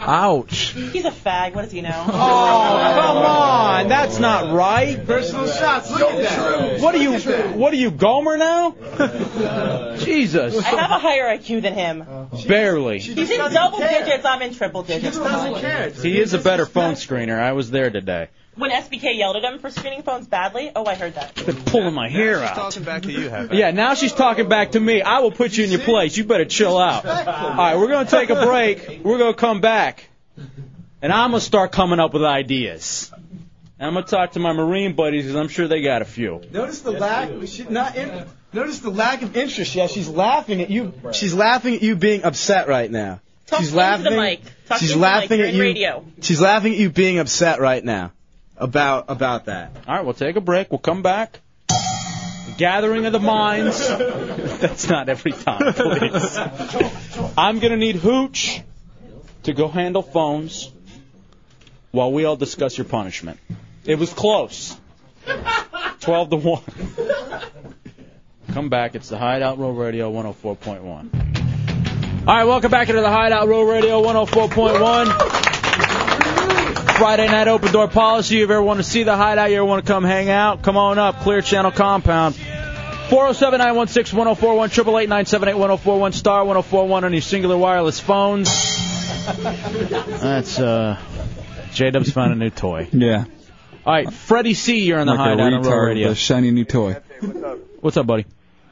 Ouch.
He's a fag. What does he know?
Oh, come on, that's not right.
Personal shots. Look at that.
What are you? What are you, Gomer now? Jesus,
I have a higher IQ than
Uh,
him.
barely.
He's in double digits. I'm in triple digits. Come on.
He is a better phone screener. I was there today.
When SBK yelled at him for screening phones badly, oh, I heard that.
Been pulling my hair out.
Talking back to you, have
Yeah, now she's talking back to me. I will put you in your place. You better chill out. All right, we're going to take a break. We're going to come back. And I'm going to start coming up with ideas. And I'm going to talk to my Marine buddies because I'm sure they got a few.
Notice the lack. She, not in, notice the lack of interest. Yeah, she's laughing at you. She's laughing at you being upset right now.
Talk
she's
into
laughing.
the mic. Talk
she's
into the mic.
laughing
You're
at
in
you.
radio.
She's laughing at you being upset right now about about that.
All right, we'll take a break. We'll come back. Gathering of the minds. That's not every time, please. I'm going to need Hooch to go handle phones while we all discuss your punishment. It was close. 12 to 1. oh Come back. It's the Hideout Roll Radio 104.1. All right, welcome back into the Hideout Row Radio 104.1. Friday night open door policy. If you ever want to see the hideout, you ever want to come hang out, come on up. Clear Channel Compound. 407 916 1041, 888 978 1041, star 1041 on your singular wireless phones. That's, uh, J Dub's found a new toy.
Yeah.
All right, Freddie C, you're on the
like a
hideout on Row
retard
Radio.
with a shiny new toy.
What's up, buddy?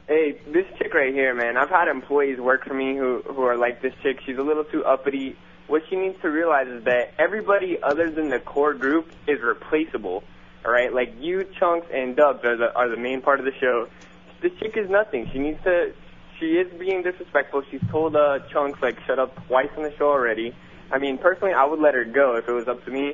Hey, this chick right here, man. I've had employees work for me who who are like this chick. She's a little too uppity. What she needs to realize is that everybody other than the core group is replaceable. All right, like you, chunks, and Dubs are the are the main part of the show. This chick is nothing. She needs to. She is being disrespectful. She's told uh, chunks like shut up twice on the show already. I mean, personally, I would let her go if it was up to me.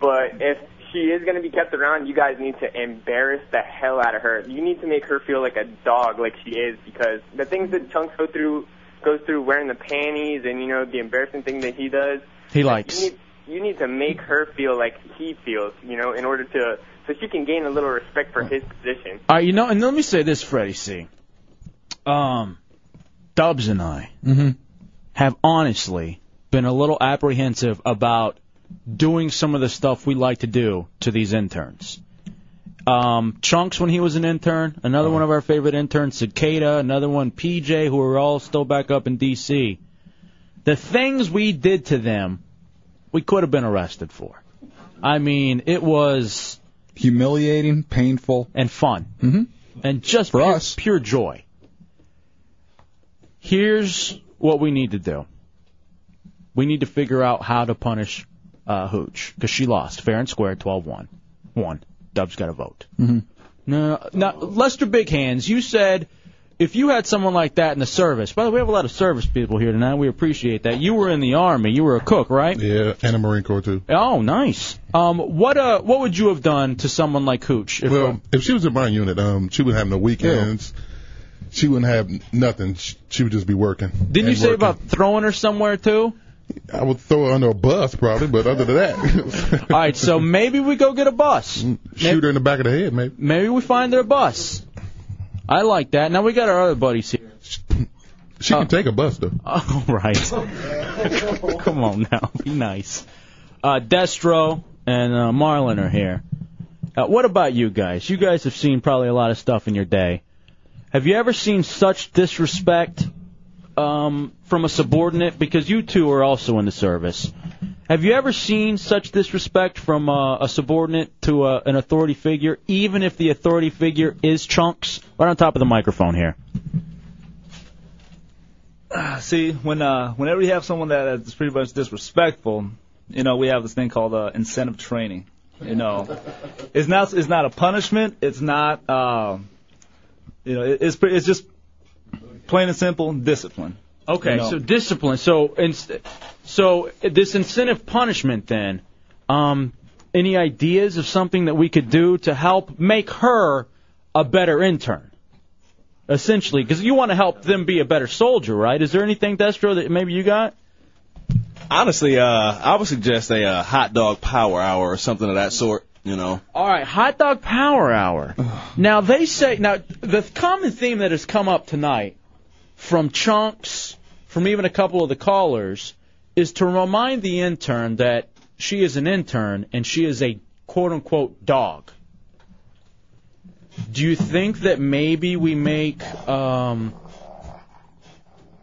But if she is going to be kept around, you guys need to embarrass the hell out of her. You need to make her feel like a dog, like she is, because the things that Chunks go through, goes through wearing the panties and, you know, the embarrassing thing that he does,
He likes.
you need, you need to make her feel like he feels, you know, in order to, so she can gain a little respect for his position.
All right, you know, and let me say this, Freddie C. Um, Dubs and I have honestly been a little apprehensive about doing some of the stuff we like to do to these interns. Um, Chunks, when he was an intern, another one of our favorite interns, Cicada, another one, PJ, who are all still back up in D.C. The things we did to them, we could have been arrested for. I mean, it was
humiliating, painful,
and fun, mm-hmm. and just pure, pure joy. Here's what we need to do. We need to figure out how to punish uh, Hooch because she lost fair and square, 12-1. One. Dub's got to vote.
Mm-hmm.
No, now Lester Big Hands, you said if you had someone like that in the service. By the way, we have a lot of service people here tonight. We appreciate that. You were in the army. You were a cook, right?
Yeah, and a Marine Corps too.
Oh, nice. Um, what uh, what would you have done to someone like Hooch? If, uh,
well, if she was in my unit, um, she wouldn't have no weekends. She wouldn't have nothing. Sh- She would just be working.
didn't you
and
say
working.
about throwing her somewhere too?
I would throw her under a bus probably, but other than that, Mm,
All right, so maybe we go get a bus.
shoot her in the back of the head, maybe.
Maybe we find her a bus. I like that. Now we got our other buddies here. Uh,
She can take a bus though.
All right. Come on now, be nice. Uh, Destro and uh, Marlin are here. Uh, what about you guys? You guys have seen probably a lot of stuff in your day. Have you ever seen such disrespect um, from a subordinate? Because you two are also in the service. Have you ever seen such disrespect from uh, a subordinate to uh, an authority figure, even if the authority figure is Chunks? Right on top of the microphone here.
Ah, See, when uh, whenever you have someone that is pretty much disrespectful, you know, we have this thing called uh, incentive training. You know, it's not it's not a punishment. It's not, uh, you know, it, it's pre- it's just plain and simple discipline.
Okay,
You know?
so discipline. So, inst- so this incentive punishment then. Um, any ideas of something that we could do to help make her a better intern? Essentially, because you want to help them be a better soldier, right? Is there anything, Destro, that maybe you got?
Honestly, uh, I would suggest a uh, hot dog power hour or something of that sort. You know.
All right, hot dog power hour. now they say now the common theme that has come up tonight from chunks, from even a couple of the callers, is to remind the intern that she is an intern and she is a quote unquote dog. Do you think that maybe we make um,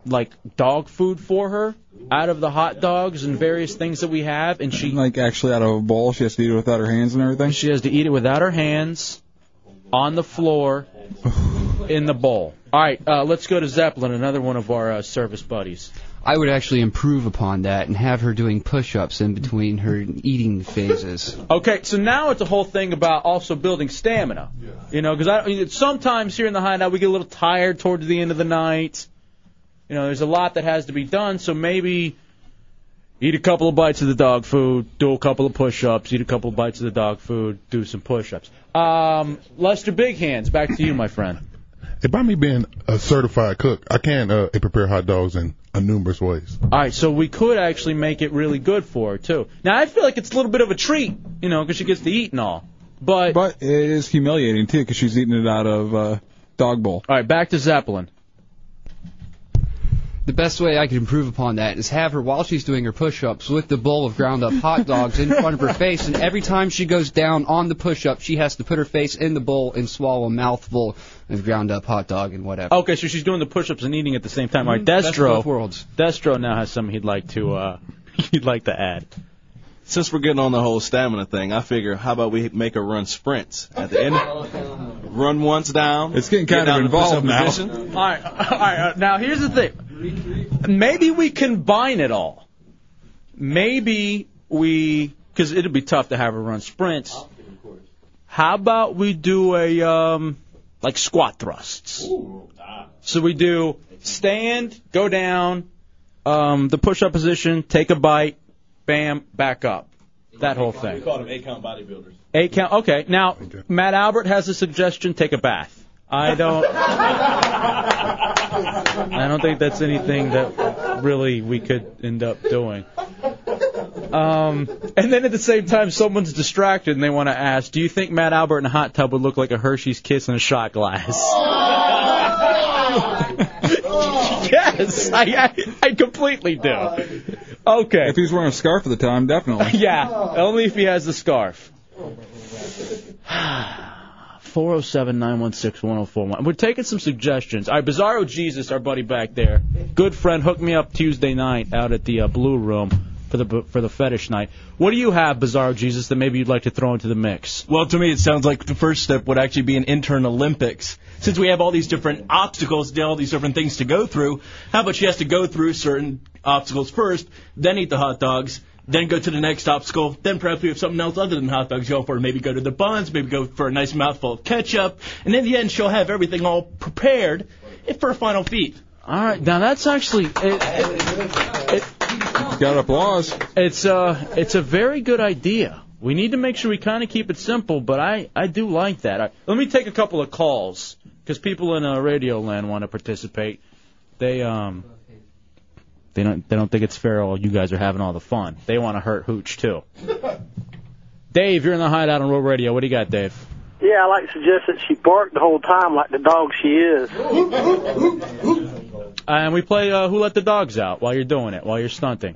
like dog food for her out of the hot dogs and various things that we have, and she
Like actually out of a bowl, she has to eat it without her hands and everything.
She has to eat it without her hands, on the floor, in the bowl. All right, uh, let's go to Zeppelin, another one of our uh, service buddies.
I would actually improve upon that and have her doing push-ups in between her eating phases.
Okay, so now it's a whole thing about also building stamina. You know, because I mean, sometimes here in the hideout we get a little tired towards the end of the night. You know, there's a lot that has to be done, so maybe eat a couple of bites of the dog food, do a couple of push-ups, eat a couple of bites of the dog food, do some push-ups. Um, Lester Big Hands, back to you, my friend.
And by me being a certified cook, I can uh, prepare hot dogs in a numerous ways.
All right, so we could actually make it really good for her too. Now I feel like it's a little bit of a treat, you know, because she gets to eat and all. But
but it is humiliating too because she's eating it out of uh, dog bowl.
All right, back to Zeppelin.
the best way I could improve upon that is have her while she's doing her push-ups with the bowl of ground up hot dogs in front of her face, and every time she goes down on the push-up, she has to put her face in the bowl and swallow a mouthful of ground up hot dog and whatever.
Okay, so she's doing the push-ups and eating at the same time. All right,
Mhm. Best of
Destro.
both worlds.
Destro now has something he'd like to uh, he'd like to add.
Since we're getting on the whole stamina thing, I figure how about we make her run sprints at the end, run once down. It's getting
kind of involved now.
Position.
All right, all right. uh, Now here's the thing. Maybe we combine it all. Maybe we, because it'd be tough to have her run sprints. How about we do a um, like squat thrusts? So we do stand, go down, um, the push-up position, take a bite, bam, back up. That whole
We
thing.
call them eight count bodybuilders.
Eight count. Okay. Now, Matt Albert has a suggestion. Take a bath. I don't. I don't think that's anything that really we could end up doing. Um, and then at the same time, someone's distracted and they want to ask, "Do you think Matt Albert in a hot tub would look like a Hershey's Kiss in a shot glass?" yes, I, I I completely do. Okay.
If he's wearing a scarf at the time, definitely.
yeah, only if he has the scarf. 407 916 1041. We're taking some suggestions. All right, Bizarro Jesus, our buddy back there, good friend, hooked me up Tuesday night out at the uh, Blue Room for the for the fetish night. What do you have, Bizarro Jesus, that maybe you'd like to throw into the mix?
Well, to me, it sounds like the first step would actually be an intern Olympics. Since we have all these different obstacles, all these different things to go through, how about she has to go through certain obstacles first, then eat the hot dogs, then go to the next obstacle, then perhaps we have something else other than hot dogs going for. Maybe go to the buns, maybe go for a nice mouthful of ketchup, and in the end, she'll have everything all prepared for a final feat.
All right, now that's actually it, it, got applause. It's uh, it's a very good idea. We need to make sure we kind of keep it simple, but I I do like that. All right, let me take a couple of calls because people in uh, radio land want to participate. They um. They don't. They don't think it's fair. All you guys are having all the fun. They want to hurt Hooch too. Dave, you're in the hideout on World Radio. What do you got, Dave?
Yeah, I like to suggest that she barked the whole time like the dog she is.
And we play uh, Who Let the Dogs Out while you're doing it, while you're stunting.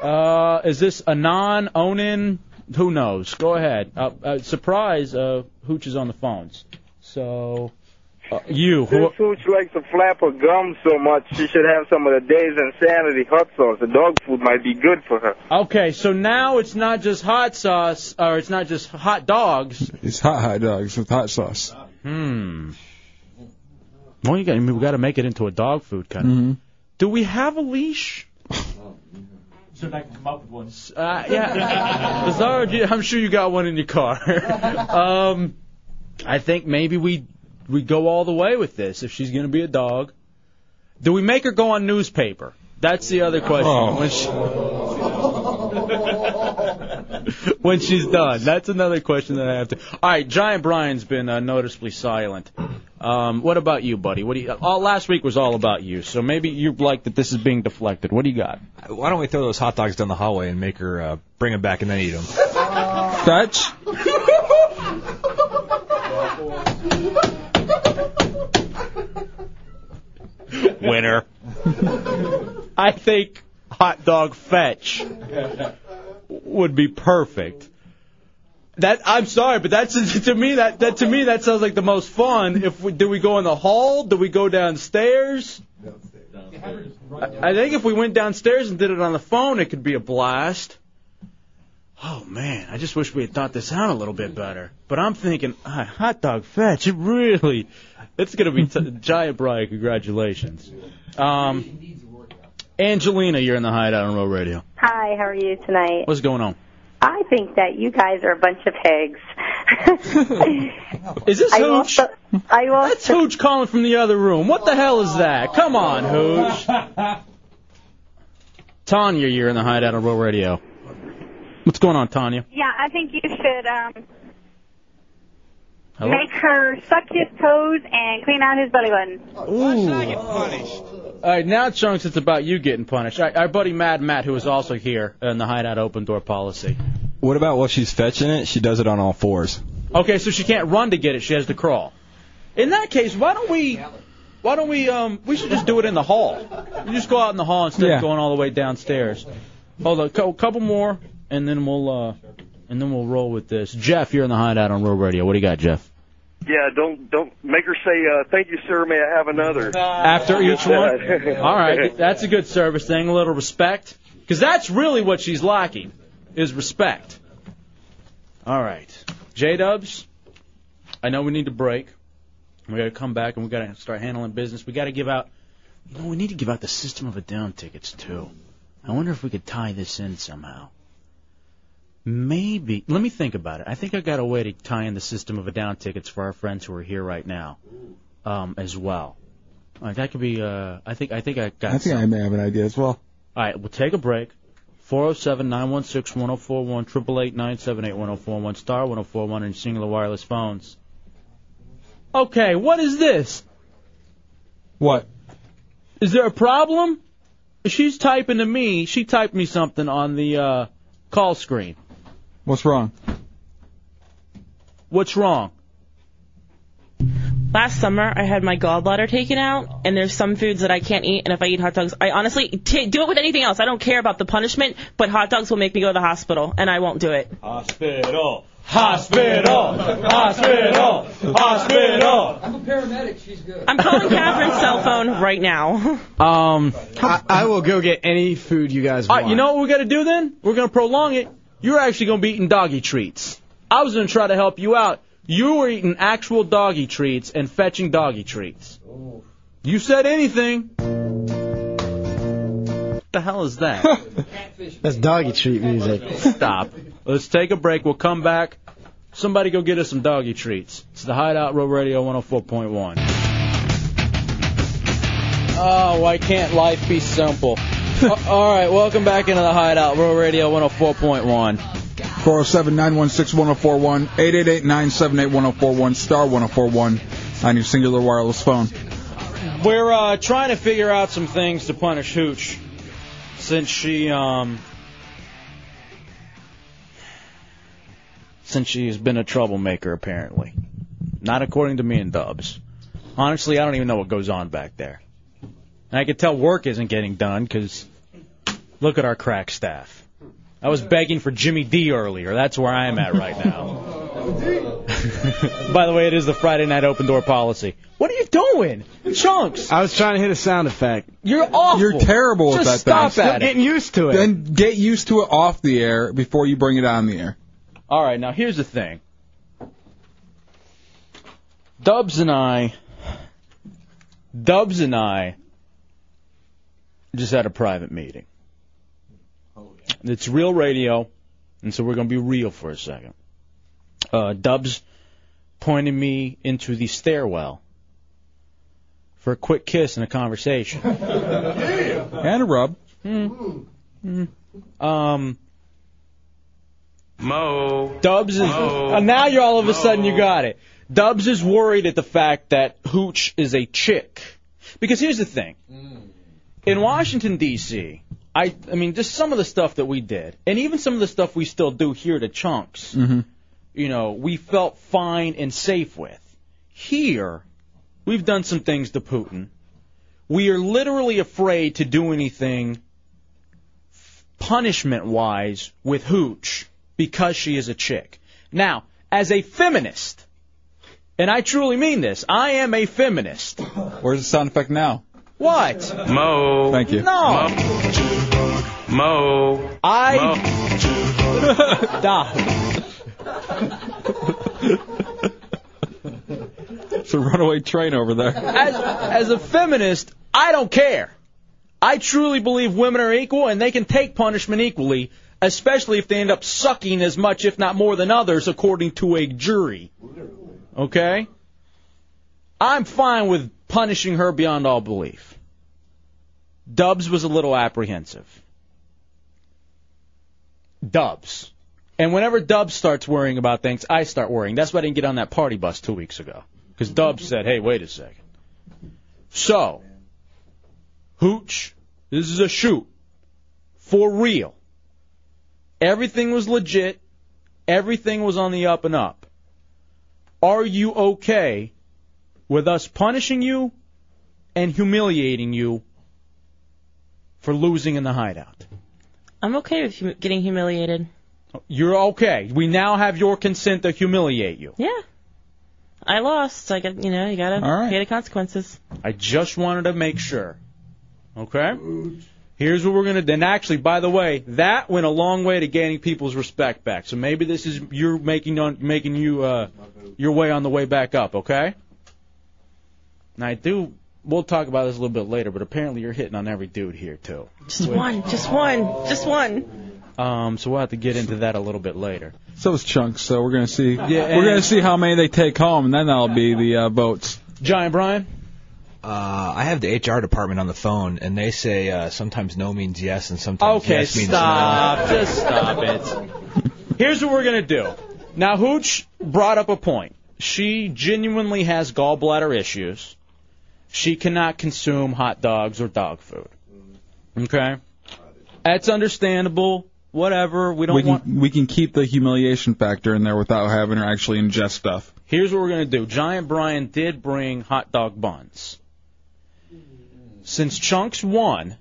Uh, is this Anon, Onan? Who knows? Go ahead. Uh, uh, surprise, uh, Hooch is on the phones. So, uh, you. Who,
Since Hooch likes to flap her gums so much, she should have some of the day's insanity hot sauce. The dog food might be good for her.
okay, so now it's not just hot sauce, or it's not just hot dogs.
It's hot hot dogs with hot sauce.
Hmm. Well, you got, I mean, we got to make it into a dog food kind of. Do we have a leash?
So I can come up with one.
Uh, yeah. Bizarro, do you- I'm sure you got one in your car. um, I think maybe we we go all the way with this if she's going to be a dog. Do we make her go on newspaper? That's the other question.
Oh.
When, she- when she's done, that's another question that I have to. All right, Giant Brian's been uh, noticeably silent. Um, what about you, buddy? What do you? All last week was all about you, so maybe you like that this is being deflected. What do you got?
Why don't we throw those hot dogs down the hallway and make her uh, bring them back and then eat them?
Fetch.
Winner.
I think hot dog fetch would be perfect. That I'm sorry, but that's to me that, that to me that sounds like the most fun. If we, do we go in the hall? Do we go downstairs? I, I think if we went downstairs and did it on the phone, it could be a blast. Oh man, I just wish we had thought this out a little bit better. But I'm thinking ah, hot dog fetch. It really, it's gonna be t- giant, Brian. Congratulations. Um, Angelina, you're in the hideout on Roll Radio.
Hi, how are you tonight?
What's going on?
I think that you guys are a bunch of pigs.
Is this
I
Hooch?
Also, I also,
That's Hooch calling from the other room. What the hell is that? Come on, Hooch. Tanya, you're in the hideout on Roll Radio. What's going on, Tanya?
Yeah, I think you should um,
Hello?
make her suck his toes and clean out his belly button.
All right, now, Chunks, it's about you getting punished. All right, our buddy Mad Matt, who is also here in the hideout open door policy.
What about while she's fetching it? She does it on all fours.
Okay, so she can't run to get it; she has to crawl. In that case, why don't we Why don't we? Um, we should just do it in the hall. You just go out in the hall instead
Yeah.
of going all the way downstairs. Hold on, a couple more, and then we'll uh, and then we'll roll with this. Jeff, you're in the hideout on Road Radio. What do you got, Jeff?
Yeah, don't don't make her say uh, thank you, sir. May I have another?
After each one.
Yeah.
All right, that's a good service thing. A little respect, because that's really what she's lacking, is respect. All right, J Dubs. I know we need to break. We got to come back and we got to start handling business. We got to give out. You know, we need to give out the System of a Down tickets too. I wonder if we could tie this in somehow. Maybe. Let me think about it. I think I got a way to tie in the System of a Down tickets for our friends who are here right now, um, as well. All right, that could be. Uh, I think. I think I got.
I think I may have an idea as well.
All right, we'll take a break. 407 916 1041, 888 978 1041, star 1041, and singular wireless phones. Okay, what is this?
What?
Is there a problem? She's typing to me. She typed me something on the uh, call screen.
What's wrong?
What's wrong?
Last summer, I had my gallbladder taken out, and there's some foods that I can't eat. And if I eat hot dogs, I honestly t- do it with anything else. I don't care about the punishment, but hot dogs will make me go to the hospital, and I won't do it.
Hospital.
Hospital.
Ah,
Hospital. Hospital.
I'm
a paramedic. She's good. I'm calling Catherine's cell phone right now.
Um,
I, I will go get any food you guys
All
want.
right, you know what we're going to do then? We're going to prolong it. You're actually going to be eating doggy treats. I was going to try to help you out. You were eating actual doggy treats and fetching doggy treats. You said anything. What the hell is that?
That's doggy treat music.
Stop. Let's take a break. We'll come back. Somebody go get us some doggy treats. It's the Hideout Road Radio 104.1. Oh, why can't life be simple? A- All right, welcome back into the Hideout Road Radio 104.1.
407 916 1041, 888 978 1041, star 1041 on your singular wireless phone.
We're uh, trying to figure out some things to punish Hooch since she um since she has been a troublemaker apparently. Not according to me and Dubs. Honestly, I don't even know what goes on back there. And I could tell work isn't getting done because look at our crack staff. I was begging for Jimmy D earlier. That's where I am at right now. By the way, it is the Friday night open door policy. What are you doing? Chunks.
I was trying to hit a sound effect.
You're awful.
You're terrible with that thing.
Still getting used to it.
Then get used to it off the air before you bring it on the air.
All right, now here's the thing. Dubs and I, Dubs and I, just had a private meeting. It's real radio, and so we're going to be real for a second. Uh, Dubs pointed me into the stairwell for a quick kiss and a conversation. and a rub. Mm. Mm. Um. Mo. Dubs is.
Mo.
Uh, now you're all of a sudden you got it. Dubs is worried at the fact that Hooch is a chick. Because here's the thing. In Washington D.C., I I mean just some of the stuff that we did, and even some of the stuff we still do here to chunks. You know, we felt fine and safe with. Here, we've done some things to Putin. We are literally afraid to do anything punishment wise with Hooch because she is a chick. Now, as a feminist, and I truly mean this, I am a feminist.
Where's the sound effect now?
What?
Mo. Thank you.
No.
Mo.
I. Stop.
It's a runaway train over there.
As, as a feminist, I don't care. I truly believe women are equal and they can take punishment equally, especially if they end up sucking as much, if not more, than others, according to a jury. Okay? I'm fine with punishing her beyond all belief. Dubs was a little apprehensive. Dubs. And whenever Dubs starts worrying about things, I start worrying. That's why I didn't get on that party bus two weeks ago. Because Dubs said, hey, wait a second. So, Hooch, this is a shoot. For real. Everything was legit. Everything was on the up and up. Are you okay with us punishing you and humiliating you for losing in the hideout.
I'm okay with hum- getting humiliated.
You're okay. We now have your consent to humiliate you.
Yeah. I lost. I got you know you gotta
All right.
pay the consequences.
I just wanted to make sure. Okay? Here's what we're going to do. And actually, by the way, that went a long way to gaining people's respect back. So maybe this is you're making on making you uh, your way on the way back up, okay? And I do we'll talk about this a little bit later, but apparently you're hitting on every dude here too.
Just one, just one, just one.
Um so we'll have to get into that a little bit later.
So it's chunks. So we're gonna see.
Yeah,
we're gonna
and-
see how many they take home, and then that'll be the uh, votes.
Giant Brian.
Uh, I have the HR department on the phone, and they say uh, sometimes no means yes, and sometimes
Okay,
yes means
stop.
no.
Just stop it. Here's what we're going to do. Now, Hooch brought up a point. She genuinely has gallbladder issues. She cannot consume hot dogs or dog food. Okay? That's understandable. Whatever. We don't
we can
want.
we can keep the humiliation factor in there without having her actually ingest stuff.
Here's what we're going to do. Giant Brian did bring hot dog buns. Since Chunks won,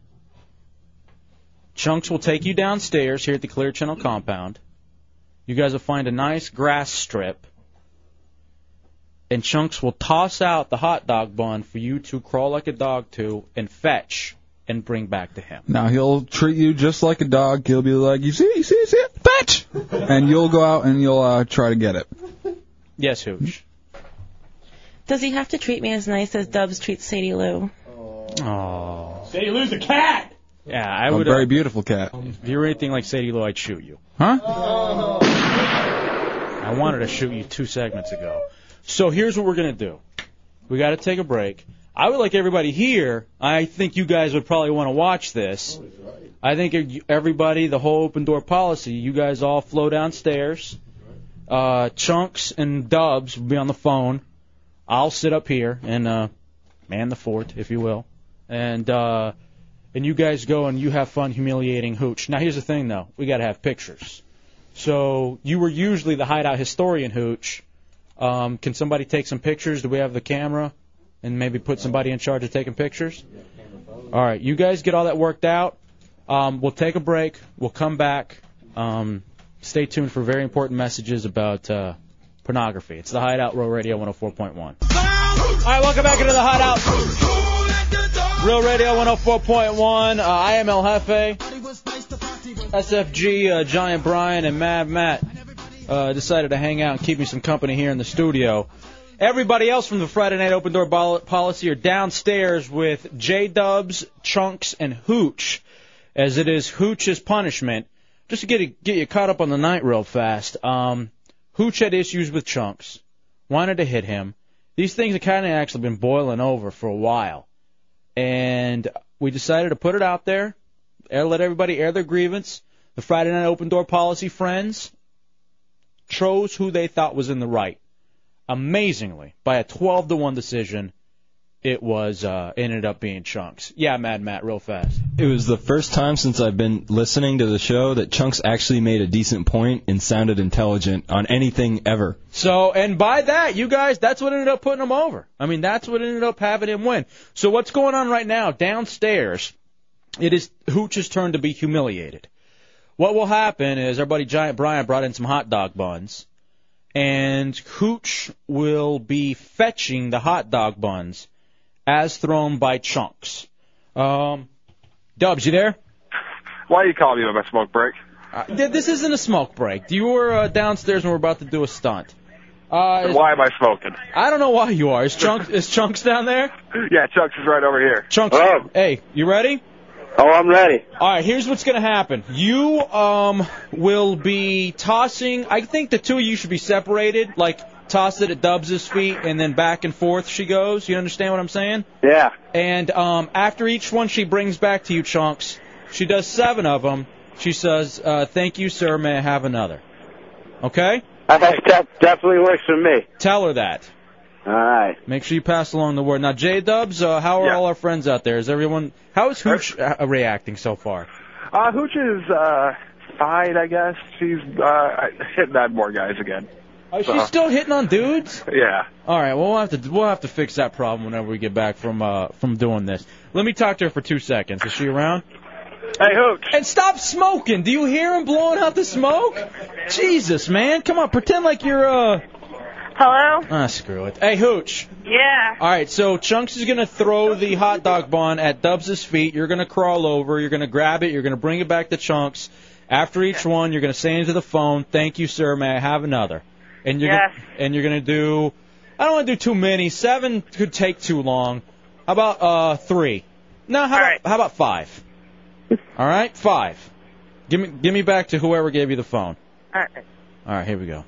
Chunks will take you downstairs here at the Clear Channel compound. You guys will find a nice grass strip, and Chunks will toss out the hot dog bun for you to crawl like a dog to and fetch and bring back to him.
Now he'll treat you just like a dog. He'll be like, "You see, you see, you see it, fetch," and you'll go out and you'll uh, try to get it.
Yes, Hooch.
Does he have to treat me as nice as Dubs treats Sadie Lou?
Oh.
Sadie Lou's a cat.
Yeah, I
a
would. uh,
very beautiful cat,
If you were anything like Sadie Lou, I'd shoot you.
huh?
I wanted to shoot you two segments ago. So here's what we're gonna do. We got to take a break. I would like everybody here. I think you guys would probably want to watch this. I think everybody, the whole open door policy. You guys all flow downstairs. Uh, Chunks and Dubs will be on the phone. I'll sit up here and uh, man the fort, if you will, and uh, and you guys go and you have fun humiliating Hooch. Now here's the thing though, we got to have pictures. So you were usually the hideout historian, Hooch. Um, can somebody take some pictures? Do we have the camera? And maybe put somebody in charge of taking pictures? All right, you guys get all that worked out. Um, we'll take a break. We'll come back. Um, stay tuned for very important messages about uh, pornography. It's the Hideout Row Radio 104.1. All right, welcome back into the Hideout. Real Radio 104.1. Uh, I am El Jefe. SFG uh, Giant Brian and Mad Matt uh, decided to hang out and keep me some company here in the studio. Everybody else from the Friday Night Open Door Bol- Policy are downstairs with J Dubs, Chunks, and Hooch, as it is Hooch's punishment. Just to get get you caught up on the night real fast. Um, Hooch had issues with Chunks, wanted to hit him. These things have kind of actually been boiling over for a while, and we decided to put it out there air, let everybody air their grievance. The Friday Night Open Door Policy friends chose who they thought was in the right. Amazingly, by a 12 to 1 decision, it was uh, ended up being chunks. Yeah, Mad Matt, real fast.
It was the first time since I've been listening to the show that Chunks actually made a decent point and sounded intelligent on anything ever.
So, and by that, you guys, that's what ended up putting him over. I mean, that's what ended up having him win. So what's going on right now downstairs? It is Hooch's turn to be humiliated. What will happen is our buddy Giant Brian brought in some hot dog buns, and Hooch will be fetching the hot dog buns as thrown by chunks. Um, Dubs, you there?
Why are you calling me on my smoke break?
Uh, th- this isn't a smoke break. You were uh, downstairs and we're about to do a stunt. Uh, is-
Why am I smoking?
I don't know why you are. Is Chunks is Chunks down there?
Yeah, Chuck's is right over here.
Chunks.
Hello.
Hey, you ready?
Oh, I'm ready.
All right, here's what's going to happen. You um will be tossing. I think the two of you should be separated. Like toss it at Dubs' feet and then back and forth she goes. You understand what I'm saying?
Yeah.
And um after each one she brings back to you Chunks. She does seven of them. She says, uh, "Thank you, sir. May I have another?" Okay.
That definitely works for me.
Tell her that.
All right.
Make sure you pass along the word. Now, J Dubs, uh, how are all our friends out there? Is everyone? How is Hooch uh, reacting so far?
Uh, Hooch is uh, fine, I guess. She's uh, hitting on more guys again.
Is she
So-
still hitting on dudes?
Yeah.
All right. Well, we'll have to we'll have to fix that problem whenever we get back from uh from doing this. Let me talk to her for two seconds. Is she around?
Hey, Hooks.
And stop smoking. Do you hear him blowing out the smoke? Jesus, man. Come on, pretend like you're uh.
Hello?
Ah, screw it. Hey, Hooch.
Yeah.
All right, so Chunks is going to throw the hot dog bun at Dubs' feet. You're going to crawl over. You're going to grab it. You're going to bring it back to Chunks. After each one, you're going to say into the phone, "Thank you, sir. May I have another?" And you're
Yes.
gonna, and you're going to do. I don't want to do too many. Seven could take too long. How about uh three? No, how about how about five? All right, five. Give me give me back to whoever gave you the phone.
All
uh,
right.
All right, here we go.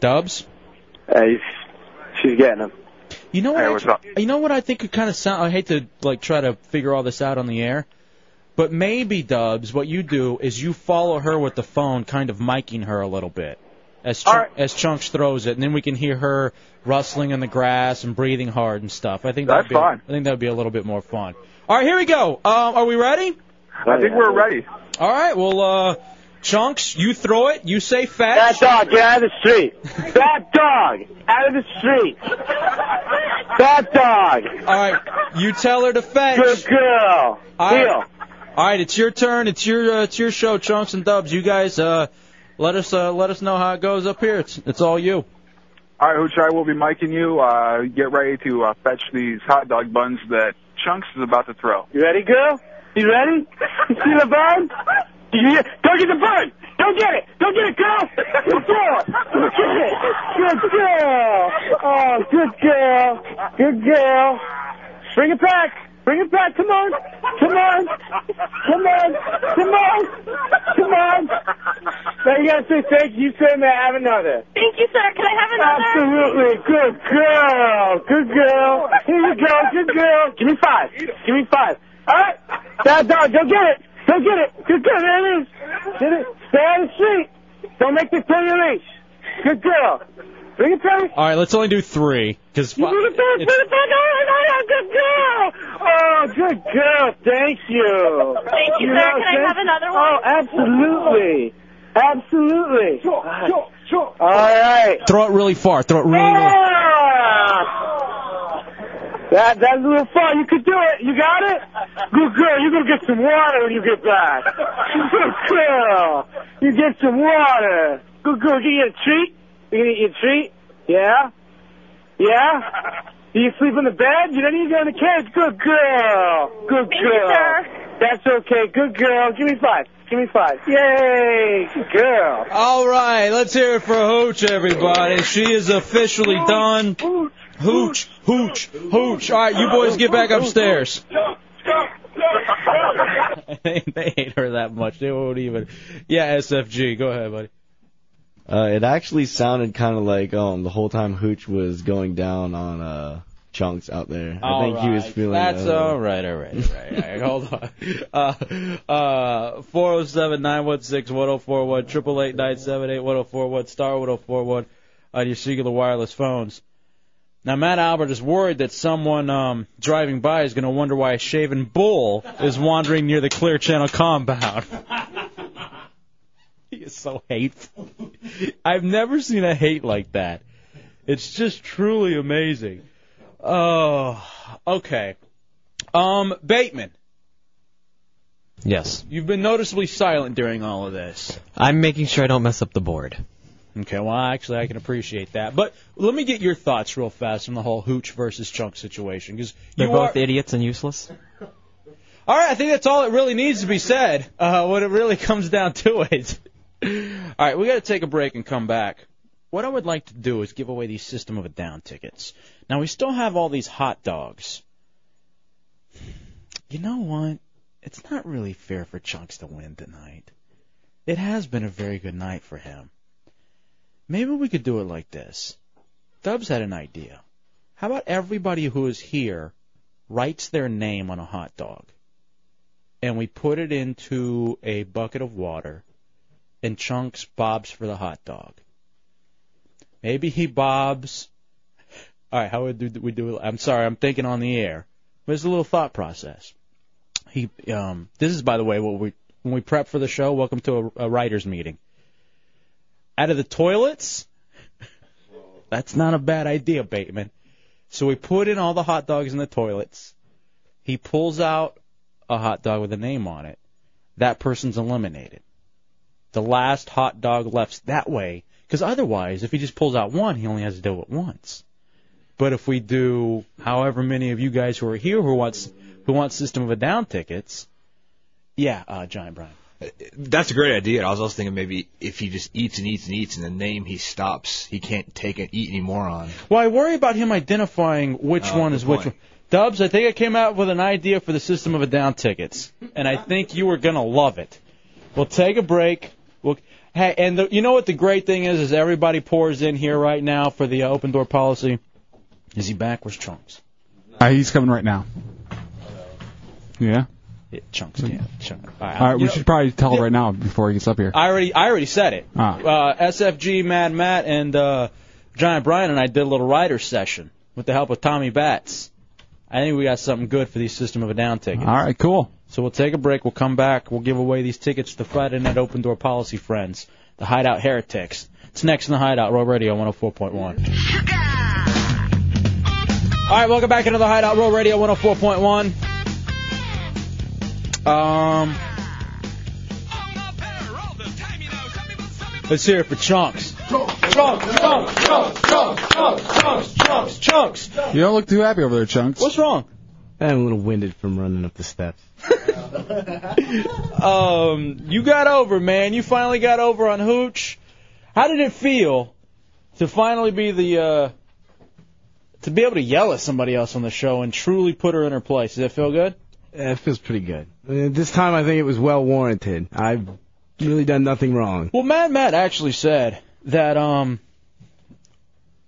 Dubs.
Hey, she's getting him.
You know what?
Hey,
I,
what's up?
You know what I think could kind of sound. I hate to like try to figure all this out on the air, but maybe Dubs, what you do is you follow her with the phone, kind of miking her a little bit as Chunk, as Chunks throws it, and then we can hear her rustling in the grass and breathing hard and stuff. I think that'd
That's
be,
fine.
I think that'd be a little bit more fun. All right, here we go. Um, are we ready?
I think we're ready.
All right. Well, uh, Chunks, you throw it. You say fetch.
Bad dog, get out of the street. Bad dog, out of the street. Bad dog.
All right, you tell her to fetch.
Good girl.
All right.
Heel.
All right, it's your turn. It's your uh, it's your show, Chunks and Dubs. You guys, uh, let us uh, let us know how it goes up here. It's it's all you.
All right, Hooch, I will be miking you. Uh, get ready to uh, fetch these hot dog buns that Chunks is about to throw.
You ready, girl? You ready? You see the burn? Do you hear? Go get the burn! Go get it! Go get it, girl! Good girl! Get it! Good girl! Oh, good girl! Good girl! Bring it back! Bring it back! Come on! Come on! Come on! Come on! Come on! Now you gotta say thank you, sir. May I have another?
Thank you, sir. Can I have another?
Absolutely. Good girl. Good girl. Here you go. Good girl. Give me five. Give me five. All right. Bad dog. Go get it. Go get it. Good girl. There it is. Get it. Stay on the street. Don't make me pull your leash. Good girl. Bring it back.
All right, let's only do three because
You bring it back. Bring it back. All right. All right. Good girl. Oh, good girl. Thank you.
Thank you, sir.
know,
Can I
thank-
have another one?
Oh, absolutely. Absolutely. Sure. Sure. Sure. All right.
throw it really far. Throw it really. really.
Ah! That that's a little fun. You could do it. You got it. Good girl. You're gonna get some water when you get back. Good girl. You get some water. Good girl. You get a treat. You gonna eat your treat? Yeah. Yeah. You sleep in the bed. You don't need to go in the cage. Good girl. Good
Thank you,
girl.
sir.
That's okay. Good girl. Give me five. Give me five. Yay. Good girl.
All right, let's hear it for Hooch, everybody. She is officially done. Hooch, hooch, hooch. All right, you boys get back upstairs. Uh, they they hate her that much. They won't even. Yeah, SFG. Go ahead, buddy.
Uh, it actually sounded kind of like um the whole time Hooch was going down on uh chunks out there. I think he was
Alright,
feeling.
That's
uh,
all right, all right, all right. All right. Hold on. Uh, uh, 407-916-1041, triple eight nine seven eight one zero four one star one zero four one on your Singular wireless phones. Now Matt Albert is worried that someone um, driving by is going to wonder why a shaven bull is wandering near the Clear Channel compound. he is so hateful. I've never seen a hate like that. It's just truly amazing. Oh, okay. Um, Bateman,
Yes.
you've been noticeably silent during all of this.
I'm making sure I don't mess up the board.
Okay, well, actually, I can appreciate that. But let me get your thoughts real fast on the whole Hooch versus Chunk situation. Because
They're
you
both
are,
idiots and useless.
all right, I think that's all that really needs to be said uh, when it really comes down to it. all right, we got to take a break and come back. What I would like to do is give away these System of a Down tickets. Now, we still have all these hot dogs. You know what? It's not really fair for Chunks to win tonight. It has been a very good night for him. Maybe we could do it like this. Dubs had an idea. How about everybody who is here writes their name on a hot dog? and we put it into a bucket of water and chunks bobs for the hot dog. Maybe he bobs. All right, how would we do it? I'm sorry, I'm thinking on the air. But it's a little thought process. He, um, this is by the way what we when we prep for the show. Welcome to a, a writers meeting. out of the toilets? That's not a bad idea, Bateman. So we put in all the hot dogs in the toilets. He pulls out a hot dog with a name on it. That person's eliminated. The last hot dog left that way, because otherwise, if he just pulls out one, he only has to deal with once. But if we do however many of you guys who are here who wants who want System of a Down tickets, yeah, uh, Giant Brian.
That's a great idea. I was also thinking maybe if he just eats and eats and eats, and the name he stops, he can't take and eat anymore on.
Well, I worry about him identifying which
Oh,
one
good
is which
point.
one. Dubs, I think I came out with an idea for the System of a Down tickets, and I think you are gonna love it. We'll take a break. We'll, hey, and the, you know what the great thing is is everybody pours in here right now for the uh, open door policy. Is he back? Where's Trunks?
Uh, he's coming right now. Yeah.
Yeah, Chunks can't. Chunk. All
All right,
you
we
know-
should probably tell right now before he gets up here.
I already I already said it.
Ah.
Uh, SFG Mad Matt and uh, Giant Brian and I did a little writer session with the help of Tommy Batts. I think we got something good for these System of a Down tickets.
All right, cool.
So we'll take a break. We'll come back. We'll give away these tickets to Friday Night Open Door Policy Friends, the Hideout Heretics. It's next in the Hideout, Roll Radio 104.1. All right, welcome back into the Hideout, Roll Radio 104.1. Um, let's hear it for Chunks. Chunks, chunks.
You don't look too happy over there, Chunks.
What's wrong?
I'm a little winded from running up the steps.
Um, you got over, man. You finally got over on Hooch. How did it feel to finally be the uh, to be able to yell at somebody else on the show and truly put her in her place? Does that feel good?
Yeah, it feels pretty good. Uh, This time I think it was well warranted. I've really done nothing wrong.
Well, Mad Matt actually said that um,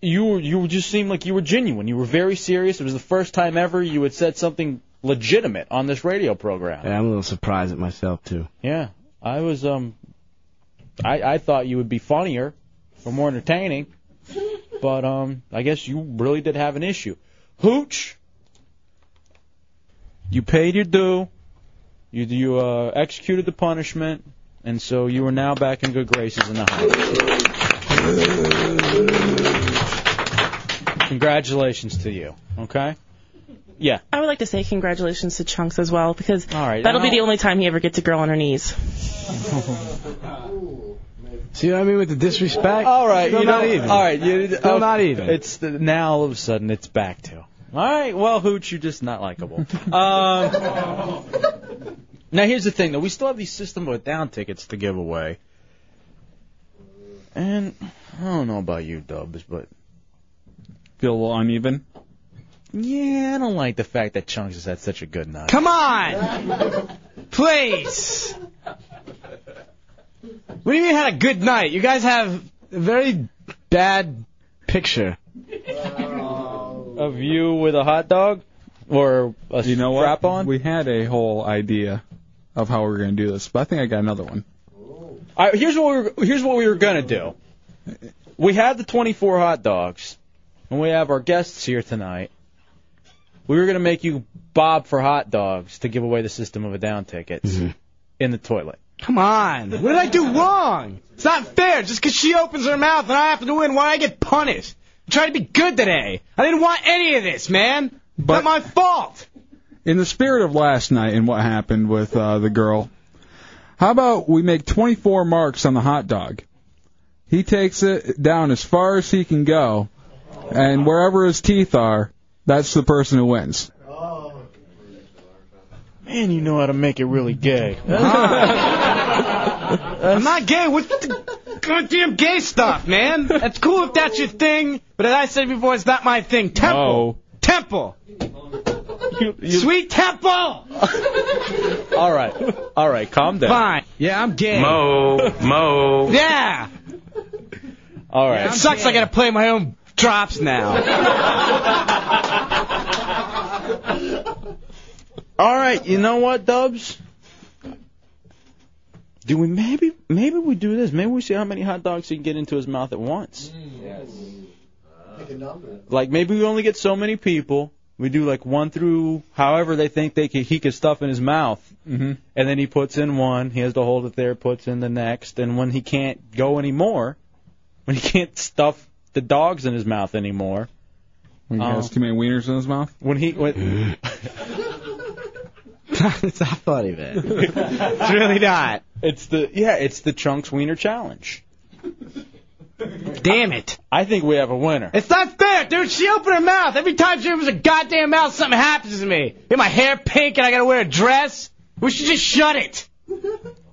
you were, you just seemed like you were genuine. You were very serious. It was the first time ever you had said something legitimate on this radio program.
Yeah, I'm a little surprised at myself too.
Yeah, I was um, I I thought you would be funnier or more entertaining, but um, I guess you really did have an issue. Hooch, you paid your due, you you uh, executed the punishment, and so you are now back in good graces in the house. Congratulations to you. Okay. Yeah.
I would like to say congratulations to Chunks as well because
right,
that'll be
now-
the only time he ever gets a girl on her knees.
See what I mean with the disrespect?
All right,
Still
you
not
know,
even.
All right, you,
Still
oh,
not even.
It's the, now all of a sudden it's back to. All right, well, Hooch, you're just not likable. um, now here's the thing, though. We still have these System of a Down tickets to give away, and I don't know about you, Dubs, but
feel a little uneven.
Yeah, I don't like the fact that Chunks has had such a good night.
Come on! Please! What do you mean had a good night? You guys have a very bad picture.
Of you with a hot dog or a
you know
strap
what?
on?
We had a whole idea of how we were going to do this, but I think I got another one.
All right, here's what we were, here's what we were gonna do. We have the 24 hot dogs, and we have our guests here tonight. We were gonna make you bob for hot dogs to give away the System of a Down tickets
Mm-hmm.
in the toilet.
Come on. What did I do wrong? It's not fair. Just 'cause she opens her mouth and I happen to win, why I get punished? I'm trying to be good today. I didn't want any of this, man. Not my fault.
In the spirit of last night and what happened with uh, the girl, how about we make 24 marks on the hot dog? He takes it down as far as he can go, and wherever his teeth are, that's the person who wins.
Man, you know how to make it really gay.
I'm not gay. What's with the goddamn gay stuff, man? That's cool if that's your thing, but as I said before, it's not my thing. Temple. Temple. Sweet temple.
All right, all right, calm down.
Fine. Yeah, I'm gay.
Mo.
Yeah.
All right.
It sucks. I gotta play my own drops now.
All right, you know what, Dubs? Do we maybe maybe we do this? Maybe we see how many hot dogs he can get into his mouth at once. Like maybe we only get so many people. We do like one through however they think they could, he could stuff in his mouth,
Mm-hmm.
and then he puts in one. He has to hold it there, puts in the next, and when he can't go anymore, when he can't stuff the dogs in his mouth anymore. um,
When he has too many wieners in his mouth.
When he when,
it's not funny, man.
it's really not. It's the yeah, it's the Chunks Wiener Challenge.
Damn it!
I think we have a winner.
It's not fair, dude. She opened her mouth. Every time she opens her goddamn mouth, something happens to me. Get my hair pink and I gotta wear a dress. We should just shut it.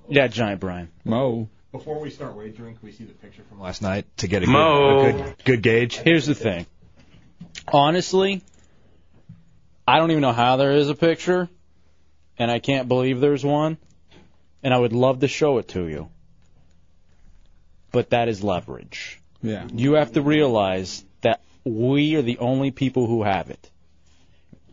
Yeah, Giant Brian.
Mo.
Before we start wagering, can we see the picture from last night to get a good,
Mo.
a good, good gauge?
Here's the thing. Honestly, I don't even know how there is a picture, and I can't believe there's one, and I would love to show it to you. But that is leverage.
Yeah.
You have to realize that we are the only people who have it.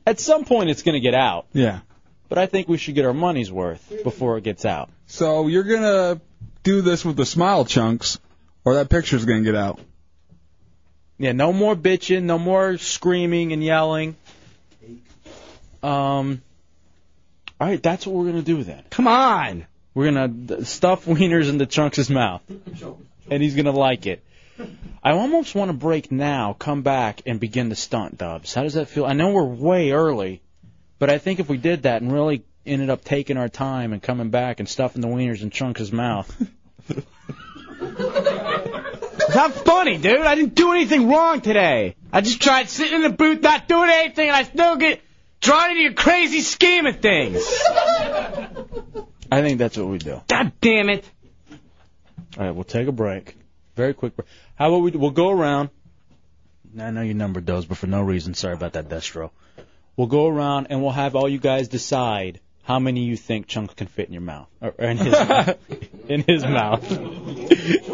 At some point, it's going to get out,
Yeah.
but I think we should get our money's worth before it gets out.
So you're gonna do this with the smile chunks, or that picture's gonna get out.
Yeah, no more bitching, no more screaming and yelling. Um, all right, that's what we're gonna do then.
Come on.
We're gonna d- stuff wieners into Trunks' mouth, and he's gonna like it. I almost want to break now, come back, and begin the stunt, Dubs. How does that feel? I know we're way early, but I think if we did that and really ended up taking our time and coming back and stuffing the wieners in Trunks' mouth,
It's not funny, dude. I didn't do anything wrong today. I just tried sitting in the booth, not doing anything, and I still get drawn into your crazy scheme of things.
I think that's what we do.
God damn it.
All right, we'll take a break. Very quick break. How about we? We'll go around. I know your number does, but for no reason. Sorry about that, Destro. We'll go around and we'll have all you guys decide how many you think Chunk can fit in your mouth or, or in his mouth. in his mouth.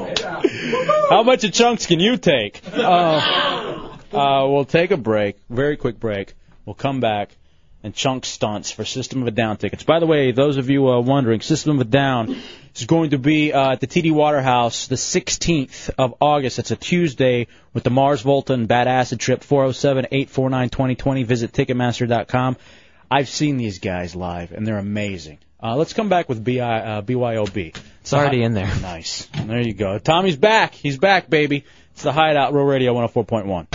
how much of Chunks can you take? Uh, uh, we'll take a break. Very quick break. We'll come back. And chunk stunts for System of a Down tickets. By the way, those of you uh, wondering, System of a Down is going to be uh, at the TD Waterhouse the 16th of August. It's a Tuesday with the Mars Volta and Bad Acid Trip, 407-849-2020. Visit Ticketmaster.com. I've seen these guys live, and they're amazing. Uh, let's come back with BI, uh, BYOB. It's the
already
hi-
in there.
Nice. There you go. Tommy's back. He's back, baby. It's the Hideout, Real Radio 104.1.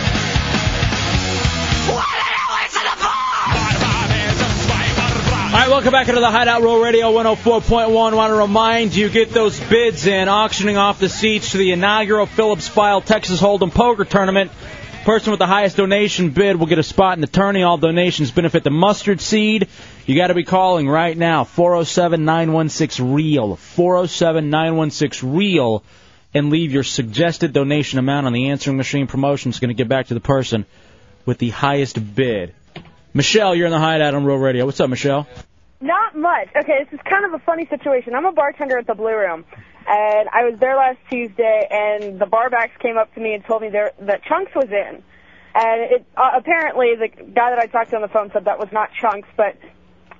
All right, welcome back into the Hideout Roll Radio 104.1. Want to remind you, get those bids in, auctioning off the seats to the inaugural Phillips File Texas Hold'em Poker Tournament. Person with the highest donation bid will get a spot in the tourney. All donations benefit the mustard seed. You got to be calling right now, 407-916-REAL, 407-916-REAL, E and leave your suggested donation amount on the answering machine promotion. It's going to get back to the person with the highest bid. Michelle, you're in the Hideout on Roll Radio. What's up, Michelle?
Not much. Okay, this is kind of a funny situation. I'm a bartender at the Blue Room, and I was there last Tuesday, and the barbacks came up to me and told me there, that Chunks was in. And it, uh, apparently, the guy that I talked to on the phone said that was not Chunks, but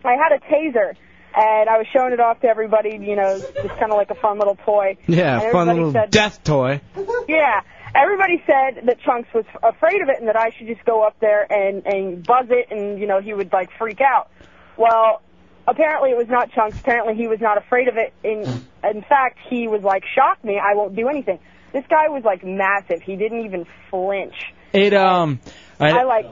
I had a taser, and I was showing it off to everybody, you know, just kind of like a fun little toy.
Yeah,
And
fun
everybody
little
said-
death toy.
yeah. Everybody said that Chunks was afraid of it and that I should just go up there and, and buzz it and, you know, he would like freak out. Well, apparently it was not Chunks. Apparently he was not afraid of it. In, in fact, he was like, shock me, I won't do anything. This guy was like massive. He didn't even flinch.
It um.
I,
I,
like,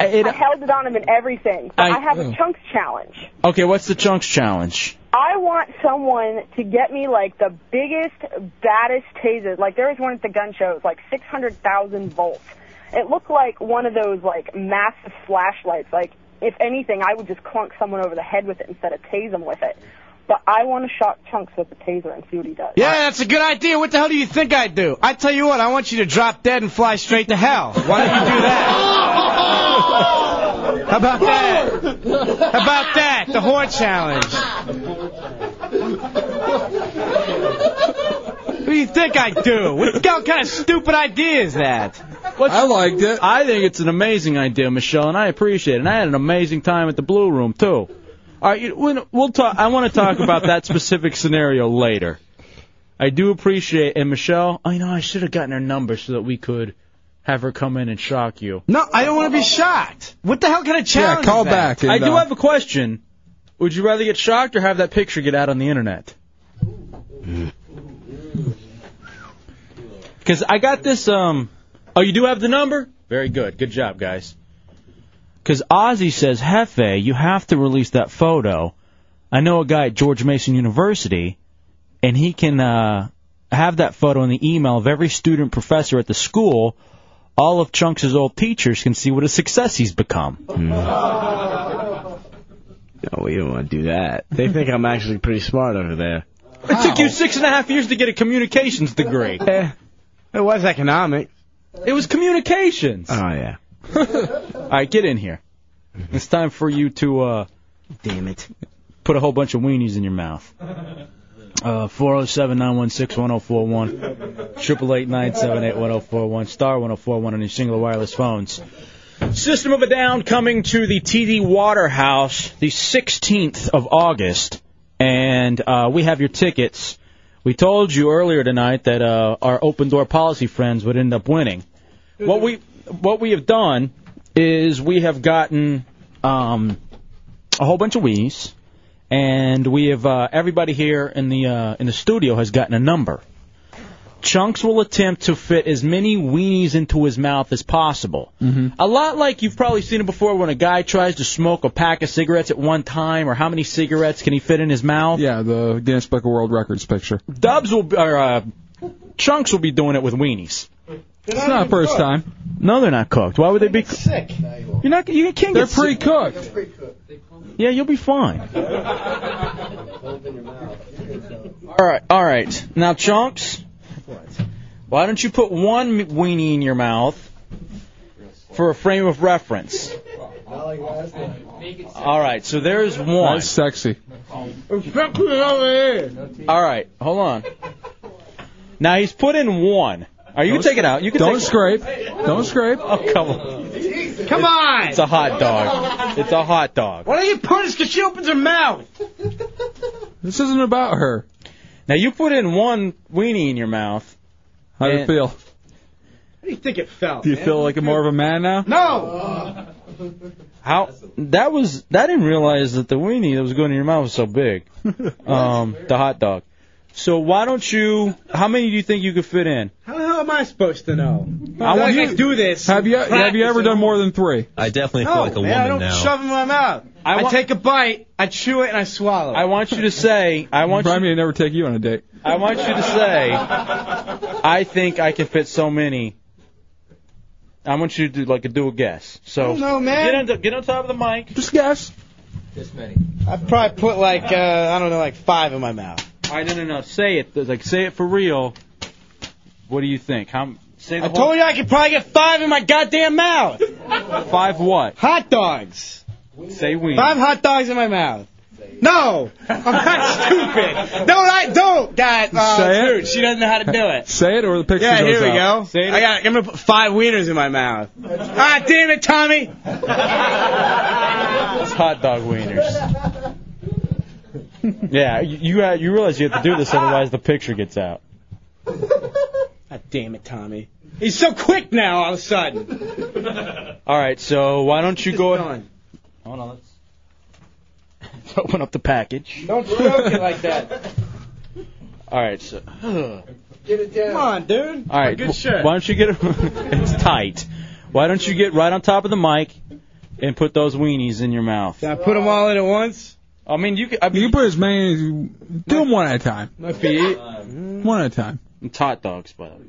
it-
I held it on him and everything. So
I-
I, have
Ugh.
a Chunks challenge.
okay, what's the chunks challenge?
I want someone to get me like the biggest, baddest tasers. Like there was one at the gun show. It was like 600,000 volts. It looked like one of those like massive flashlights. Like if anything, I would just clunk someone over the head with it instead of tase them with it. But I want to shock chunks with the taser and see what he does.
Yeah, that's a good idea. What the hell do you think I do? I tell you what, I want you to drop dead and fly straight to hell. Why don't you do that? How about that? How about that? The whore challenge. What do you think I do? What kind of stupid idea is that?
I liked it. I think it's an amazing idea, Michelle, and I appreciate it. And I had an amazing time at the Blue Room too. All right, you- when- we'll talk. I want to talk about that specific scenario later. I do appreciate, and Michelle, I know I should have gotten her number so that we could have her come in and shock you.
No, I don't want to be shot. What the hell kind of challenge? is that?
I do have a question. Would you rather get shocked or have that picture get out on the internet? Because I got this. Um. Oh, you do have the number. Very good. Good job, guys. Because Ozzy says, Hefe, you have to release that photo. I know a guy at George Mason University, and he can uh, have that photo in the email of every student professor at the school. All of Chunks' old teachers can see what a success he's become.
No, we don't want to do that. They think I'm actually pretty smart over there.
It took you six and a half years to get a communications degree.
It was economic.
It was communications.
Oh yeah.
All right, get in here. It's time for you to. Uh,
Damn it.
Put a whole bunch of weenies in your mouth. Uh, 407-916-1041, triple eight nine seven eight one zero four one star one zero four one on your singular wireless phones. System of a Down coming to the TD Waterhouse the 16th of August, and uh, we have your tickets. We told you earlier tonight that uh, our open door policy friends would end up winning. What we what we have done is we have gotten um, a whole bunch of weenies, and we have uh, everybody here in the uh, in the studio has gotten a number. Chunks will attempt to fit as many weenies into his mouth as possible.
Mm-hmm.
A lot like you've probably seen it before when a guy tries to smoke a pack of cigarettes at one time, or how many cigarettes can he fit in his mouth?
Yeah, the Guinness Book of World Records picture.
Dubs will, or uh, Chunks will be doing it with weenies.
It's not first time.
No, they're not cooked. Why would they be?
Sick.
You're not. You can't
They're
get. sick.
pre-cooked.
Yeah, you'll be fine. All right, all right. Now, chunks, why don't you put one m- weenie in your mouth for a frame of reference? All right, so there's one.
That's sexy.
All right, hold on. Now he's put in one. Are you can take it out? You can
Don't
take-
scrape. Don't scrape.
Oh come on!
Come on!
It's a hot dog. It's a hot dog.
Why don't you put this? Cause she opens her mouth.
This isn't about her. Now you put in one weenie in your mouth.
How do you
And-
feel?
How do you think it felt?
Do you
man?
feel like more of a man now?
No.
How that was? I didn't realize that the weenie that was going in your mouth was so big. Um, the hot dog. So why don't you? How many do you think you could fit in?
How the hell am I supposed to know?
I
I
want
want
you-
to do this.
Have you have you ever done more than three?
I definitely
No, man, I don't shove it in my mouth.
I
I,
want-
take a bite, I chew it, and I swallow.
I want you to say. I want
Remind me to never take you on a date.
I want you to say. I think I can fit so many. I want you to do like a do a guess. So
don't know, man.
Get on, the- get on top of the mic.
Just guess.
This many.
I probably put like uh, I don't know, like five in my mouth.
All right, no, no, no. Say it. Like, say it for real. What do you think? How? Say the
I told you I could probably get five in my goddamn mouth.
whole, five what?
Hot dogs.
Say we.
Five hot dogs in my mouth. No, I'm not stupid. No, I don't. God,
Say
oh,
it.
dude, she doesn't know how to do it.
Say it or the picture
Yeah,
goes
here we
out.
go. I got, I'm gonna put five wieners in my mouth. Ah, damn it, Tommy.
That's hot dog wieners. yeah, you you, uh, you realize you have to do this, otherwise the picture gets out.
Ah, damn it, Tommy. He's so quick now all of a sudden.
All right, so why don't you go?
Done.
Hold on. Let's open up the package.
Don't stroke it like that.
All right, so. All
Get it down. Come on, dude.
right.
Good shit.
Why don't you get? it's tight. Why don't you get right on top of the mic and put those weenies in your mouth?
Can I put them all in at once?
I mean, you. Can, I mean,
You can put as many. as you- Do them one at a time.
Might be it.
One at a time.
it's hot dogs, by the way.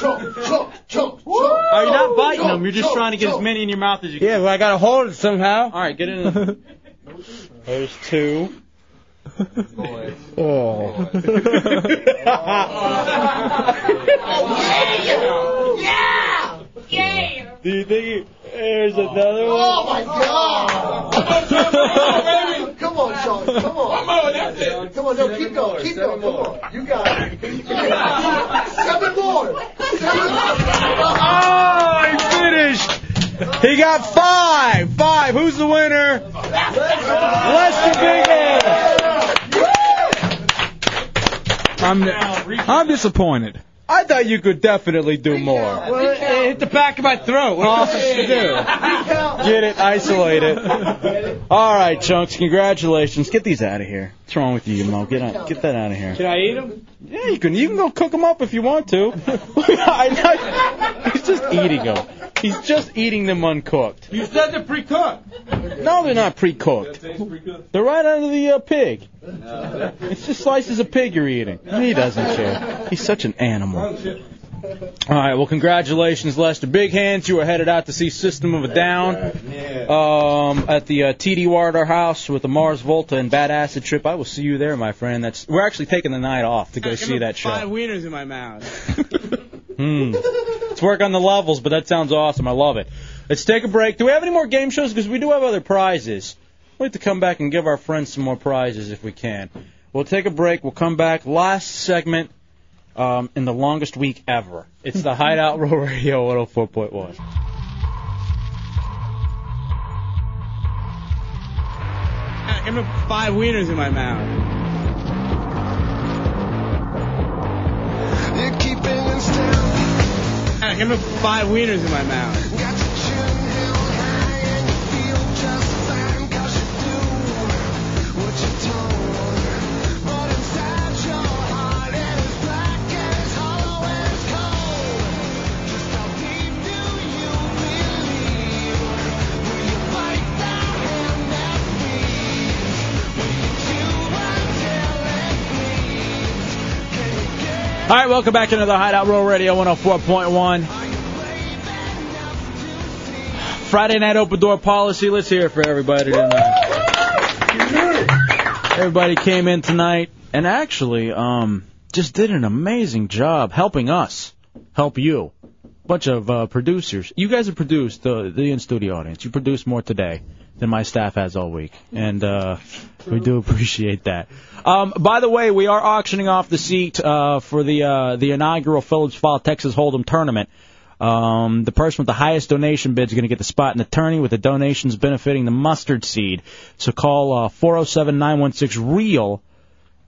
Choke, choke, choke, choke.
Are you not biting them? You're just trying to get as many in your mouth as you can.
Yeah, well, I gotta hold it somehow.
All right, get in. the- There's two.
Oh.
Yeah! Yeah!
Do you think there's another
Oh my god! Come on, Sean. Come on. Come on, that's it. Come on, no, keep going. Keep going. Come on. You got it. You got it. Seven more. Seven more.
Oh, he finished. He got five. Five. Who's the winner? Lester Bighead.
I'm I'm disappointed.
I thought you could definitely do more.
Oh,
Well, it hit the back of my throat. What else is to do?
Get it, isolate it. All right, chunks, congratulations. Get these out of here. What's wrong with you, Mo? Get out, get that out of here.
Can I eat them?
Yeah, you can. You can go cook them up if you want to. I know. He's just eating them. He's just eating them uncooked.
You said they're pre-cooked.
No, they're not pre-cooked. They're right under the uh, pig. It's just slices of pig you're eating. He doesn't care. He's such an animal. All right. Well, congratulations, Lester. Big hands. You are headed out to see System of a Down um, at the uh, TD Warder House with the Mars Volta and Bad Acid Trip. I will see you there, my friend. That's we're actually taking the night off to go see that show.
Five wieners in my mouth.
Hmm. Let's work on the levels, but that sounds awesome. I love it. Let's take a break. Do we have any more game shows? Because we do have other prizes. We have to come back and give our friends some more prizes if we can. We'll take a break. We'll come back. Last segment um, in the longest week ever. It's the Hideout Row Radio 104.1.
I can put five wieners in my mouth. I can put five wieners in my mouth.
All right, welcome back into the Hideout Row Radio 104.1. Friday night open door policy. Let's hear it for everybody tonight. Everybody came in tonight and actually um, just did an amazing job helping us help you. Bunch of uh, producers. You guys have produced uh, the in studio audience. You produced more today than my staff has all week, and uh, we do appreciate that. Um, by the way, we are auctioning off the seat uh, for the uh, the inaugural Phillips Fall Texas Hold'em tournament. Um, the person with the highest donation bid is going to get the spot in the tourney with the donations benefiting the mustard seed. So call uh, 407 916 REAL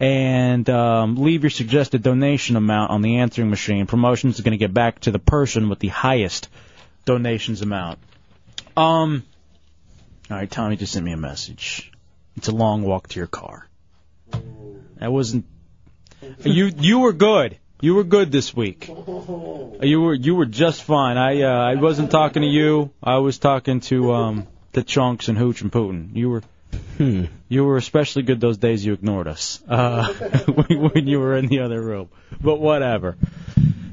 and um, leave your suggested donation amount on the answering machine. Promotions is going to get back to the person with the highest donations amount. Um, all right, Tommy just sent me a message. It's a long walk to your car. That wasn't. You you were good. You were good this week. Oh. You were you were just fine. I uh, I wasn't talking to you. I was talking to um the chunks and hooch and Putin. You were you were especially good those days you ignored us uh, when, when you were in the other room. But whatever.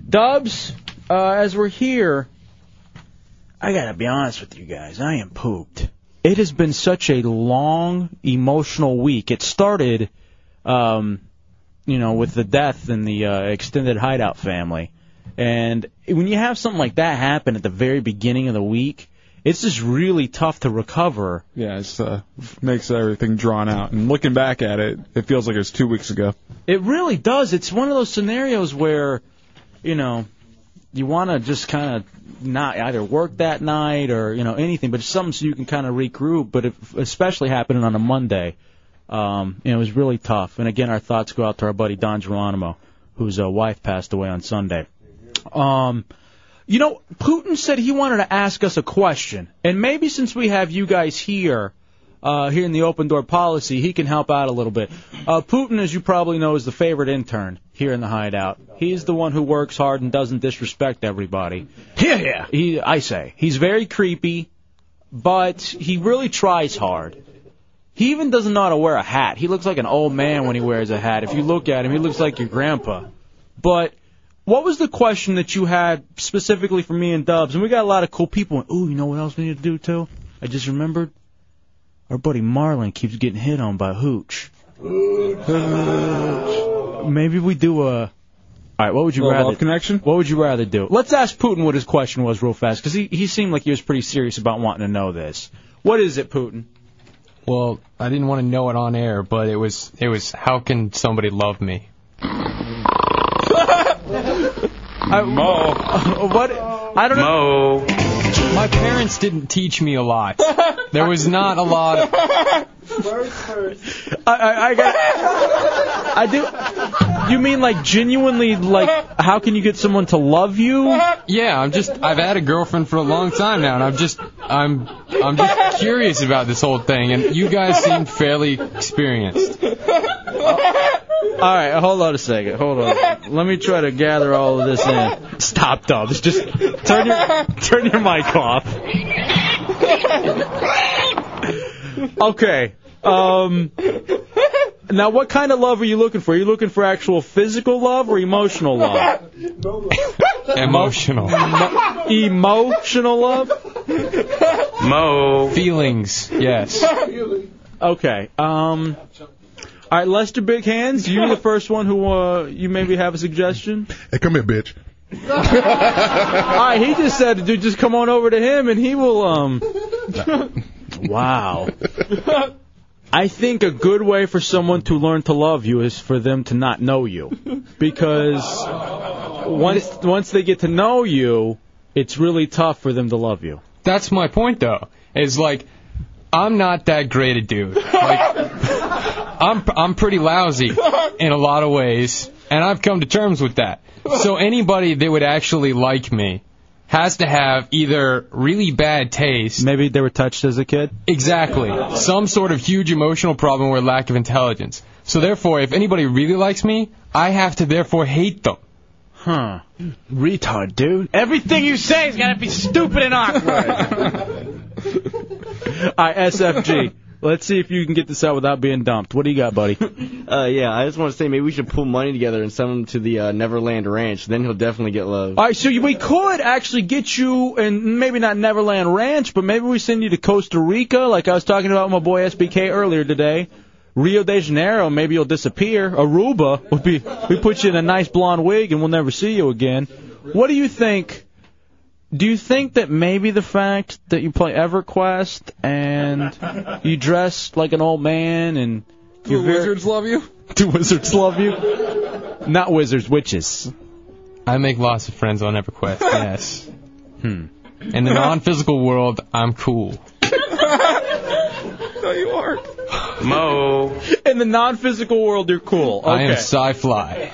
Dubs, uh, as we're here, I gotta be honest with you guys. I am pooped. It has been such a long emotional week. It started, um, you know, with the death in the uh, extended hideout family, and when you have something like that happen at the very beginning of the week, it's just really tough to recover.
Yeah, it's uh, makes everything drawn out. And looking back at it, it feels like it was two weeks ago.
It really does. It's one of those scenarios where, you know, you want to just kind of not either work that night or you know anything, but it's something so you can kind of regroup. But if, especially happening on a Monday, um, you know, it was really tough. And again, our thoughts go out to our buddy Don Geronimo, whose uh, wife passed away on Sunday. Um, you know, Putin said he wanted to ask us a question, and maybe since we have you guys here, uh, here in the open door policy, he can help out a little bit. Uh, Putin, as you probably know, is the favorite intern here in the hideout. He's the one who works hard and doesn't disrespect everybody. Yeah, yeah. He, I say, he's very creepy, but he really tries hard. He even doesn't know how to wear a hat. He looks like an old man when he wears a hat. If you look at him, he looks like your grandpa. But what was the question that you had specifically for me and Dubs? And we got a lot of cool people. Ooh, you know what else we need to do too? I just remembered. Our buddy Marlin keeps getting hit on by Hooch. Maybe we do a. All right, what would you
Little
rather?
love
connection. What would you rather do? Let's ask Putin what his question was real fast because he he seemed like he was pretty serious about wanting to know this. What is it, Putin?
Well, I didn't want to know it on air, but it was it was how can somebody love me?
I, Mo. What? I don't know.
My parents didn't teach me a lot. There was not a lot. Of,
Words first.
I, I, I got. I do. You mean like genuinely? Like, how can you get someone to love you?
Yeah, I'm just I've had a girlfriend for a long time now, and I'm just I'm I'm just curious about this whole thing. And you guys seem fairly experienced.
All right, hold on a second. Hold on. Let me try to gather all of this in. Stop, Dubs. Just turn your turn your mic off. Okay. Um. Now, what kind of love are you looking for? Are you looking for actual physical love or emotional love?
Emotional.
Emo- emotional love.
Mo. Feelings. Yes.
Okay. Um. All right, Lester Big Hands, you're the first one who uh, you maybe have a suggestion.
Hey, come here, bitch.
All right, he just said, dude, just come on over to him and he will. um Wow. I think a good way for someone to learn to love you is for them to not know you, because once once they get to know you, it's really tough for them to love you.
That's my point, though. Is like I'm not that great a dude. Like I'm I'm pretty lousy in a lot of ways, and I've come to terms with that. So anybody that would actually like me has to have either really bad taste.
Maybe they were touched as a kid.
Exactly. Some sort of huge emotional problem or lack of intelligence. So therefore, if anybody really likes me, I have to therefore hate them.
Huh. Retard, dude.
Everything you say is gotta be stupid and awkward.
All right, SFG, let's see if you can get this out without being dumped. What do you got, buddy?
Uh, yeah, I just want to say maybe we should pool money together and send him to the uh, Neverland Ranch. Then he'll definitely get love.
All right, so you- we could actually get you, and maybe not Neverland Ranch, but maybe we send you to Costa Rica, like I was talking about with my boy SBK earlier today. Rio de Janeiro, maybe you'll disappear. Aruba would be, we put you in a nice blonde wig and we'll never see you again. What do you think? Do you think that maybe the fact that you play EverQuest and you dress like an old man and
Do
you're very,
wizards love you?
do wizards love you? Not wizards, witches.
I make lots of friends on EverQuest. yes. Hmm. In the non-physical world, I'm cool.
No, you aren't. Mo. In the non-physical world, you're cool. Okay.
I am sci-fly.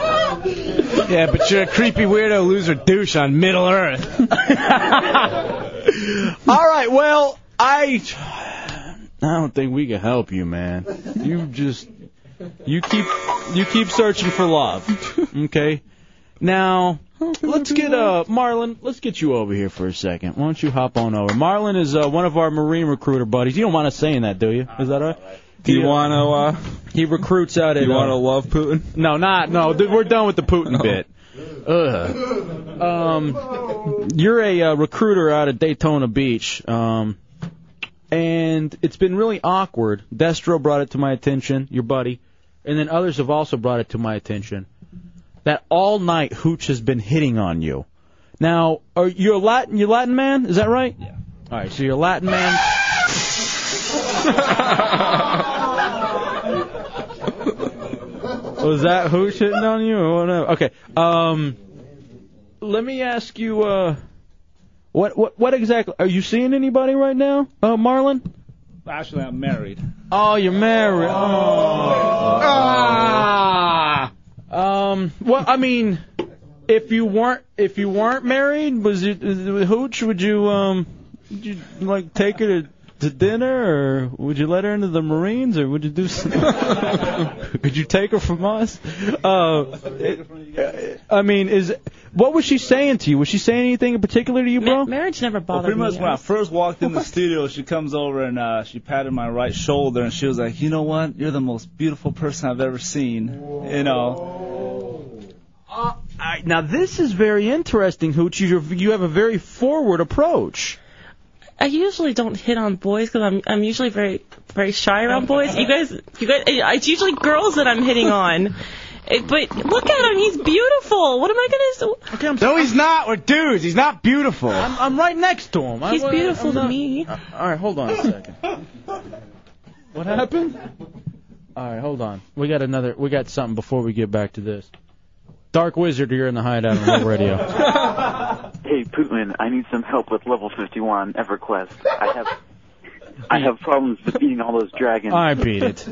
yeah, but you're a creepy weirdo loser douche on Middle Earth.
All right, well, I I don't think we can help you, man. You just you keep you keep searching for love. Okay. Now let's get uh Marlon. Let's get you over here for a second. Why don't you hop on over? Marlon is uh, one of our Marine recruiter buddies. You don't want us saying that, do you? Is that all right? Do you want to? Uh, he recruits out at.
you wanna
uh, love Putin? No, not no. dude, We're done with the Putin bit. Ugh. Um, you're a uh, recruiter out of Daytona Beach. Um, and it's been really awkward. Destro brought it to my attention, your buddy, and then others have also brought it to my attention that all night Hooch has been hitting on you. Now, are you're a Latin? You're Latin man? Is that right? Yeah. All right, so you're a Latin man. Was that Hooch hitting on you or whatever? Okay. Um, let me ask you. Uh, what what what exactly? Are you seeing anybody right now, uh, Marlon?
Actually, I'm married.
Oh, you're married. Oh. Ah. Um. Well, I mean, if you weren't if you weren't married, was it, is it with Hooch? Would you um, would you like take her to, to dinner, or would you let her into the Marines, or would you do? Something? Could you take her from us? Uh, it- I mean, is what was she saying to you? Was she saying anything in particular to you, bro?
marriage never bothered
Well, pretty much
me.
when I first walked in the studio, she comes over and uh, she patted my right shoulder and she was like, "You know what? You're the most beautiful person I've ever seen." You know.
I, now this is very interesting, Hooch. You you have a very forward approach.
I usually don't hit on boys because I'm I'm usually very very shy around boys. You guys, you guys, eh, it's usually girls that I'm hitting on. Eh, But look at him, he's beautiful. What am I gonna? s-
No, he's not. We're dudes. He's not beautiful.
I'm, I'm right next to him.
He's
I,
beautiful
I'm
to
not- Uh,
me.
All right, hold on a second. What happened? All right, hold on. We got another. We got something before we get back to this. Dark Wizard, you're in the hideout on the radio.
Hey, Putin, I need some help with level 51 EverQuest. I have I have problems defeating all those dragons.
I beat it.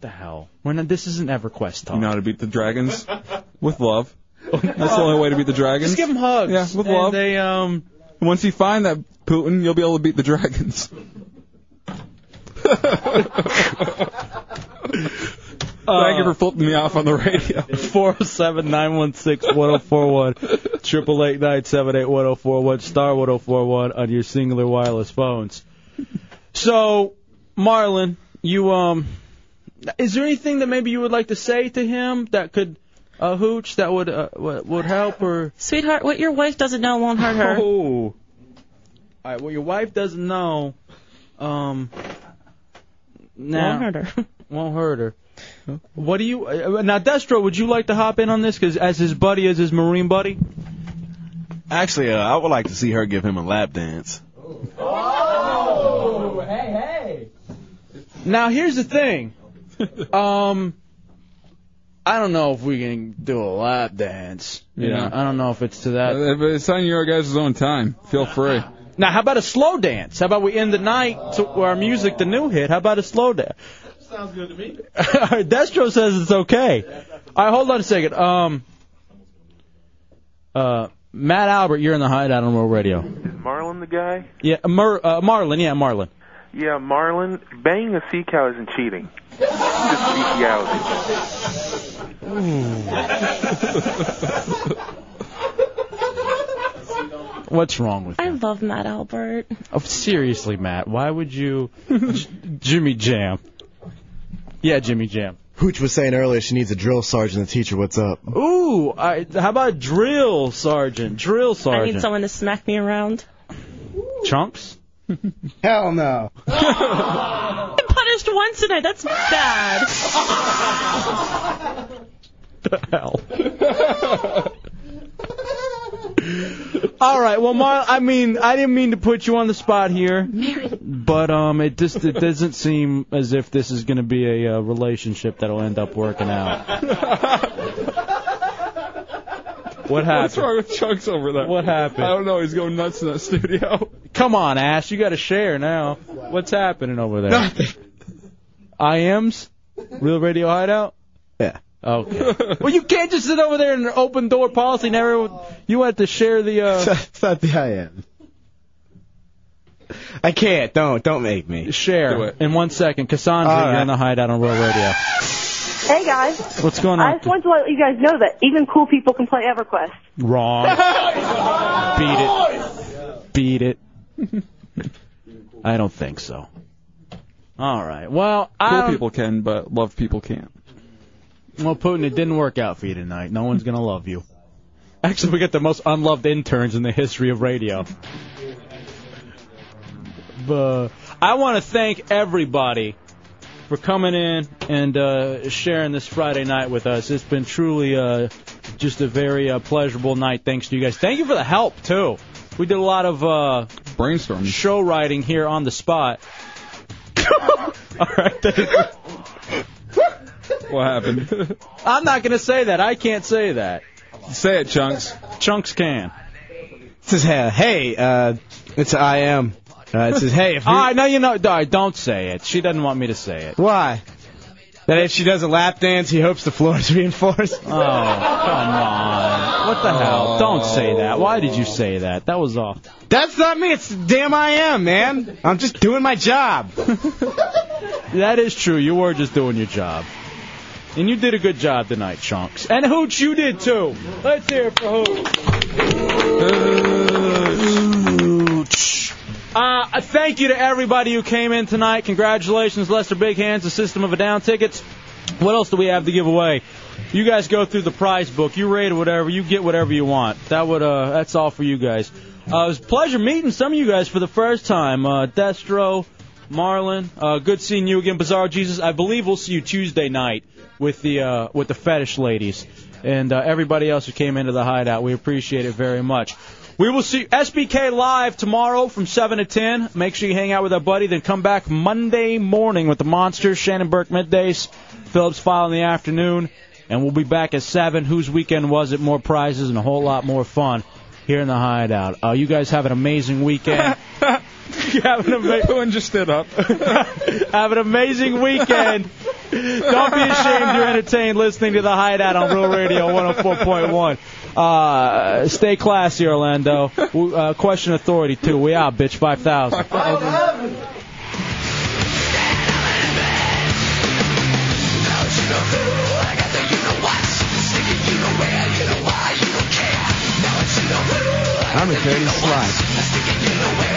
the hell? We're not, this isn't EverQuest talk. You know
how to beat the dragons? With love. That's the only way to beat the dragons.
Just give them hugs.
Yeah, with
And
love.
They um.
Once you find that Putin, you'll be able to beat the dragons. Thank you for flipping me off on the radio.
Uh, Four zero seven nine one six one zero four one, triple eight nine seven eight one zero four one star one zero four one on your singular wireless phones. So, Marlon, you um, is there anything that maybe you would like to say to him that could uh, hooch that would uh, would would help or?
Sweetheart, what your wife doesn't know won't hurt her.
Oh. All right. Well, your wife doesn't know. Um. Now,
Won't hurt her.
won't hurt her. What do you uh, now, Destro? Would you like to hop in on this? Because as his buddy, as his Marine buddy,
Actually, uh, I would like to see her give him a lap dance.
Oh, hey,
Now here's the thing. Um I don't know if we can do a lap dance. You
Yeah.
know, I don't know if it's to that.
Uh, If it's on your guys' own time, feel free.
Now how about a slow dance? How about we end the night to our music, the new hit? How about a slow dance?
hey. Sounds good to me.
Destro says it's okay. All right, hold on a second. Um, uh, Matt Albert, you're in the hideout on World Radio.
Is Marlon the guy?
Yeah, Mer, uh, Marlon. Yeah, Marlon.
Yeah, Marlon. Banging a sea cow isn't cheating. It's just bestiality.
What's wrong with?
I love Matt Albert.
Oh, seriously, Matt, why would you J- Jimmy Jam? Yeah, Jimmy Jam.
Hooch was saying earlier she needs a drill sergeant to teach her what's up.
Ooh, I, how about drill sergeant? Drill
I
sergeant.
need someone to smack me around.
Chunks.
Hell no.
I punished once tonight. That's bad.
the hell? All right. Well, Mar, I mean, I didn't mean to put you on the spot here, but um, it just it doesn't seem as if this is going to be a uh, relationship that'll end up working out.
What's
What happened?
wrong with Chunks over there?
What happened?
I don't know. He's going nuts in that studio.
Come on, Ash, you got to share now. What's happening over there? Nothing. IMs, Real Radio Hideout.
Yeah.
Okay. well, you can't just sit over there and open door policy. and everyone you have to share the. uh
It's not the I am.
I can't. Don't don't make me share
Do
in one second. Cassandra,
All
you're on the hideout on Real Radio.
Hey guys.
What's going
I
on?
just wanted to let you guys know that even cool people can play EverQuest.
Wrong. Beat it. Beat it. I don't think so. All right. Well, I
Cool
don't-
people can, but love people can't.
Well, Putin, it didn't work out for you tonight. No one's gonna love you. Actually, we got the most unloved interns in the history of radio. But I want to thank everybody for coming in and uh, sharing this Friday night with us. It's been truly uh, just a very uh, pleasurable night. Thanks to you guys. Thank you for the help too. We did a lot of uh,
brainstorming,
show writing here on the spot. All right.
What happened?
I'm not going to say that. I can't say that.
Say it, Chunks.
Chunks can.
says, hey, hey, uh, it's I am. Uh, it says, hey, if
All right, Ah, no, you know, no, don't say it. She doesn't want me to say it.
Why? That if she does a lap dance, he hopes the floor is reinforced.
Oh, come on. What the hell? Don't say that. Why did you say that? That was off.
That's not me. It's damn I am, man. I'm just doing my job.
That is true. You were just doing your job. And you did a good job tonight, Chunks. And Hooch, you did too. Let's hear it for Hooch. Uh, a thank you to everybody who came in tonight. Congratulations, Lester Big Hands, the System of a Down tickets. What else do we have to give away? You guys go through the prize book. You rate whatever. You get whatever you want. That would uh, that's all for you guys. Uh, it was a pleasure meeting some of you guys for the first time. Uh, Destro, Marlon, uh, good seeing you again, Bizarre Jesus. I believe we'll see you Tuesday night with the uh, with the fetish ladies and uh, everybody else who came into the hideout. We appreciate it very much. We will see SBK live tomorrow from 7 to 10. Make sure you hang out with our buddy. Then come back Monday morning with the Monsters, Shannon Burke middays, Phillips File in the afternoon, and we'll be back at 7. Whose weekend was it? More prizes and a whole lot more fun. here in the hideout. Uh, you guys have an amazing weekend. have, an ama-
just stood up.
have an amazing weekend. Don't be ashamed you're entertained listening to the hideout on Real Radio 104.1. Uh, stay classy, Orlando. We- Uh, question authority, too. We out, bitch. 5,000.
I'm a dirty slut.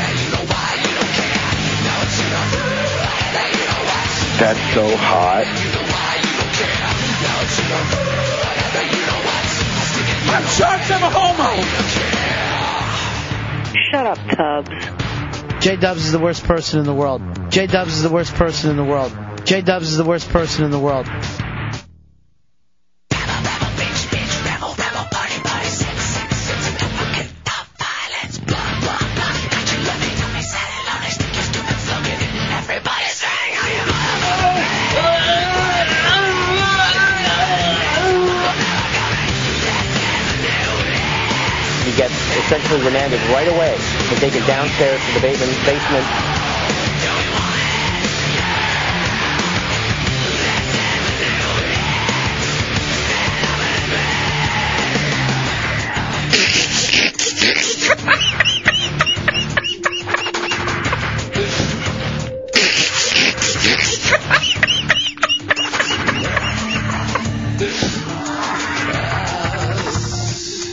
That's so hot.
I'm charged. I'm
Shut up,
a homo.
Tubbs. J Dubs is the worst person in the world. J Dubs is the worst person in the world. J Dubs is the worst person in the world.
He gets essentially remanded right away and taken downstairs to the basement. basement.
Oh,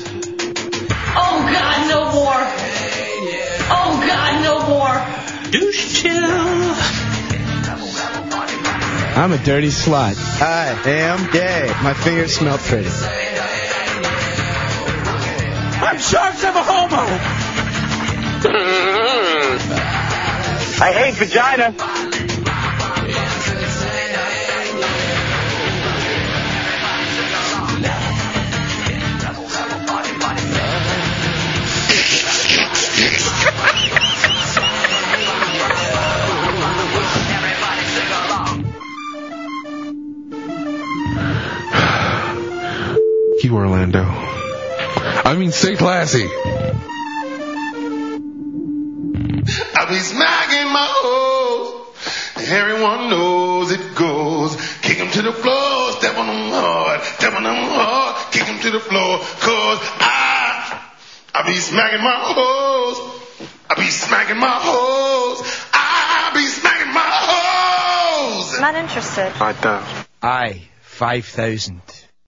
Oh God, no more. Oh God, no more. Douche chill.
I'm a dirty slut. I am gay. My fingers smell pretty.
I'm charged. I'm a homo. I hate vagina.
You Orlando. I mean, stay classy.
I be smacking my hoes. Everyone knows it goes. Kick 'em to the floor, step on 'em hard, step on 'em hard, kick 'em to the floor. Cause I, I be smacking my hoes. I be smacking my hoes. I be smacking my hoes.
Not interested.
I, 5,000.